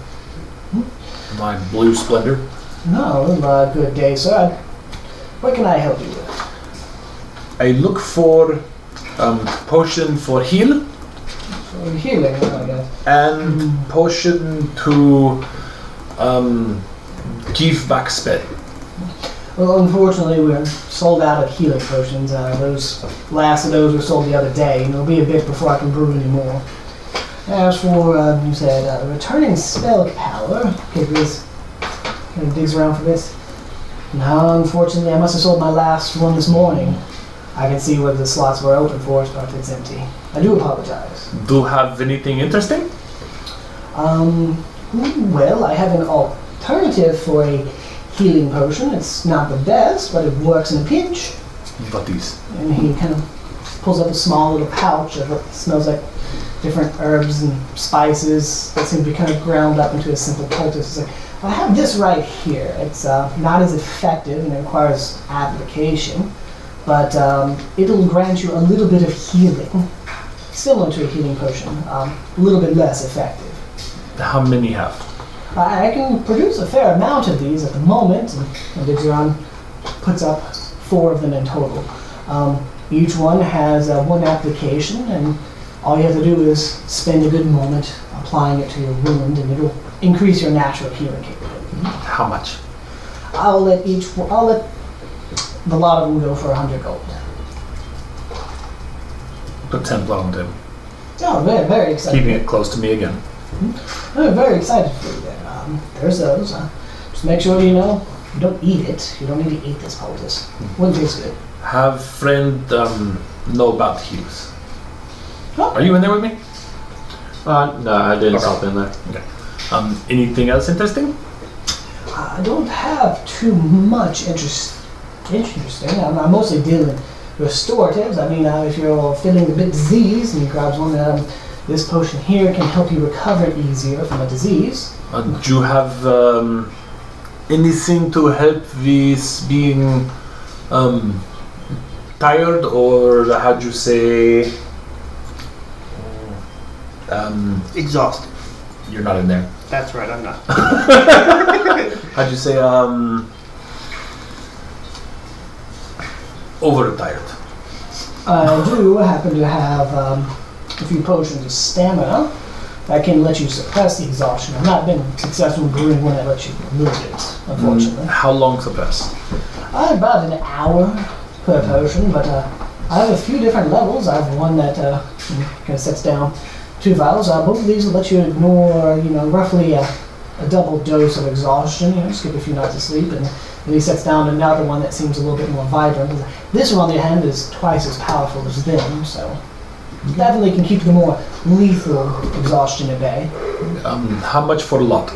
Speaker 6: My blue splendor.
Speaker 1: No, uh, good day, sir. What can I help you with?
Speaker 6: I look for um, potion for heal
Speaker 1: For healing, I guess.
Speaker 6: and
Speaker 4: Mm-hmm.
Speaker 6: potion to um, give back spell.
Speaker 1: Well, unfortunately, we're sold out of healing potions. Uh, those last of those were sold the other day, and it'll be a bit before I can brew any more. As for, um, you said, uh, returning spell power. Give this. Kind of digs around for this. No, unfortunately, I must have sold my last one this morning. I can see where the slots were open for it, but it's empty. I do apologize.
Speaker 6: Do you have anything interesting?
Speaker 1: Um, well, I have an alternative for a healing potion. It's not the best, but it works in a pinch.
Speaker 6: What is?
Speaker 1: and he kind of pulls up a small little pouch of what smells like different herbs and spices that seem to be kind of ground up into a simple poultice. He's like, I have this right here. It's uh, not as effective and it requires application, but um, it'll grant you a little bit of healing, similar to a healing potion, um, a little bit less effective.
Speaker 6: How many have?
Speaker 1: I I can produce a fair amount of these at the moment, and and Digeron puts up four of them in total. Um, each one has uh, one application, and all you have to do is spend a good moment applying it to your wound, and it'll increase your natural healing capability.
Speaker 6: How much?
Speaker 1: I'll let each. I'll let the lot of them go for a hundred gold.
Speaker 6: Put Templar on the table.
Speaker 1: Oh, very, very excited.
Speaker 6: Keeping it close to me again.
Speaker 1: I'm very excited for you there. Um, there's those. Uh, just make sure you know you don't eat it. You don't need to eat this poultice. Wouldn't taste good.
Speaker 6: Have friend um, know about heals.
Speaker 1: Oh.
Speaker 6: Are you in there with me?
Speaker 4: Uh, no, I didn't
Speaker 6: Okay.
Speaker 4: stop in there.
Speaker 6: Um, anything else interesting?
Speaker 1: I don't have too much interest. Interesting. I'm, I'm mostly dealing restoratives. I mean, uh, if you're all feeling a bit diseased and you grabs one, um, this potion here can help you recover easier from a disease.
Speaker 6: Uh, do you have um, anything to help with being um, tired or how do you say? Um,
Speaker 7: Exhausted.
Speaker 6: you're not in there.
Speaker 7: That's right, I'm not.
Speaker 6: How'd you say? Um, overtired.
Speaker 1: I do happen to have um, a few potions of stamina that can let you suppress the exhaustion. I've not been successful in brewing one that lets you remove it, unfortunately.
Speaker 6: How long suppress?
Speaker 1: Uh, about an hour per potion, but uh, I have a few different levels. I have one that uh, kind of sets down two vials. Uh, both of these will let you ignore, you know, roughly a, a double dose of exhaustion. You know, skip a few nights of sleep, and then he sets down another one that seems a little bit more vibrant. This one, on the other hand, is twice as powerful as them, so definitely can keep the more lethal exhaustion at bay.
Speaker 6: Um, how much for a lot?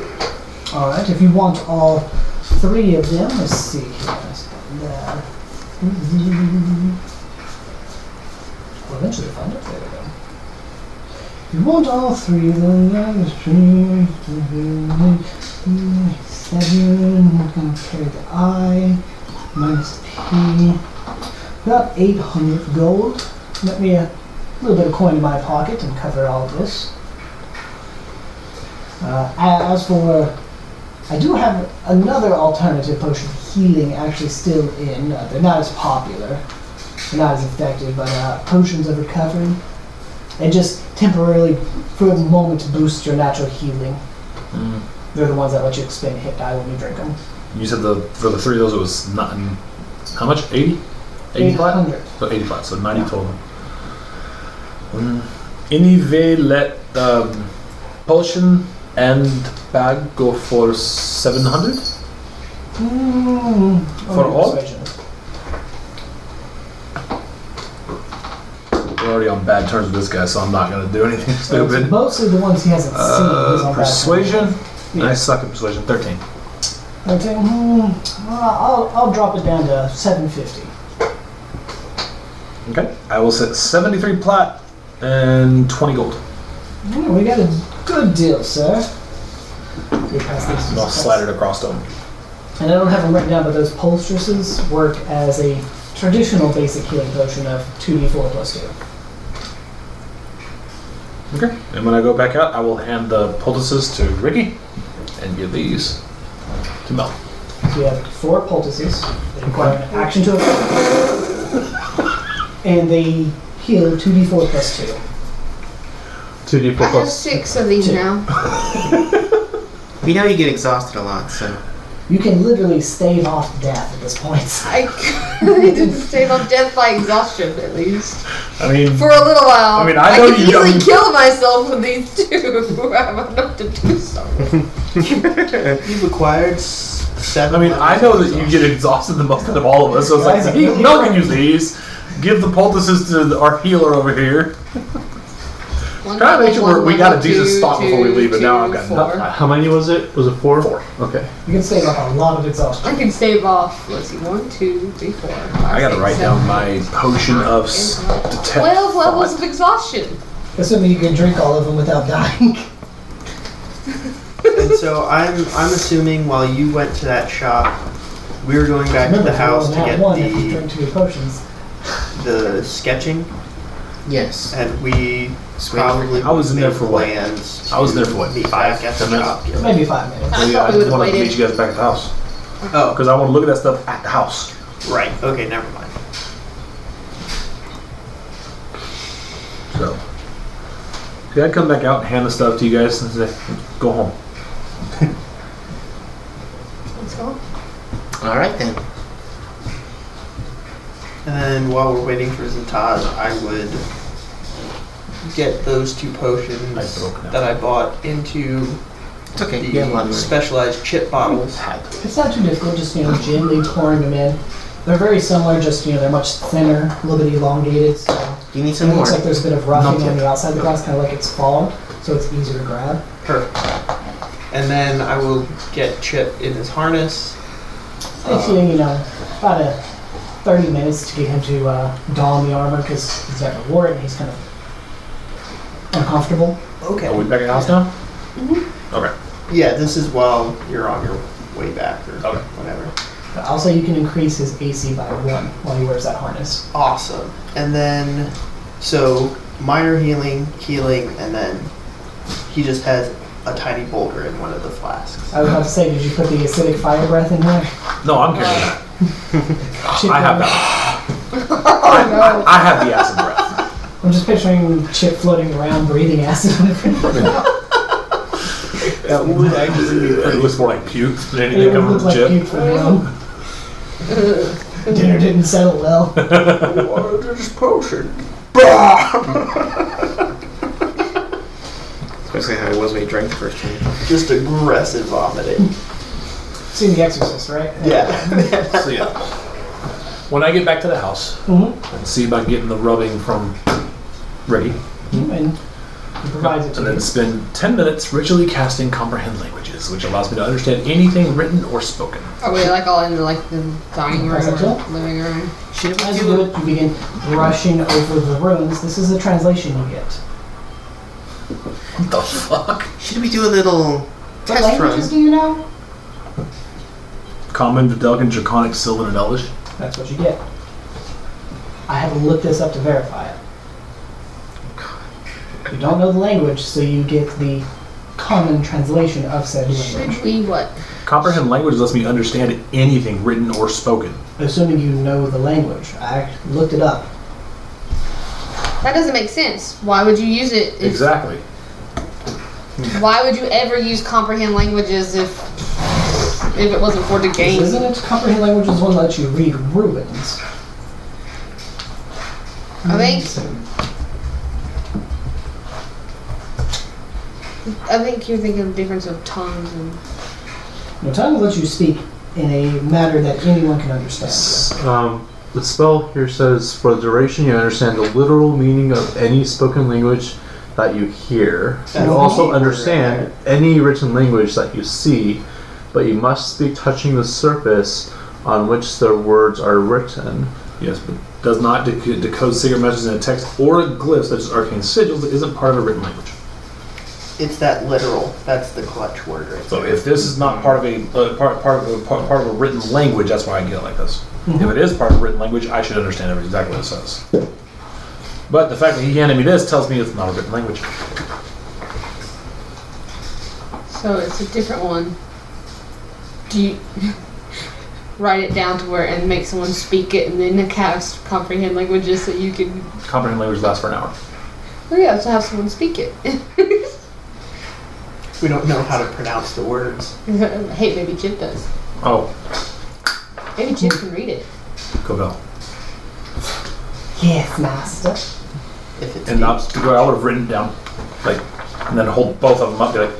Speaker 1: All right, if you want all three of them, let's see. here. Let's go there. We'll eventually find it. There we go. If you want all three of them, yeah, let's see. seven. We're going to carry the I minus P. About 800 gold. Let me uh, a little bit of coin in my pocket and cover all this. Uh, a- as for I do have another alternative potion of healing actually still in. Uh, they're not as popular, they're not as effective, but uh, potions of recovery. They just temporarily, for a moment, boost your natural healing.
Speaker 6: Mm.
Speaker 1: They're the ones that let you expend hit die when you drink them.
Speaker 6: You said the for the three of those it was not. How much? Eighty. Eighty flat.
Speaker 1: 800.
Speaker 6: So eighty-five. So ninety total. Mm. Anyway, let um, potion and bag go for seven hundred.
Speaker 1: Mm.
Speaker 6: For
Speaker 1: Oh,
Speaker 6: all?
Speaker 1: persuasion.
Speaker 6: We're already on bad terms with this guy, so I'm not gonna do anything
Speaker 1: It's
Speaker 6: stupid.
Speaker 1: mostly the ones he hasn't seen. he's
Speaker 6: Uh,
Speaker 1: on
Speaker 6: persuasion.
Speaker 1: Yeah.
Speaker 6: I suck at persuasion. Thirteen.
Speaker 1: That. Okay, mm, well, I'll, I'll drop it down to 750.
Speaker 6: Okay. I will set seventy-three plat and twenty gold.
Speaker 1: Yeah, we got a good deal, sir. We pass these
Speaker 6: And I'll slide it across to him.
Speaker 1: And I don't have them written down, but those poultices work as a traditional basic healing potion of 2d4 plus 2.
Speaker 6: Okay. And when I go back out, I will hand the poultices to Ricky and give these to Mel.
Speaker 1: So you have four poultices. They require an action to effect. and they heal 2d4 plus 2.
Speaker 4: 2d4
Speaker 11: I have
Speaker 4: plus.
Speaker 11: six of these
Speaker 1: Two.
Speaker 11: now.
Speaker 3: We know you get exhausted a lot, so
Speaker 1: You can literally stave off death at this point.
Speaker 11: I I didn't save up death by exhaustion, at least.
Speaker 6: I mean,
Speaker 11: For a little while.
Speaker 6: I mean, I know
Speaker 11: could
Speaker 6: you- I
Speaker 11: easily
Speaker 6: mean-
Speaker 11: kill myself with these two. I have enough to do something.
Speaker 7: You've acquired s- seven.
Speaker 6: I mean, I know
Speaker 7: levels of
Speaker 6: that you get exhausted the most out of all of us, so it's
Speaker 1: Guys,
Speaker 6: like,
Speaker 1: I'm
Speaker 6: "Hey,
Speaker 1: really
Speaker 6: Mel can
Speaker 1: trying."
Speaker 6: use these. Give the poultices to the- our healer over here.
Speaker 11: One
Speaker 6: Trying to make
Speaker 11: level,
Speaker 6: sure we
Speaker 11: one
Speaker 6: got a
Speaker 11: level,
Speaker 6: decent
Speaker 11: two,
Speaker 6: stock before we
Speaker 11: two,
Speaker 6: leave, but now I've
Speaker 11: two,
Speaker 6: got
Speaker 11: four.
Speaker 6: nothing.
Speaker 4: How many was it? Was it four?
Speaker 6: Four.
Speaker 4: Okay.
Speaker 1: You can stave off a lot of exhaustion.
Speaker 11: I can save off, let's see, one, two, three, four. Five,
Speaker 6: I gotta
Speaker 11: six,
Speaker 6: write
Speaker 11: seven,
Speaker 6: down my potion of s- detect.
Speaker 11: 12 levels of
Speaker 6: thought.
Speaker 11: exhaustion.
Speaker 1: Assuming you can drink all of them without dying.
Speaker 7: And so I'm I'm assuming while you went to that shop, we were going back to
Speaker 1: Remember,
Speaker 7: the house to
Speaker 1: if you roll nat one
Speaker 7: get
Speaker 1: if you
Speaker 7: the
Speaker 1: drink two potions.
Speaker 7: the sketching,
Speaker 3: yes.
Speaker 7: and we
Speaker 3: Sweet.
Speaker 7: probably
Speaker 6: I was in there
Speaker 7: made
Speaker 6: for what?
Speaker 7: plans
Speaker 6: I was
Speaker 7: to
Speaker 6: there for what,
Speaker 7: meet
Speaker 6: five,
Speaker 7: back at
Speaker 6: ten
Speaker 7: the
Speaker 6: minutes?
Speaker 7: shop.
Speaker 1: Maybe five minutes.
Speaker 11: I
Speaker 6: Maybe
Speaker 11: thought we
Speaker 6: I
Speaker 11: would've
Speaker 6: wanted to meet
Speaker 11: waited.
Speaker 6: you guys back at the house
Speaker 7: Oh,
Speaker 6: because I want to look at that stuff at the house.
Speaker 7: right. Okay, never mind.
Speaker 6: So, see, I'd come back out and hand the stuff to you guys and say, "Go home."
Speaker 11: Let's go.
Speaker 3: All right then.
Speaker 7: And then while we're waiting for Zataz, I would get those two potions
Speaker 6: I broke now.
Speaker 7: that I bought into
Speaker 3: It's okay. You have a lot
Speaker 7: the
Speaker 3: of
Speaker 7: specialized chip bottles.
Speaker 1: It's not too difficult, just, you know, gently pouring them in. They're very similar, just, you know, they're much thinner, a little bit elongated, so
Speaker 3: money. You need
Speaker 1: it
Speaker 3: some more.
Speaker 1: looks like there's a bit of roughing
Speaker 3: Not
Speaker 1: on
Speaker 3: yet.
Speaker 1: the outside of the glass, kind of like it's fallen, so it's easier to grab.
Speaker 7: Perfect. And then I will get Chip in his harness.
Speaker 6: Oh.
Speaker 1: Takes you, you know, about a 30 minutes to get him to uh, don the armor because he's never wore it and he's kind of uncomfortable.
Speaker 6: Are we
Speaker 7: Okay.
Speaker 6: back at house now? Okay.
Speaker 7: Yeah, this is while you're on your way back or
Speaker 6: Okay.
Speaker 7: whatever.
Speaker 1: But also, you can increase his AC by one while he wears that harness.
Speaker 7: Awesome. And then, so minor healing, healing, and then he just has a tiny boulder in one of the flasks.
Speaker 1: I was about to say, did you put the acidic fire breath in there?
Speaker 6: No, I'm carrying that.
Speaker 1: Chip
Speaker 6: I have
Speaker 1: breath?
Speaker 6: that. I, I have the acid breath.
Speaker 1: I'm just picturing Chip floating around breathing acid on everyone.
Speaker 8: That would actually be
Speaker 6: It looks more like puke
Speaker 1: It
Speaker 6: than
Speaker 1: would
Speaker 6: anything coming
Speaker 1: look
Speaker 6: from
Speaker 1: like
Speaker 6: Chip.
Speaker 1: puke for him. Dinner didn't settle well.
Speaker 6: Oh,
Speaker 7: Water's potion.
Speaker 8: That's basically how it was when he drank the first time.
Speaker 7: Just aggressive vomiting.
Speaker 1: Seen The Exorcist, right?
Speaker 7: Yeah.
Speaker 6: So yeah. When I get back to the house
Speaker 1: Mhm.
Speaker 6: and see about getting the rubbing from Ricky,
Speaker 1: And he provides it to
Speaker 6: and
Speaker 1: you.
Speaker 6: then spend 10 minutes ritually casting Comprehend Languages, which allows me to understand anything written or spoken.
Speaker 2: Are we like all in like the dining room or living room?
Speaker 1: As you do it, you begin brushing over the runes. This is the translation you get.
Speaker 6: What the fuck?
Speaker 3: Should we do a little
Speaker 1: What
Speaker 3: test
Speaker 1: languages do
Speaker 3: run?
Speaker 1: you know?
Speaker 6: Common, Videlgan, Draconic, Sylvan, and Elvish.
Speaker 1: That's what you get. I had to look this up to verify it. You don't know the language, so you get the common translation of said language.
Speaker 2: Should we what?
Speaker 6: Comprehend Languages lets me understand anything written or spoken.
Speaker 1: Assuming you know the language. I looked it up.
Speaker 2: That doesn't make sense. Why would you use it? If,
Speaker 6: Exactly.
Speaker 2: Why would you ever use comprehend languages if if it wasn't for the game?
Speaker 1: Isn't it comprehend languages one that lets you read ruins?
Speaker 2: I think I think you're thinking of the difference of tongues and
Speaker 1: No tongue lets you speak in a manner that anyone can understand.
Speaker 4: S- Um, the spell here says for the duration you understand the literal meaning of any spoken language that you hear.
Speaker 7: That's
Speaker 4: you also
Speaker 7: neat.
Speaker 4: understand any written language that you see, but you must be touching the surface on which their words are written.
Speaker 6: Yes, but does not dec- decode secret messages in a text or glyphs such as arcane sigils that isn't part of a written language.
Speaker 7: It's that literal. That's the clutch word right
Speaker 6: So if this is not part of a uh, part part of a, part, part of a written language, that's why I get it like this. Mm-hmm. If it is part of a written language, I should understand exactly what it says. But the fact that he handed me this tells me it's not a written language.
Speaker 2: so it's a different one. Do you write it down to where and make someone speak it and then cast comprehend languages so you can
Speaker 6: Comprehend language lasts for an hour.
Speaker 2: Oh yeah, to have someone speak it.
Speaker 7: We don't know how to pronounce the words.
Speaker 2: hey, maybe Jib does.
Speaker 6: Oh,
Speaker 2: Maybe Jib can read it.
Speaker 6: Covell.
Speaker 1: Yes, master.
Speaker 7: If it's
Speaker 6: And
Speaker 7: deep.
Speaker 6: not what I would have written down, like, and then hold both of them up. Be like,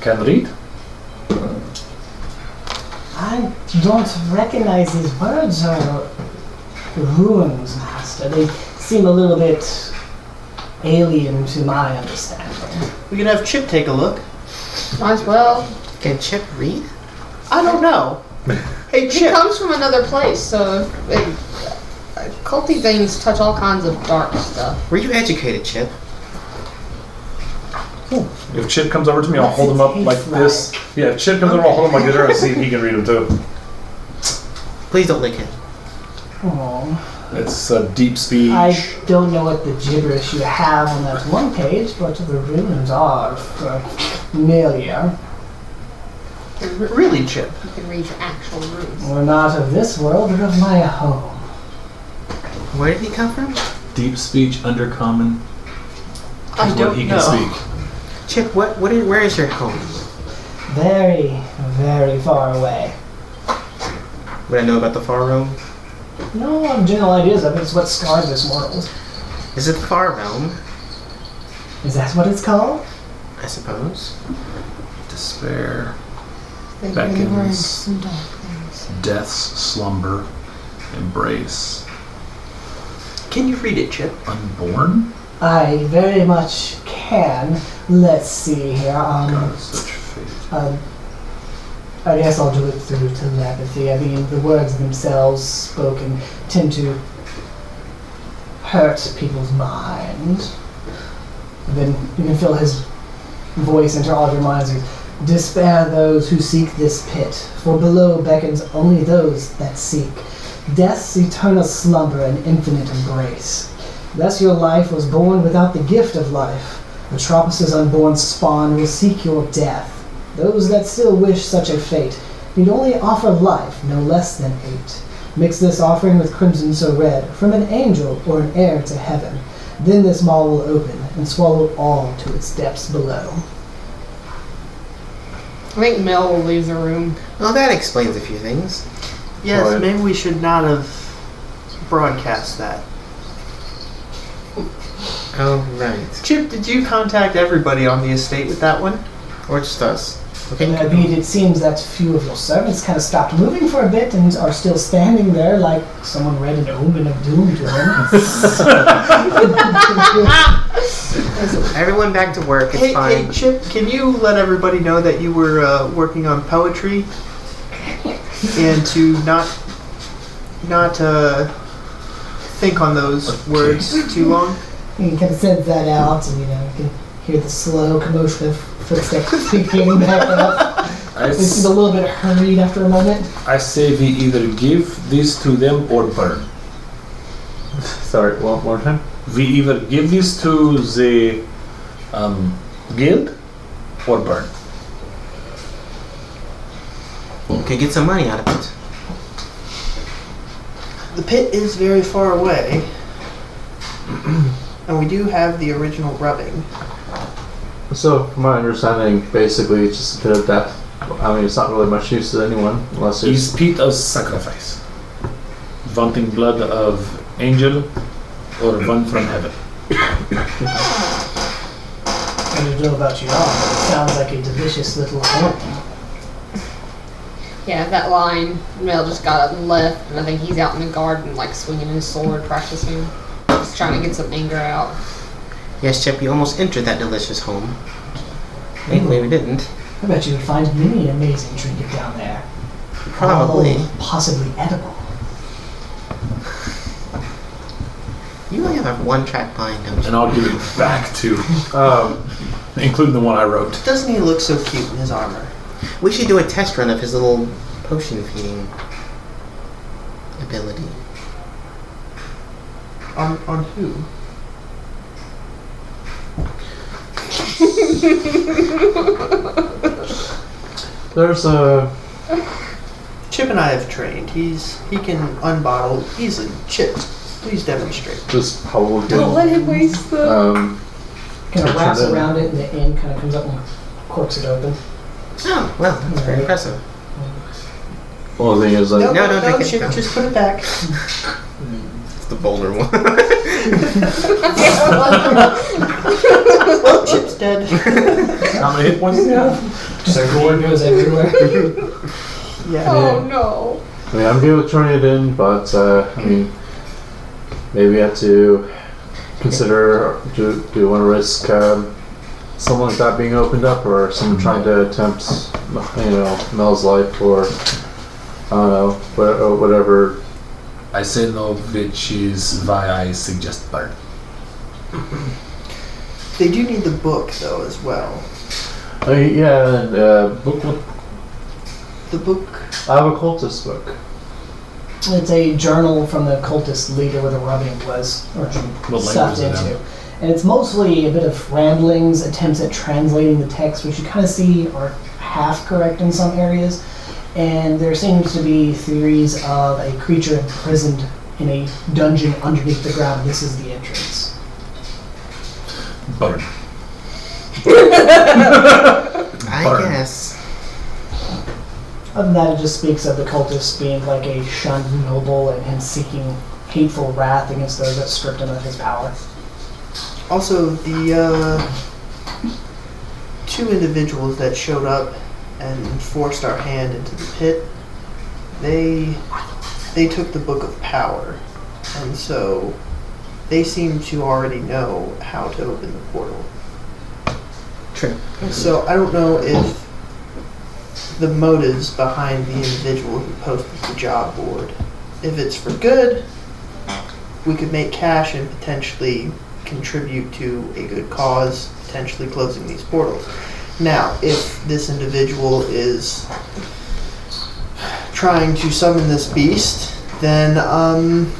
Speaker 6: can read.
Speaker 1: I don't recognize these words are ruins, master. They seem a little bit alien to my understanding.
Speaker 7: we can have Chip take a look.
Speaker 2: Might as well.
Speaker 3: Can Chip read?
Speaker 7: I don't know. hey
Speaker 2: He
Speaker 7: Chip,
Speaker 2: comes from another place, so it, culty things touch all kinds of dark stuff.
Speaker 3: Were you educated, Chip?
Speaker 6: If Chip comes over to me, I'll hold him up like this. Yeah, if Chip comes over, I'll hold him like this, and see if he can read him too.
Speaker 3: Please don't lick him.
Speaker 1: Oh,
Speaker 6: It's a deep speech.
Speaker 1: I don't know what the gibberish you have on that one page, but the ruins are familiar.
Speaker 7: really Chip.
Speaker 2: You can read your actual roots.
Speaker 1: We're not of this world, but of my home.
Speaker 3: Where did he come from?
Speaker 6: Deep speech under common
Speaker 7: I don't know.
Speaker 3: Chip, what, what is, where is your home?
Speaker 1: Very, very far away.
Speaker 8: Would I know about the far realm?
Speaker 1: No, I have general ideas of it. It's what scarred this world.
Speaker 8: Is it the far realm?
Speaker 1: Is that what it's called?
Speaker 8: I suppose.
Speaker 6: Despair
Speaker 11: They really were
Speaker 6: beckons.
Speaker 11: some dark things.
Speaker 6: Death's slumber, embrace,
Speaker 7: Can you read it, Chip?
Speaker 6: unborn.
Speaker 1: I very much can. Let's see here. Um,
Speaker 6: God, such fate.
Speaker 1: um, I guess I'll do it through telepathy. I mean, the words themselves spoken tend to hurt people's mind. And then you can feel his voice enter all of your minds. Despair those who seek this pit, for below beckons only those that seek death's eternal slumber and infinite embrace. Thus your life was born without the gift of life. Metropolis' unborn spawn will seek your death. Those that still wish such a fate need only offer life no less than eight. Mix this offering with crimson so red from an angel or an heir to heaven. Then this maw will open and swallow all to its depths below.
Speaker 2: I think Mel will leave the room.
Speaker 8: Well, that explains a few things.
Speaker 7: Yes,
Speaker 4: Right.
Speaker 7: maybe we should not have broadcast that.
Speaker 8: Oh, right.
Speaker 7: Chip, did you contact everybody on the estate with that one?
Speaker 8: Or just us.
Speaker 1: And I mean, it seems that few of your servants kind of stopped moving for a bit and are still standing there like someone read an omen of doom to them.
Speaker 8: Everyone back to work. It's
Speaker 7: Hey,
Speaker 8: fine.
Speaker 7: hey, Chip, can you let everybody know that you were uh, working on poetry and to not not uh, think on those words too long?
Speaker 1: you can kind of send that out, and you know, you can hear the slow commotion of footsteps beginning back up.
Speaker 6: I,
Speaker 1: They seemed a
Speaker 6: s-
Speaker 1: little bit hurried after a moment.
Speaker 6: I say we either give these to them or burn.
Speaker 4: Sorry, one more time.
Speaker 6: We either give these to the um, guild or burn.
Speaker 8: You could get some money out of it.
Speaker 7: The pit is very far away, and we do have the original rubbing.
Speaker 4: So, from my understanding, basically it's just a bit of death. I mean, it's not really much use to anyone unless you.
Speaker 6: Is pit of sacrifice, wanting blood of angel or one from heaven.
Speaker 1: I don't know about you all, but it sounds like a delicious little organ.
Speaker 2: Yeah, that line. Mel just got up and left, and I think he's out in the garden, like swinging his sword, practicing, just trying to get some anger out.
Speaker 8: Yes, Chip, you almost entered that delicious home. Thankfully, we didn't.
Speaker 1: I bet you would find many an amazing trinket down there.
Speaker 8: Probably.
Speaker 1: All possibly edible.
Speaker 8: You only have a one track mind, don't you?
Speaker 6: And I'll give it back to,
Speaker 4: Um,
Speaker 6: including the one I wrote.
Speaker 7: Doesn't he look so cute in his armor?
Speaker 8: We should do a test run of his little potion feeding ability.
Speaker 7: On on who?
Speaker 4: there's uh, a.
Speaker 7: Chip and I have trained. He's he can unbottle easily. Chip, please demonstrate.
Speaker 4: Just probably.
Speaker 2: Don't let him waste the.
Speaker 4: Um,
Speaker 1: Kind of
Speaker 4: Turn
Speaker 1: wraps
Speaker 4: it.
Speaker 1: around it, and the end kind of comes up and corks it open.
Speaker 8: Oh, well, that's very impressive.
Speaker 4: one thing is like.
Speaker 7: No,
Speaker 8: No,
Speaker 7: no,
Speaker 8: no,
Speaker 7: no,
Speaker 8: take it.
Speaker 7: Chip,
Speaker 8: No.
Speaker 7: just put it back.
Speaker 8: It's the bolder one.
Speaker 7: Well, Chip's dead.
Speaker 6: How many hit points do you have?
Speaker 1: Just gore goes everywhere.
Speaker 7: Yeah.
Speaker 2: oh no.
Speaker 4: I mean, I'm good with turning it in, but uh, I mean, maybe I have to consider do, do you want to risk um, someone like that being opened up or someone trying to attempt, you know, Mel's life or I don't know, wha- or whatever.
Speaker 6: I say no, which is why I suggest burn.
Speaker 7: They do need the book though as well.
Speaker 4: I mean, yeah, and, uh,
Speaker 6: Book what?
Speaker 7: The book.
Speaker 4: I have a cultist book.
Speaker 1: It's a journal from the cultist leader where the rubbing was or
Speaker 6: What
Speaker 1: stuffed
Speaker 6: language is it
Speaker 1: into. And it's mostly a bit of ramblings, attempts at translating the text, which you kind of see are half correct in some areas. And there seems to be theories of a creature imprisoned in a dungeon underneath the ground. This is the entrance.
Speaker 6: Burn.
Speaker 8: I
Speaker 6: Burn.
Speaker 8: guess.
Speaker 1: Other than that, it just speaks of the cultist being like a shunned noble and him seeking hateful wrath against those that stripped him of his power.
Speaker 7: Also, the uh, two individuals that showed up and forced our hand into the pit, they they took the book of power, and so they seem to already know how to open the portal.
Speaker 8: True.
Speaker 7: So I don't know if the motives behind the individual who posted the job board, if it's for good, we could make cash and potentially contribute to a good cause, potentially closing these portals. Now, if this individual is trying to summon this beast, then um,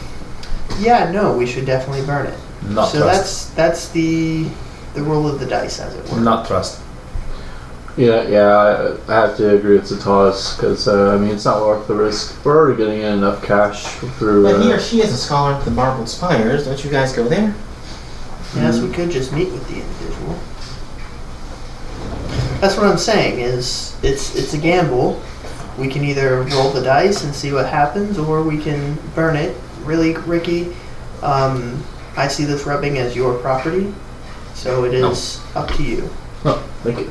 Speaker 7: yeah, no, we should definitely burn it.
Speaker 6: Not
Speaker 7: so
Speaker 6: trust.
Speaker 7: that's that's the the roll of the dice, as it were.
Speaker 6: Not trust.
Speaker 4: Yeah, yeah, I, I have to agree it's a toss because uh, I mean it's not worth the risk. We're already getting in enough cash through.
Speaker 3: But he or
Speaker 4: Uh,
Speaker 3: she is a scholar of the Marbled Spires. Don't you guys go there?
Speaker 7: Yes, we could just meet with the individual. That's what I'm saying. Is it's it's a gamble. We can either roll the dice and see what happens, or we can burn it. Really, Ricky, um, I see this rubbing as your property, so it is up to you.
Speaker 4: like,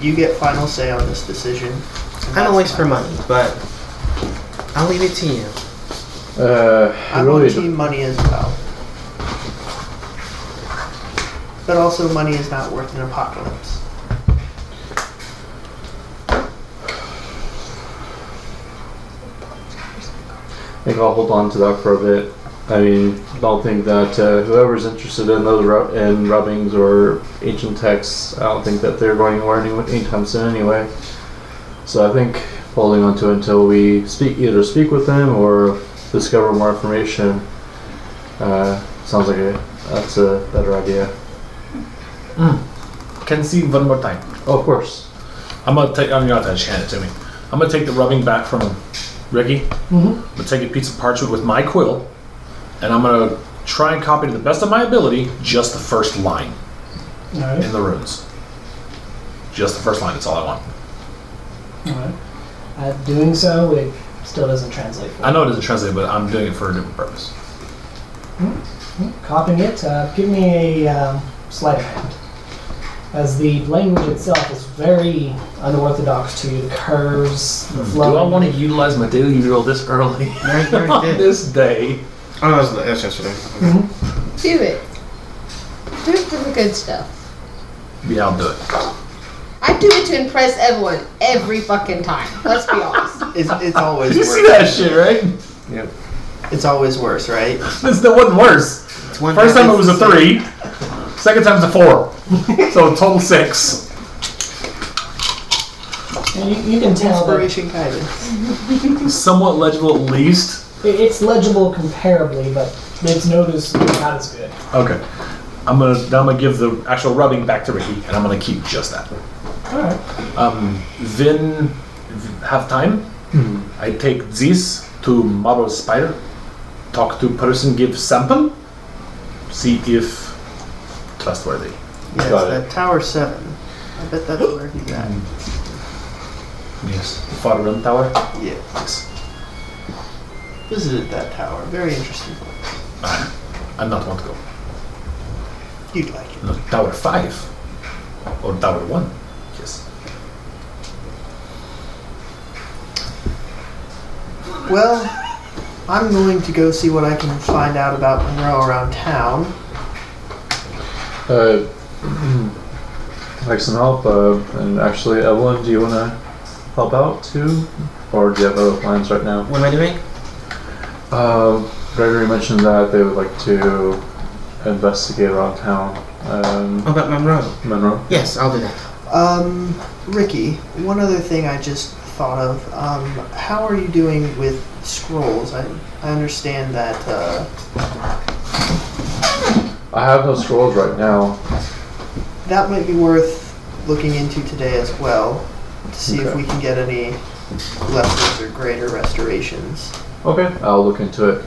Speaker 7: You get final say on this decision.
Speaker 3: I don't waste for money, but I'll leave it to you.
Speaker 4: uh, it
Speaker 7: I'm on
Speaker 4: really,
Speaker 7: team money as well. But also, money is not worth an apocalypse.
Speaker 4: I think I'll hold on to that for a bit. I mean, I don't think that uh, whoever's interested in those ru- in rubbings or ancient texts, I don't think that they're going anywhere any- anytime soon anyway. So I think holding on to it until we speak, either speak with them or discover more information, uh, sounds like a that's a better idea.
Speaker 6: Can see one more time.
Speaker 4: Oh, of course.
Speaker 6: I'm gonna take. I'm gonna have to hand it to me. I'm gonna take the rubbing back from Ricky.
Speaker 1: Mhm.
Speaker 6: I'm gonna take a piece of parchment with my quill, and I'm gonna try and copy to the best of my ability just the first line
Speaker 1: All right.
Speaker 6: in the runes. Just the first line. That's all I want.
Speaker 1: Alright. Uh, doing so, it still doesn't translate.
Speaker 6: I know it doesn't translate, but I'm doing it for a different purpose.
Speaker 1: Copying it, uh, give me a um, sleight of hand. As the language itself is very unorthodox to you, the curves, the flow.
Speaker 6: Mm-hmm. Do I want to utilize my daily roll this early
Speaker 3: You
Speaker 6: on
Speaker 3: already did.
Speaker 6: this day?
Speaker 8: Oh, that was, that was yesterday.
Speaker 1: Mm-hmm.
Speaker 11: Do it. Do it for the good stuff.
Speaker 6: Yeah, I'll do it.
Speaker 11: I do it to impress everyone every fucking time. Let's be honest.
Speaker 7: It's, it's always
Speaker 6: You
Speaker 7: worth
Speaker 6: see that shit, right?
Speaker 7: It's always worse, right?
Speaker 6: This that wasn't worse.
Speaker 3: It's one
Speaker 6: First
Speaker 3: time
Speaker 6: time it was a three. Second time's a four. so total six.
Speaker 1: And you, you can tell that it,
Speaker 7: Inspiration guidance.
Speaker 6: Somewhat legible at least.
Speaker 1: it's legible comparably, but it's noticeably not as good.
Speaker 6: Okay. I'm gonna now I'm gonna give the actual rubbing back to Ricky, and I'm gonna keep just that.
Speaker 1: Alright.
Speaker 6: Um, when v- have time, I take this to Marble Spider, talk to person, give sample, see if trustworthy.
Speaker 7: Yes,
Speaker 4: Got
Speaker 7: that Tower 7. I bet that's where he's at.
Speaker 6: Yes. Far Rim Tower.
Speaker 7: Yeah.
Speaker 6: Yes.
Speaker 7: Visited that tower. Very interesting.
Speaker 6: I'm not want to go.
Speaker 7: You'd like it.
Speaker 6: No, Tower Five or Tower One. Yes.
Speaker 7: Well, I'm going to go see what I can find out about Monroe around town.
Speaker 4: Uh, like some help, uh, and actually, Evelyn, do you want to help out too, or do you have other plans right now?
Speaker 3: What am I doing?
Speaker 4: Um, Gregory mentioned that they would like to investigate around town. Um,
Speaker 3: How about Monroe?
Speaker 4: Monroe.
Speaker 3: Yes, I'll do that.
Speaker 7: Um, Ricky, one other thing I just thought of. Um, how are you doing with scrolls? I, I understand that, uh,
Speaker 4: I have no scrolls right now.
Speaker 7: that might be worth looking into today as well to see if
Speaker 4: Okay.
Speaker 7: we can get any lessons or greater restorations.
Speaker 4: Okay, I'll look into it.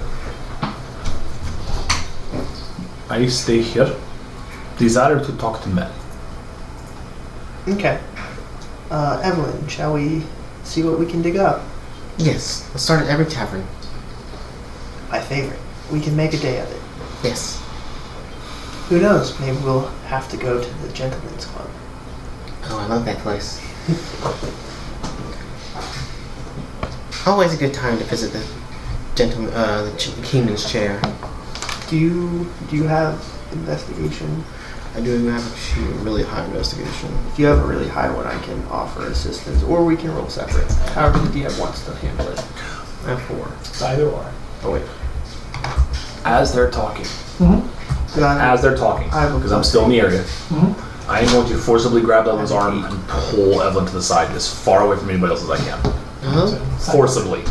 Speaker 6: I stay here. Desire to talk to men.
Speaker 7: Okay. Uh, Evelyn, shall we see what we can dig up?
Speaker 3: Yes, let's start at every tavern.
Speaker 7: My favorite. We can make a day of it.
Speaker 3: Yes.
Speaker 7: Who knows? Maybe we'll have to go to the gentleman's club.
Speaker 3: Oh, I love that place. Always a good time to visit the gentleman, uh, the ch- king's chair.
Speaker 7: Do you do you have investigation?
Speaker 8: I do have actually a really high investigation.
Speaker 7: If you have a really high one, I can offer assistance, or we can roll separate. However, the DM wants to handle it.
Speaker 8: I have four.
Speaker 5: Either or.
Speaker 8: Oh wait.
Speaker 6: As they're talking,
Speaker 7: So I-
Speaker 6: as they're talking,
Speaker 7: I have a-
Speaker 6: because I'm still in the area, I am going to forcibly grab Evelyn's arm and pull Evelyn to the side as far away from anybody else as I can. Forcibly.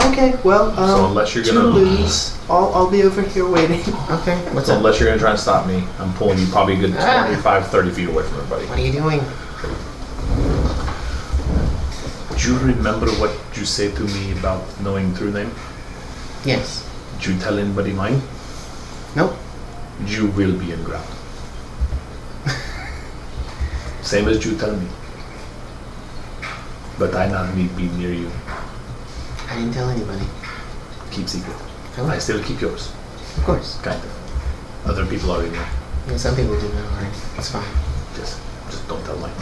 Speaker 7: Okay, well, um,
Speaker 6: So unless you're
Speaker 7: to
Speaker 6: gonna-
Speaker 7: lose, I'll, I'll be over here waiting.
Speaker 3: Okay, what's
Speaker 6: So
Speaker 3: up?
Speaker 6: unless you're going to try and stop me, I'm pulling you probably a good 25, 30 feet away from everybody.
Speaker 3: What are you doing?
Speaker 6: Do you remember what you said to me about knowing true name?
Speaker 3: Yes.
Speaker 6: Did you tell anybody mine?
Speaker 3: Nope.
Speaker 6: You will be in ground. Same as you tell me. But I not need be near you.
Speaker 3: I didn't tell anybody.
Speaker 6: Keep secret.
Speaker 3: Oh.
Speaker 6: I still keep yours,
Speaker 3: Of course.
Speaker 6: kind of. Other people already know.
Speaker 3: Yeah, some people do know already. It's fine.
Speaker 6: Just, just don't tell mine.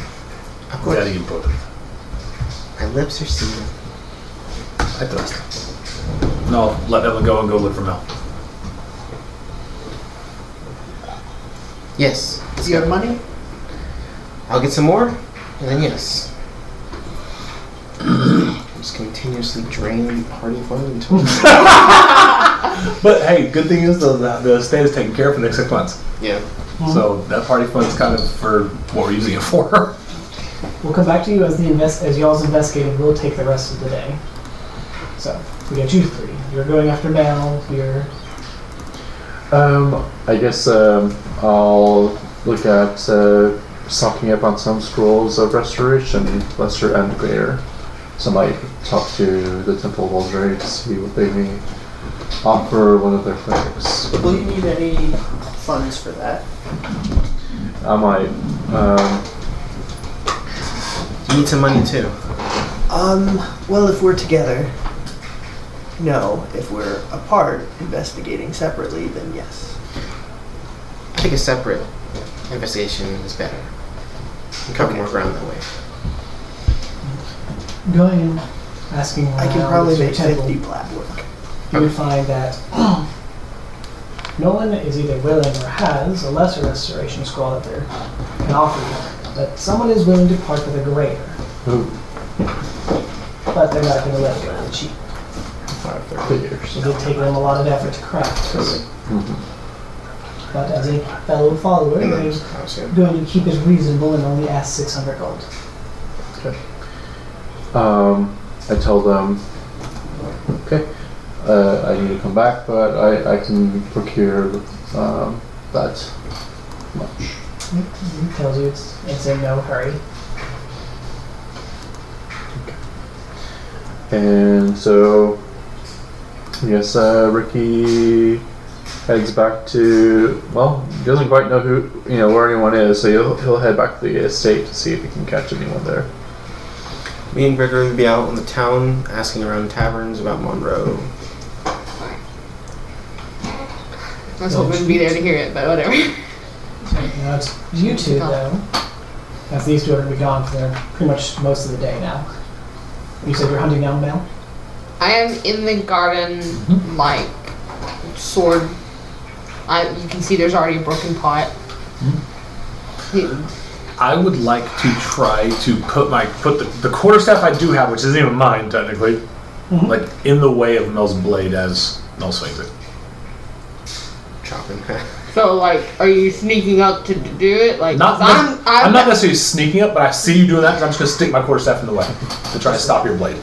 Speaker 3: Of course.
Speaker 6: Very important.
Speaker 3: My lips are sealed.
Speaker 6: I trust. No, let Evelyn go and go look for Mel.
Speaker 3: Yes.
Speaker 7: Do you have money?
Speaker 3: I'll get some more, and then yes. Just continuously drain the party fund until.
Speaker 6: But hey, good thing is the the, the state is taken care of for the next six months.
Speaker 3: yeah.
Speaker 6: So that party fund's kind of for what we're using it for.
Speaker 1: We'll come back to you as the invest as y'all's investigating. We'll take the rest of the day. So we got you three. You're going after Mel. You're
Speaker 4: Um, I guess um, I'll look at uh, stocking up on some scrolls of restoration, lesser and greater. So I might talk to the Temple of Aldrey to see what they may offer one of their clerics.
Speaker 7: Will you need any funds for that?
Speaker 4: I might. Um,
Speaker 8: You need some money too.
Speaker 7: Um, well, if we're together, no. If we're apart, investigating separately, then yes.
Speaker 3: I think a separate investigation is better. We cover more ground that way.
Speaker 1: going and asking.
Speaker 7: I can
Speaker 1: around
Speaker 7: probably
Speaker 1: to
Speaker 7: make
Speaker 1: temple.
Speaker 7: 50 plat work.
Speaker 1: You would find that oh, no one is either willing or has a lesser restoration scroll out there can offer you, but someone is willing to part with a greater.
Speaker 4: ooh,
Speaker 1: But they're not going to let it go cheap.
Speaker 8: Five thirty.
Speaker 4: figures.
Speaker 1: It'll take them a lot of effort to craft this.
Speaker 4: Mhm.
Speaker 1: But as a fellow follower,
Speaker 8: And
Speaker 1: they're
Speaker 8: then house, yeah.
Speaker 1: going to keep it reasonable and only ask 600 gold.
Speaker 4: Um, I tell them, okay, uh, I need to come back, but I, I can procure um, that much.
Speaker 1: He tells you it's, it's in no hurry.
Speaker 4: And so, yes, uh, Ricky heads back to. Well, he doesn't quite know who you know where anyone is, so he'll he'll head back to the estate to see if he can catch anyone there.
Speaker 8: Me and Gregory would be out in the town asking around taverns about Monroe.
Speaker 2: I was hoping to be there to hear it, but whatever.
Speaker 1: Now it's you two, though, as these two are going to be gone for pretty much most of the day now. You said you're hunting down Mel?
Speaker 2: I am in the garden, like sword. I you can see there's already a broken pot. He-
Speaker 6: I would like to try to put my put the, the quarterstaff I do have, which isn't even mine technically, like in the way of Mel's blade as Mel swings it.
Speaker 8: Chopping.
Speaker 2: So like, are you sneaking up to d- do it? Like,
Speaker 6: Not
Speaker 2: 'cause I'm,
Speaker 6: I'm, not necessarily sneaking up, but I see you doing that, so I'm just gonna stick my quarterstaff in the way to try to stop your blade.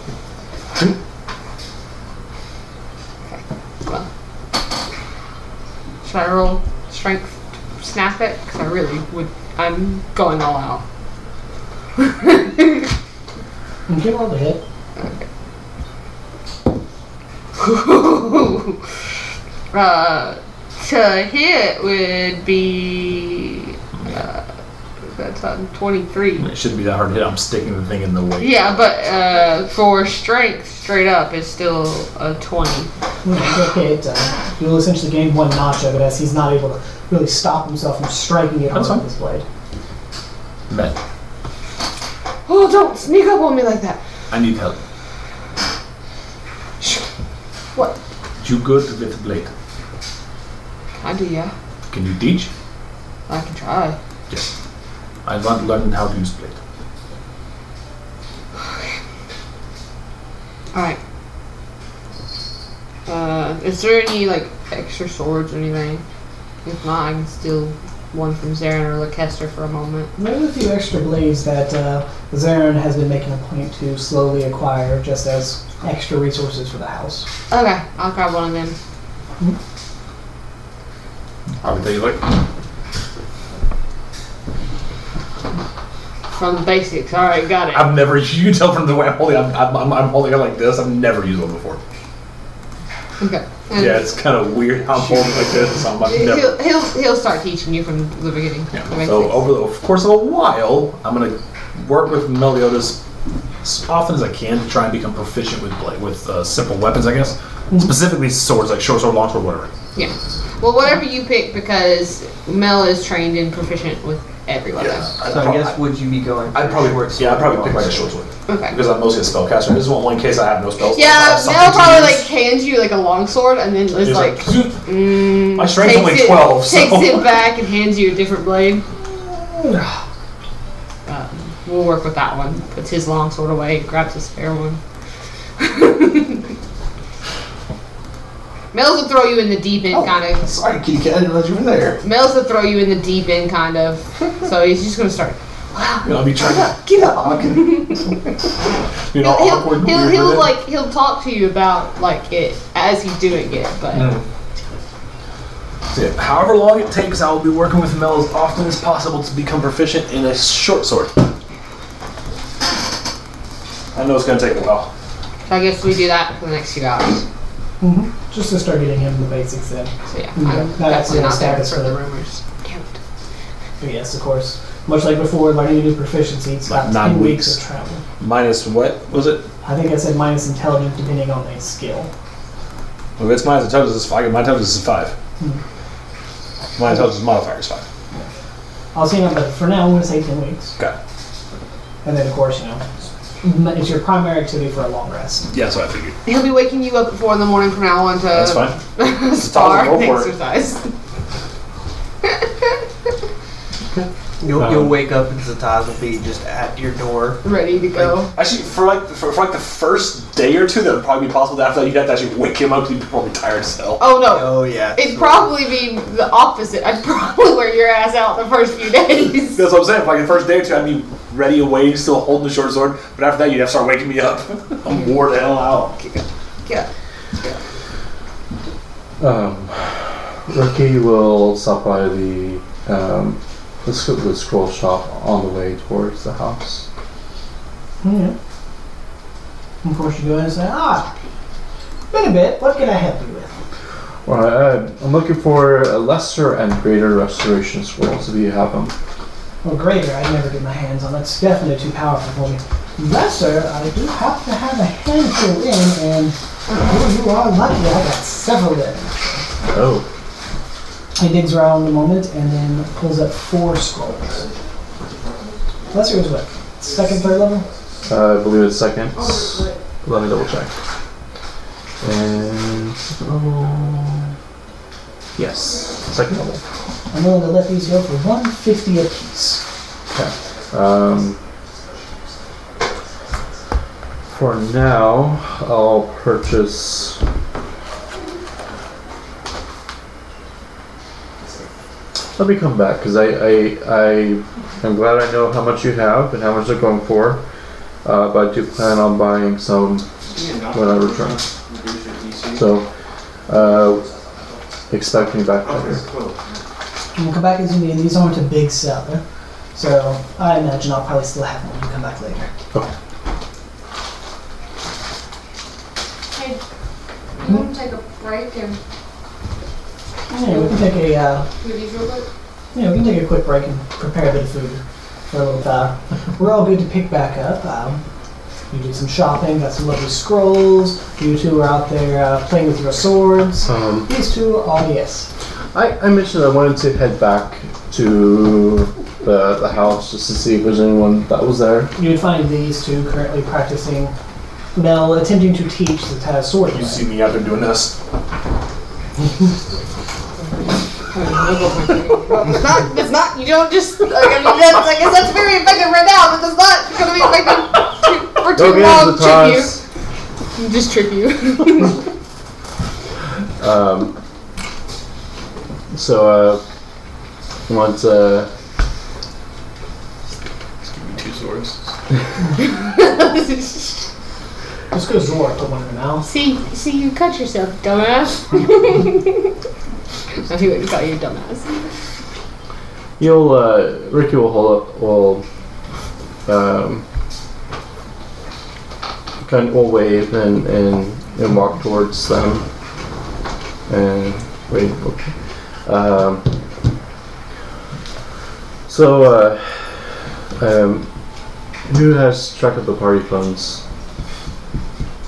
Speaker 2: Should I roll strength to snap it? Because I really would. I'm going all out.
Speaker 1: You can roll the hit.
Speaker 2: uh, to hit would be uh,
Speaker 8: That's on 23.
Speaker 6: It shouldn't be that hard to hit. I'm sticking the thing in the way.
Speaker 8: Yeah, but uh, for strength, straight up, it's still a 20.
Speaker 1: Okay, it, uh, you'll essentially gain one notch of it as he's not able to really stop himself from striking it
Speaker 6: That's
Speaker 1: hard
Speaker 6: fine.
Speaker 1: with his blade.
Speaker 6: Met.
Speaker 8: Oh, don't sneak up on me like that.
Speaker 6: I need help.
Speaker 8: What?
Speaker 6: You good with blade?
Speaker 8: I do, yeah.
Speaker 6: Can you teach?
Speaker 8: I can try.
Speaker 6: Yes. I want to learn how to use blade.
Speaker 8: Alright. Uh, is there any, like, extra swords or anything? If not, I can steal one from Zarin or Lacaster for a moment.
Speaker 1: There's a few extra blades that uh, Zarin has been making a point to slowly acquire just as extra resources for the house.
Speaker 8: Okay, I'll grab one of them.
Speaker 6: I would tell you like
Speaker 8: From the basics. Alright, got it.
Speaker 6: I've never. You can tell from the way I'm holding. I'm, I'm, I'm, I'm holding it like this. I've never used one before.
Speaker 8: Okay. And
Speaker 6: Yeah, it's kind of weird how I'm holding it like this. I'm like, never.
Speaker 8: He'll, he'll, he'll start teaching you from the beginning.
Speaker 6: Yeah.
Speaker 8: The basics.
Speaker 6: So oh. over the course of a while, I'm gonna work with Meliodas as often as I can to try and become proficient with blade, with uh, simple weapons, I guess.
Speaker 8: Hmm.
Speaker 6: Specifically swords, like short sword, long sword, whatever.
Speaker 8: Yeah. Well, whatever you pick, because Mel is trained and proficient with every weapon.
Speaker 6: I'd
Speaker 3: So I
Speaker 6: prob-
Speaker 3: guess would you be going? for
Speaker 6: I'd probably
Speaker 3: short
Speaker 6: work. Yeah, I'd probably
Speaker 3: sword
Speaker 6: pick like a
Speaker 3: also?
Speaker 6: short sword
Speaker 8: Okay.
Speaker 6: because I'm mostly a spellcaster. I just want one case I have no spells.
Speaker 8: Yeah,
Speaker 6: so I
Speaker 8: Mel
Speaker 6: have something to
Speaker 8: probably
Speaker 6: use.
Speaker 8: like hands you like a longsword and then is
Speaker 6: He's
Speaker 8: like,
Speaker 6: like,
Speaker 8: mm,
Speaker 6: My strength's
Speaker 8: takes
Speaker 6: only
Speaker 8: it-
Speaker 6: 12, so-
Speaker 8: Takes it back and hands you a different blade. Um, we'll work with that one. Puts his longsword away, grabs his spare one. Mel's will throw you in the deep
Speaker 6: Oh.
Speaker 8: end, kind of.
Speaker 3: Sorry, Kika, I didn't realize you were there.
Speaker 8: Mel's will throw you in the deep end, kind of. So he's just gonna start.
Speaker 6: you know, I'll be trying to,
Speaker 3: Get up.
Speaker 6: you know,
Speaker 8: He'll,
Speaker 6: awkward. and
Speaker 8: he'll, he'll,
Speaker 6: weird
Speaker 8: he'll
Speaker 6: with it.
Speaker 8: like he'll talk to you about like it as he's doing it, but
Speaker 6: So, yeah, however long it takes, I will be working with Mel as often as possible to become proficient in a short sword. I know it's gonna take a while.
Speaker 8: I guess we do that for the next few hours.
Speaker 1: Just to start getting him the basics in.
Speaker 8: So yeah,
Speaker 1: Yeah,
Speaker 8: I'm
Speaker 1: that
Speaker 8: definitely
Speaker 1: actually
Speaker 8: not there
Speaker 1: established
Speaker 8: for the
Speaker 1: the-
Speaker 8: rumors. Damn it.
Speaker 1: But yes, of course. Much like before, learning a new proficiency, it's
Speaker 6: Like
Speaker 1: got
Speaker 6: nine
Speaker 1: two weeks.
Speaker 6: weeks.
Speaker 1: of travel.
Speaker 6: Minus what was it?
Speaker 1: I think I said minus intelligence depending on the skill.
Speaker 6: Well, it's minus intelligence is five. My intelligence is five. My intelligence modifier is five.
Speaker 1: I was saying, but for now, I'm going to say 10 weeks.
Speaker 6: Okay.
Speaker 1: And then, of course, you know, it's your primary activity for a long rest.
Speaker 6: Yeah, that's what I figured.
Speaker 8: He'll be waking you up at four in the morning from now on to
Speaker 6: That's fine.
Speaker 8: spar
Speaker 6: Go
Speaker 8: and
Speaker 6: for it.
Speaker 8: exercise.
Speaker 3: You'll,
Speaker 6: Um,
Speaker 3: you'll wake up and Zataz will be just at your door.
Speaker 8: Ready to go.
Speaker 6: Actually, for like for, for like the first day or two, that would probably be possible. After that, you'd have to actually wake him up. 'cause He'd probably be tired as hell.
Speaker 8: Oh no.
Speaker 3: Oh yeah.
Speaker 8: It'd probably be the opposite. I'd probably wear your ass out the first few days.
Speaker 6: That's what I'm saying. For like the first day or two, I'd be ready away, still holding the short sword. But after that, you'd have to start waking me up. I'm wore the hell out.
Speaker 8: Yeah.
Speaker 4: Um, Ricky will stop by the um, the, sc- the scroll shop on the way towards the house.
Speaker 1: Yeah. Of course, you go in and say, ah, been a bit. What can I help you with?
Speaker 4: All right, uh, I'm looking for uh, lesser and greater restoration scrolls if you have them.
Speaker 1: Well, greater, I'd never get my hands on. That's definitely too powerful for me. Lesser, I do have to have a handful in, and oh, you are lucky. I got several in.
Speaker 4: Oh,
Speaker 1: He digs around a moment and then pulls up four scrolls. Lesser is what? Second, third level?
Speaker 4: uh, I believe it's second. Let me double check. And second level. Yes, second level.
Speaker 1: I'm willing to let these go for 150 apiece.
Speaker 4: Um, for now, I'll purchase. Let me come back because I, I I am glad I know how much you have and how much they're going for, uh, but I do plan on buying some when I return. So, uh, expect me back later.
Speaker 1: And we'll come back as you need. These aren't a big seller, so I imagine I'll probably still have them when you come back later.
Speaker 15: Hey,
Speaker 1: Hmm?
Speaker 15: you want to take a break and
Speaker 1: Yeah, we can take a uh,
Speaker 15: do these real quick?
Speaker 1: yeah, we can take a quick break and prepare a bit of food. So uh, we're all good to pick back up. Um, you did some shopping, got some lovely scrolls. You two are out there uh, playing with your swords.
Speaker 4: Um,
Speaker 1: These two are yes.
Speaker 4: I, I mentioned I wanted to head back to the, the house just to see if there's anyone that was there.
Speaker 1: You would find these two currently practicing Mel attempting to teach the how to sword.
Speaker 16: You
Speaker 1: play.
Speaker 16: see me out there doing this.
Speaker 8: It's not, it's not, you don't just, like, I mean, that's, I guess that's very effective right now, but that's not gonna be effective for too long. Trick
Speaker 4: Zatas.
Speaker 8: you. Just trick you.
Speaker 4: Um, so, uh, once, uh,
Speaker 3: Just give me two swords.
Speaker 1: Just goes Zora to one of them now.
Speaker 8: see, see, you cut yourself, dumbass. I wouldn't call you dumbass.
Speaker 4: You'll uh, Ricky will hold up. Will um, kind of will wave and, and and walk towards them and wait. Okay. Um, so, uh, um, who has track of the party phones?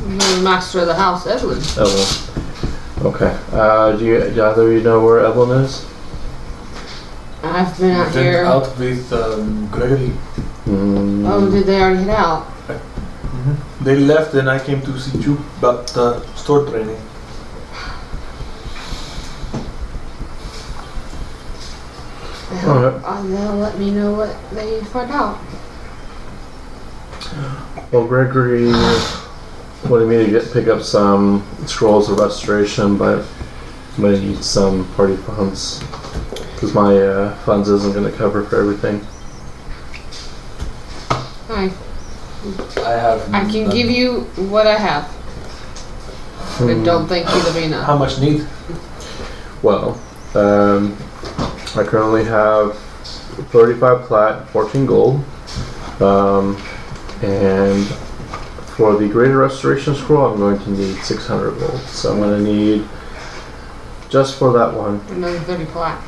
Speaker 8: I'm the master of the house, Evelyn.
Speaker 4: Evelyn. Okay. Uh, do you do either of you know where Evelyn is?
Speaker 8: I've been out
Speaker 5: Then
Speaker 8: here.
Speaker 5: out with um, Gregory.
Speaker 4: Mm,
Speaker 8: Oh, did they already head out?
Speaker 5: They left and I came to see you about uh, store training.
Speaker 8: I
Speaker 4: all
Speaker 8: hope
Speaker 4: right.
Speaker 8: uh, they'll let me know what they find out.
Speaker 4: Well, Gregory wanted me to get pick up some scrolls of restoration, but I'm gonna need some party funds because my uh, funds isn't gonna cover for everything.
Speaker 8: I,
Speaker 5: I have.
Speaker 8: I can
Speaker 5: none.
Speaker 8: give you what I have,
Speaker 5: Hmm.
Speaker 8: but don't think you will be enough.
Speaker 5: How much need?
Speaker 4: Hmm, Well, um, I currently have 35 plat, 14 gold, um, and for the greater restoration scroll, I'm going to need 600 gold. So I'm gonna need just for that one.
Speaker 8: Another 30 plat.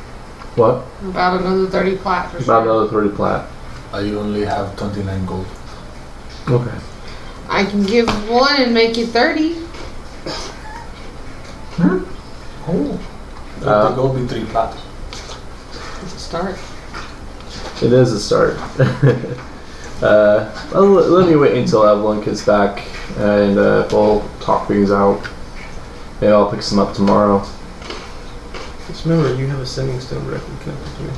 Speaker 4: What
Speaker 8: About another 30 plat for
Speaker 4: about
Speaker 8: sure.
Speaker 4: another 30 plat?
Speaker 5: I only have 29 gold.
Speaker 4: Okay.
Speaker 8: I can give one and make you 30.
Speaker 5: Oh.
Speaker 4: Uh,
Speaker 5: gold be three plat.
Speaker 8: Start.
Speaker 4: It is a start. uh, well, l- let me wait until Evelyn gets back, and uh, we'll talk things out. Maybe I'll pick some up tomorrow.
Speaker 3: Just remember, you have a sending stone directly connected to me.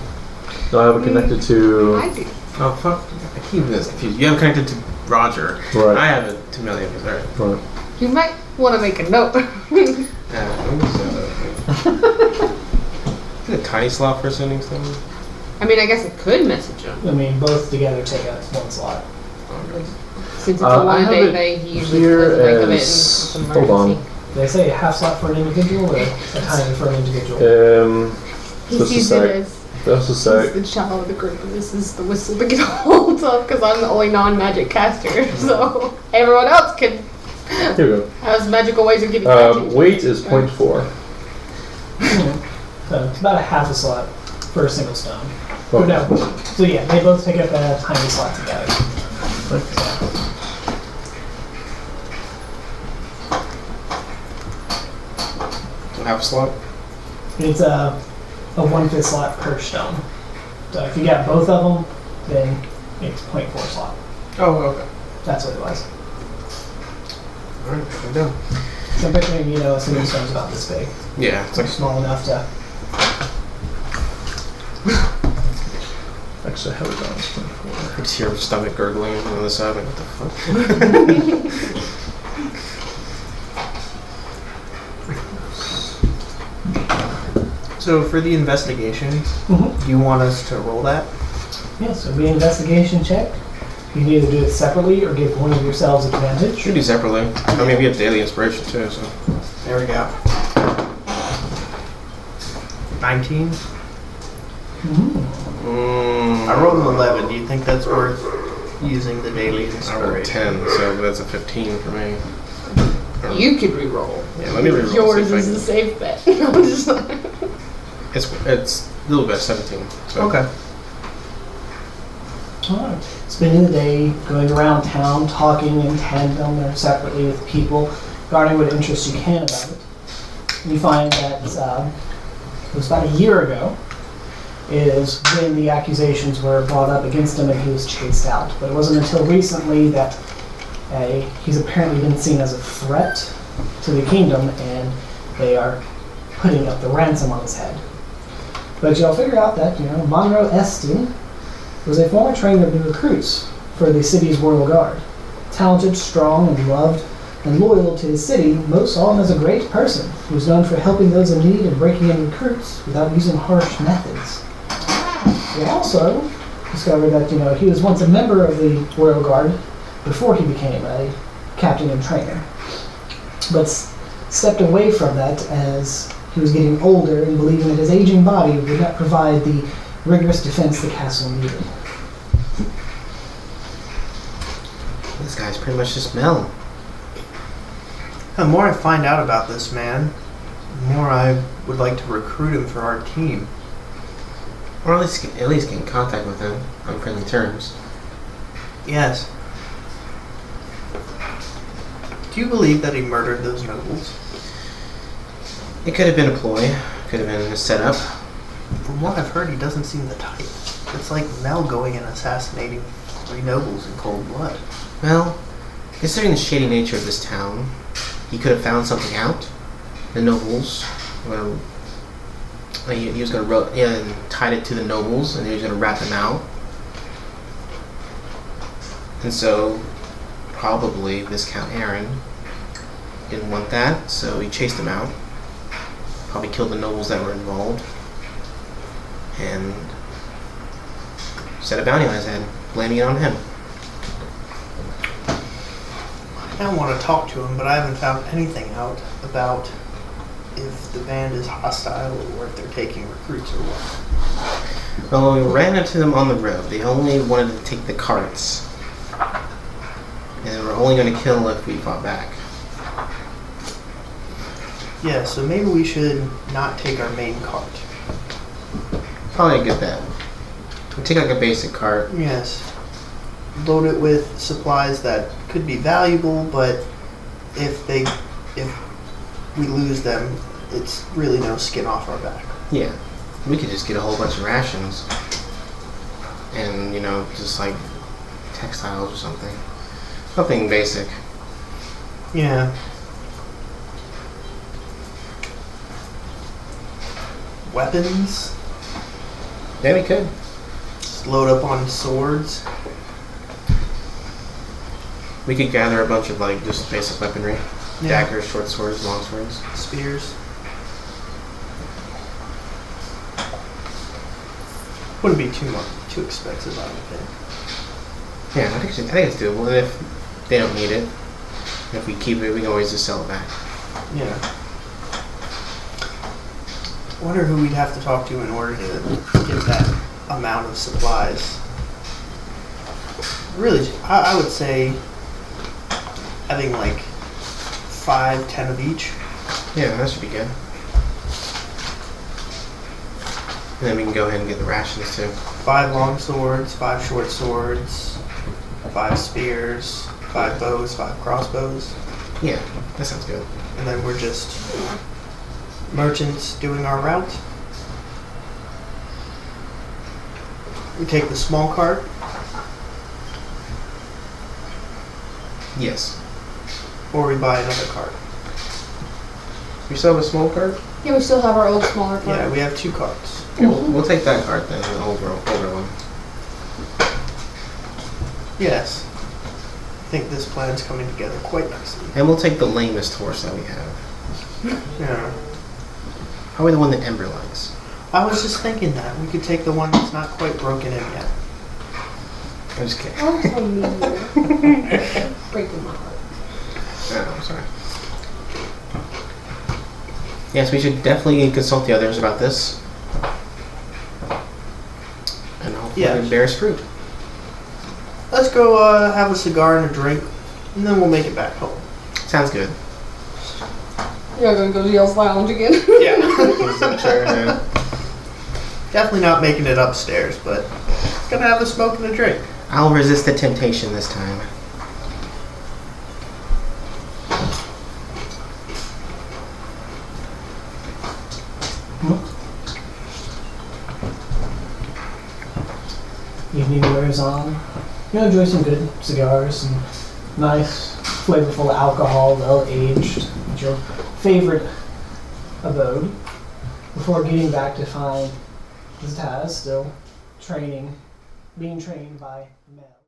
Speaker 4: Do I have it connected to?
Speaker 8: I do.
Speaker 3: Oh fuck! I keep getting this confused. You have it connected to Roger. I
Speaker 4: Right.
Speaker 3: have it to Melia. All right.
Speaker 4: right.
Speaker 8: You might want to make a note.
Speaker 3: Uh, what was that other thing? Is it a tiny slot for sending stone?
Speaker 8: I mean, I guess I could message him.
Speaker 1: I mean, both together take up one slot.
Speaker 8: Since it's
Speaker 4: Uh,
Speaker 8: a
Speaker 4: I
Speaker 8: one
Speaker 4: have
Speaker 8: day
Speaker 4: it
Speaker 8: thing, he usually
Speaker 4: Here
Speaker 8: doesn't make of it.
Speaker 4: is.
Speaker 8: in- in
Speaker 4: Hold on.
Speaker 8: emergency.
Speaker 1: They say a half slot for an individual or a tiny for an individual.
Speaker 4: Um,
Speaker 8: He
Speaker 4: Just a
Speaker 8: sees
Speaker 4: sec.
Speaker 8: it as
Speaker 4: that's a
Speaker 8: He's
Speaker 4: sec.
Speaker 8: the child of the group, and this is the whistle to get a hold of because I'm the only non magic caster, so everyone else can
Speaker 4: Here
Speaker 8: has magical ways of
Speaker 4: we
Speaker 8: getting
Speaker 4: go. Um,
Speaker 8: magic.
Speaker 4: weight is 0.4.
Speaker 1: So it's Uh, about a half a slot for a single stone.
Speaker 4: Oh.
Speaker 1: But no. So yeah, they both take up a tiny slot together.
Speaker 3: Do I have a slot?
Speaker 1: It's a, a one fifth slot per stone. So if you got both of them, then it's 0.4 slot.
Speaker 3: Oh, okay.
Speaker 1: That's what it was.
Speaker 3: All right, I'm done.
Speaker 1: So I'm picturing, you know, a single stone's about this big.
Speaker 3: Yeah, it's
Speaker 1: So
Speaker 3: like
Speaker 1: small enough to.
Speaker 4: Actually, I have it down as 0.4.
Speaker 3: I just hear stomach gurgling on the other side. Like, what the fuck?
Speaker 7: So for the investigation,
Speaker 1: Mhm.
Speaker 7: do you want us to roll that?
Speaker 1: Yeah, so it'll be an investigation check. You can either do it separately or give one of yourselves advantage.
Speaker 3: Should do separately. I mean, we have daily inspiration too, so.
Speaker 7: There we go. 19.
Speaker 3: Mm,
Speaker 7: I rolled an 11. Do you think that's worth using the daily
Speaker 3: I rolled
Speaker 7: inspiration?
Speaker 3: ten, so that's a fifteen for me.
Speaker 8: You could reroll.
Speaker 3: Yeah, let me reroll. see
Speaker 8: Yours
Speaker 3: if I
Speaker 8: is
Speaker 3: can-
Speaker 8: the safe bet. I'm just like,
Speaker 3: It's it's a little bit seventeen. So
Speaker 7: Okay.
Speaker 1: Smart. Spending the day going around town, talking in tandem or separately with people, guarding what interest you can about it. You find that uh, it was about a year ago is when the accusations were brought up against him and he was chased out. But it wasn't until recently that uh, he's apparently been seen as a threat to the kingdom and they are putting up the ransom on his head. But y'all figure out that, you know, Monroe Estin was a former trainer of new recruits for the city's Royal Guard. Talented, strong, and loved, and loyal to his city, most saw him as a great person who was known for helping those in need and breaking in recruits without using harsh methods. We also discovered that, you know, he was once a member of the Royal Guard before he became a captain and trainer. But s- stepped away from that as he was getting older and believing that his aging body would not provide the rigorous defense the castle needed.
Speaker 3: This guy's pretty much just Mel.
Speaker 7: The more I find out about this man, the more I would like to recruit him for our team.
Speaker 3: Or at least, at least get in contact with him on friendly terms.
Speaker 7: Yes. Do you believe that he murdered those nobles?
Speaker 3: It could have been a ploy, could have been a setup.
Speaker 7: From what I've heard, he doesn't seem the type. It's like Mel going and assassinating three nobles in cold blood.
Speaker 3: Well, considering the shady nature of this town, he could have found something out. The nobles, well, he, he was going to ro- yeah, and tied it to the nobles, and he was going to rat them out. And so, probably Viscount Aaron didn't want that, so he chased them out. Probably killed the nobles that were involved, and set a bounty on his head, blaming it on him.
Speaker 7: I want to talk to him, but I haven't found anything out about if the band is hostile or if they're taking recruits or what.
Speaker 3: Well, we ran into them on the road. They only wanted to take the carts. And they were only going to kill if we fought back.
Speaker 7: Yeah, so maybe we should not take our main cart.
Speaker 3: Probably a good bet. We take like a basic cart.
Speaker 7: Yes. Load it with supplies that could be valuable, but if they if we lose them, it's really no skin off our back.
Speaker 3: Yeah. We could just get a whole bunch of rations. And, you know, just like textiles or something. Something basic.
Speaker 7: Yeah. Weapons.
Speaker 3: Yeah, we could.
Speaker 7: Just load up on swords.
Speaker 3: We could gather a bunch of like just basic weaponry
Speaker 7: Yeah.
Speaker 3: daggers, short swords, long swords.
Speaker 7: Spears. Wouldn't be too much, too expensive, I would think.
Speaker 3: Yeah, I think, it's, I think it's doable. And if they don't need it, if we keep it, we can always just sell it back.
Speaker 7: Yeah. Wonder who we'd have to talk to in order to get that amount of supplies. Really, I, I would say having like five, ten of each.
Speaker 3: Yeah, that should be good. And then we can go ahead and get the rations too.
Speaker 7: Five long swords, five short swords, five spears, five bows, five crossbows.
Speaker 3: Yeah, that sounds good.
Speaker 7: And then we're just merchants doing our route. We take the small cart.
Speaker 3: Yes.
Speaker 7: or we buy another cart.
Speaker 3: We still have a small cart?
Speaker 2: Yeah, we still have our old smaller cart.
Speaker 7: Yeah, we have two carts.
Speaker 3: Yeah, we'll, we'll take that cart then, the older, older one.
Speaker 7: Yes. I think this plan's coming together quite nicely.
Speaker 3: And we'll take the lamest horse that we have.
Speaker 7: Yeah.
Speaker 3: Probably the one that Ember likes.
Speaker 7: I was just thinking that we could take the one that's not quite broken in yet.
Speaker 3: I'm just kidding.
Speaker 2: Don't tell me. Breaking my heart.
Speaker 3: Oh, I'm sorry. Yes, we should definitely consult the others about this. And hopefully
Speaker 7: Yeah.
Speaker 3: it bears fruit.
Speaker 7: Let's go uh, have a cigar and a drink, and then we'll make it back home.
Speaker 3: Sounds good.
Speaker 2: You're gonna go to Yale's Lounge again.
Speaker 7: Yeah.
Speaker 3: Sure, yeah.
Speaker 7: Definitely not making it upstairs, but gonna have a smoke and a drink.
Speaker 3: I'll resist the temptation this time.
Speaker 1: Evening wears on. You enjoy some good cigars and nice, flavorful alcohol, well aged, at your favorite abode. Before getting back to find Zaz still training, being trained by Mel.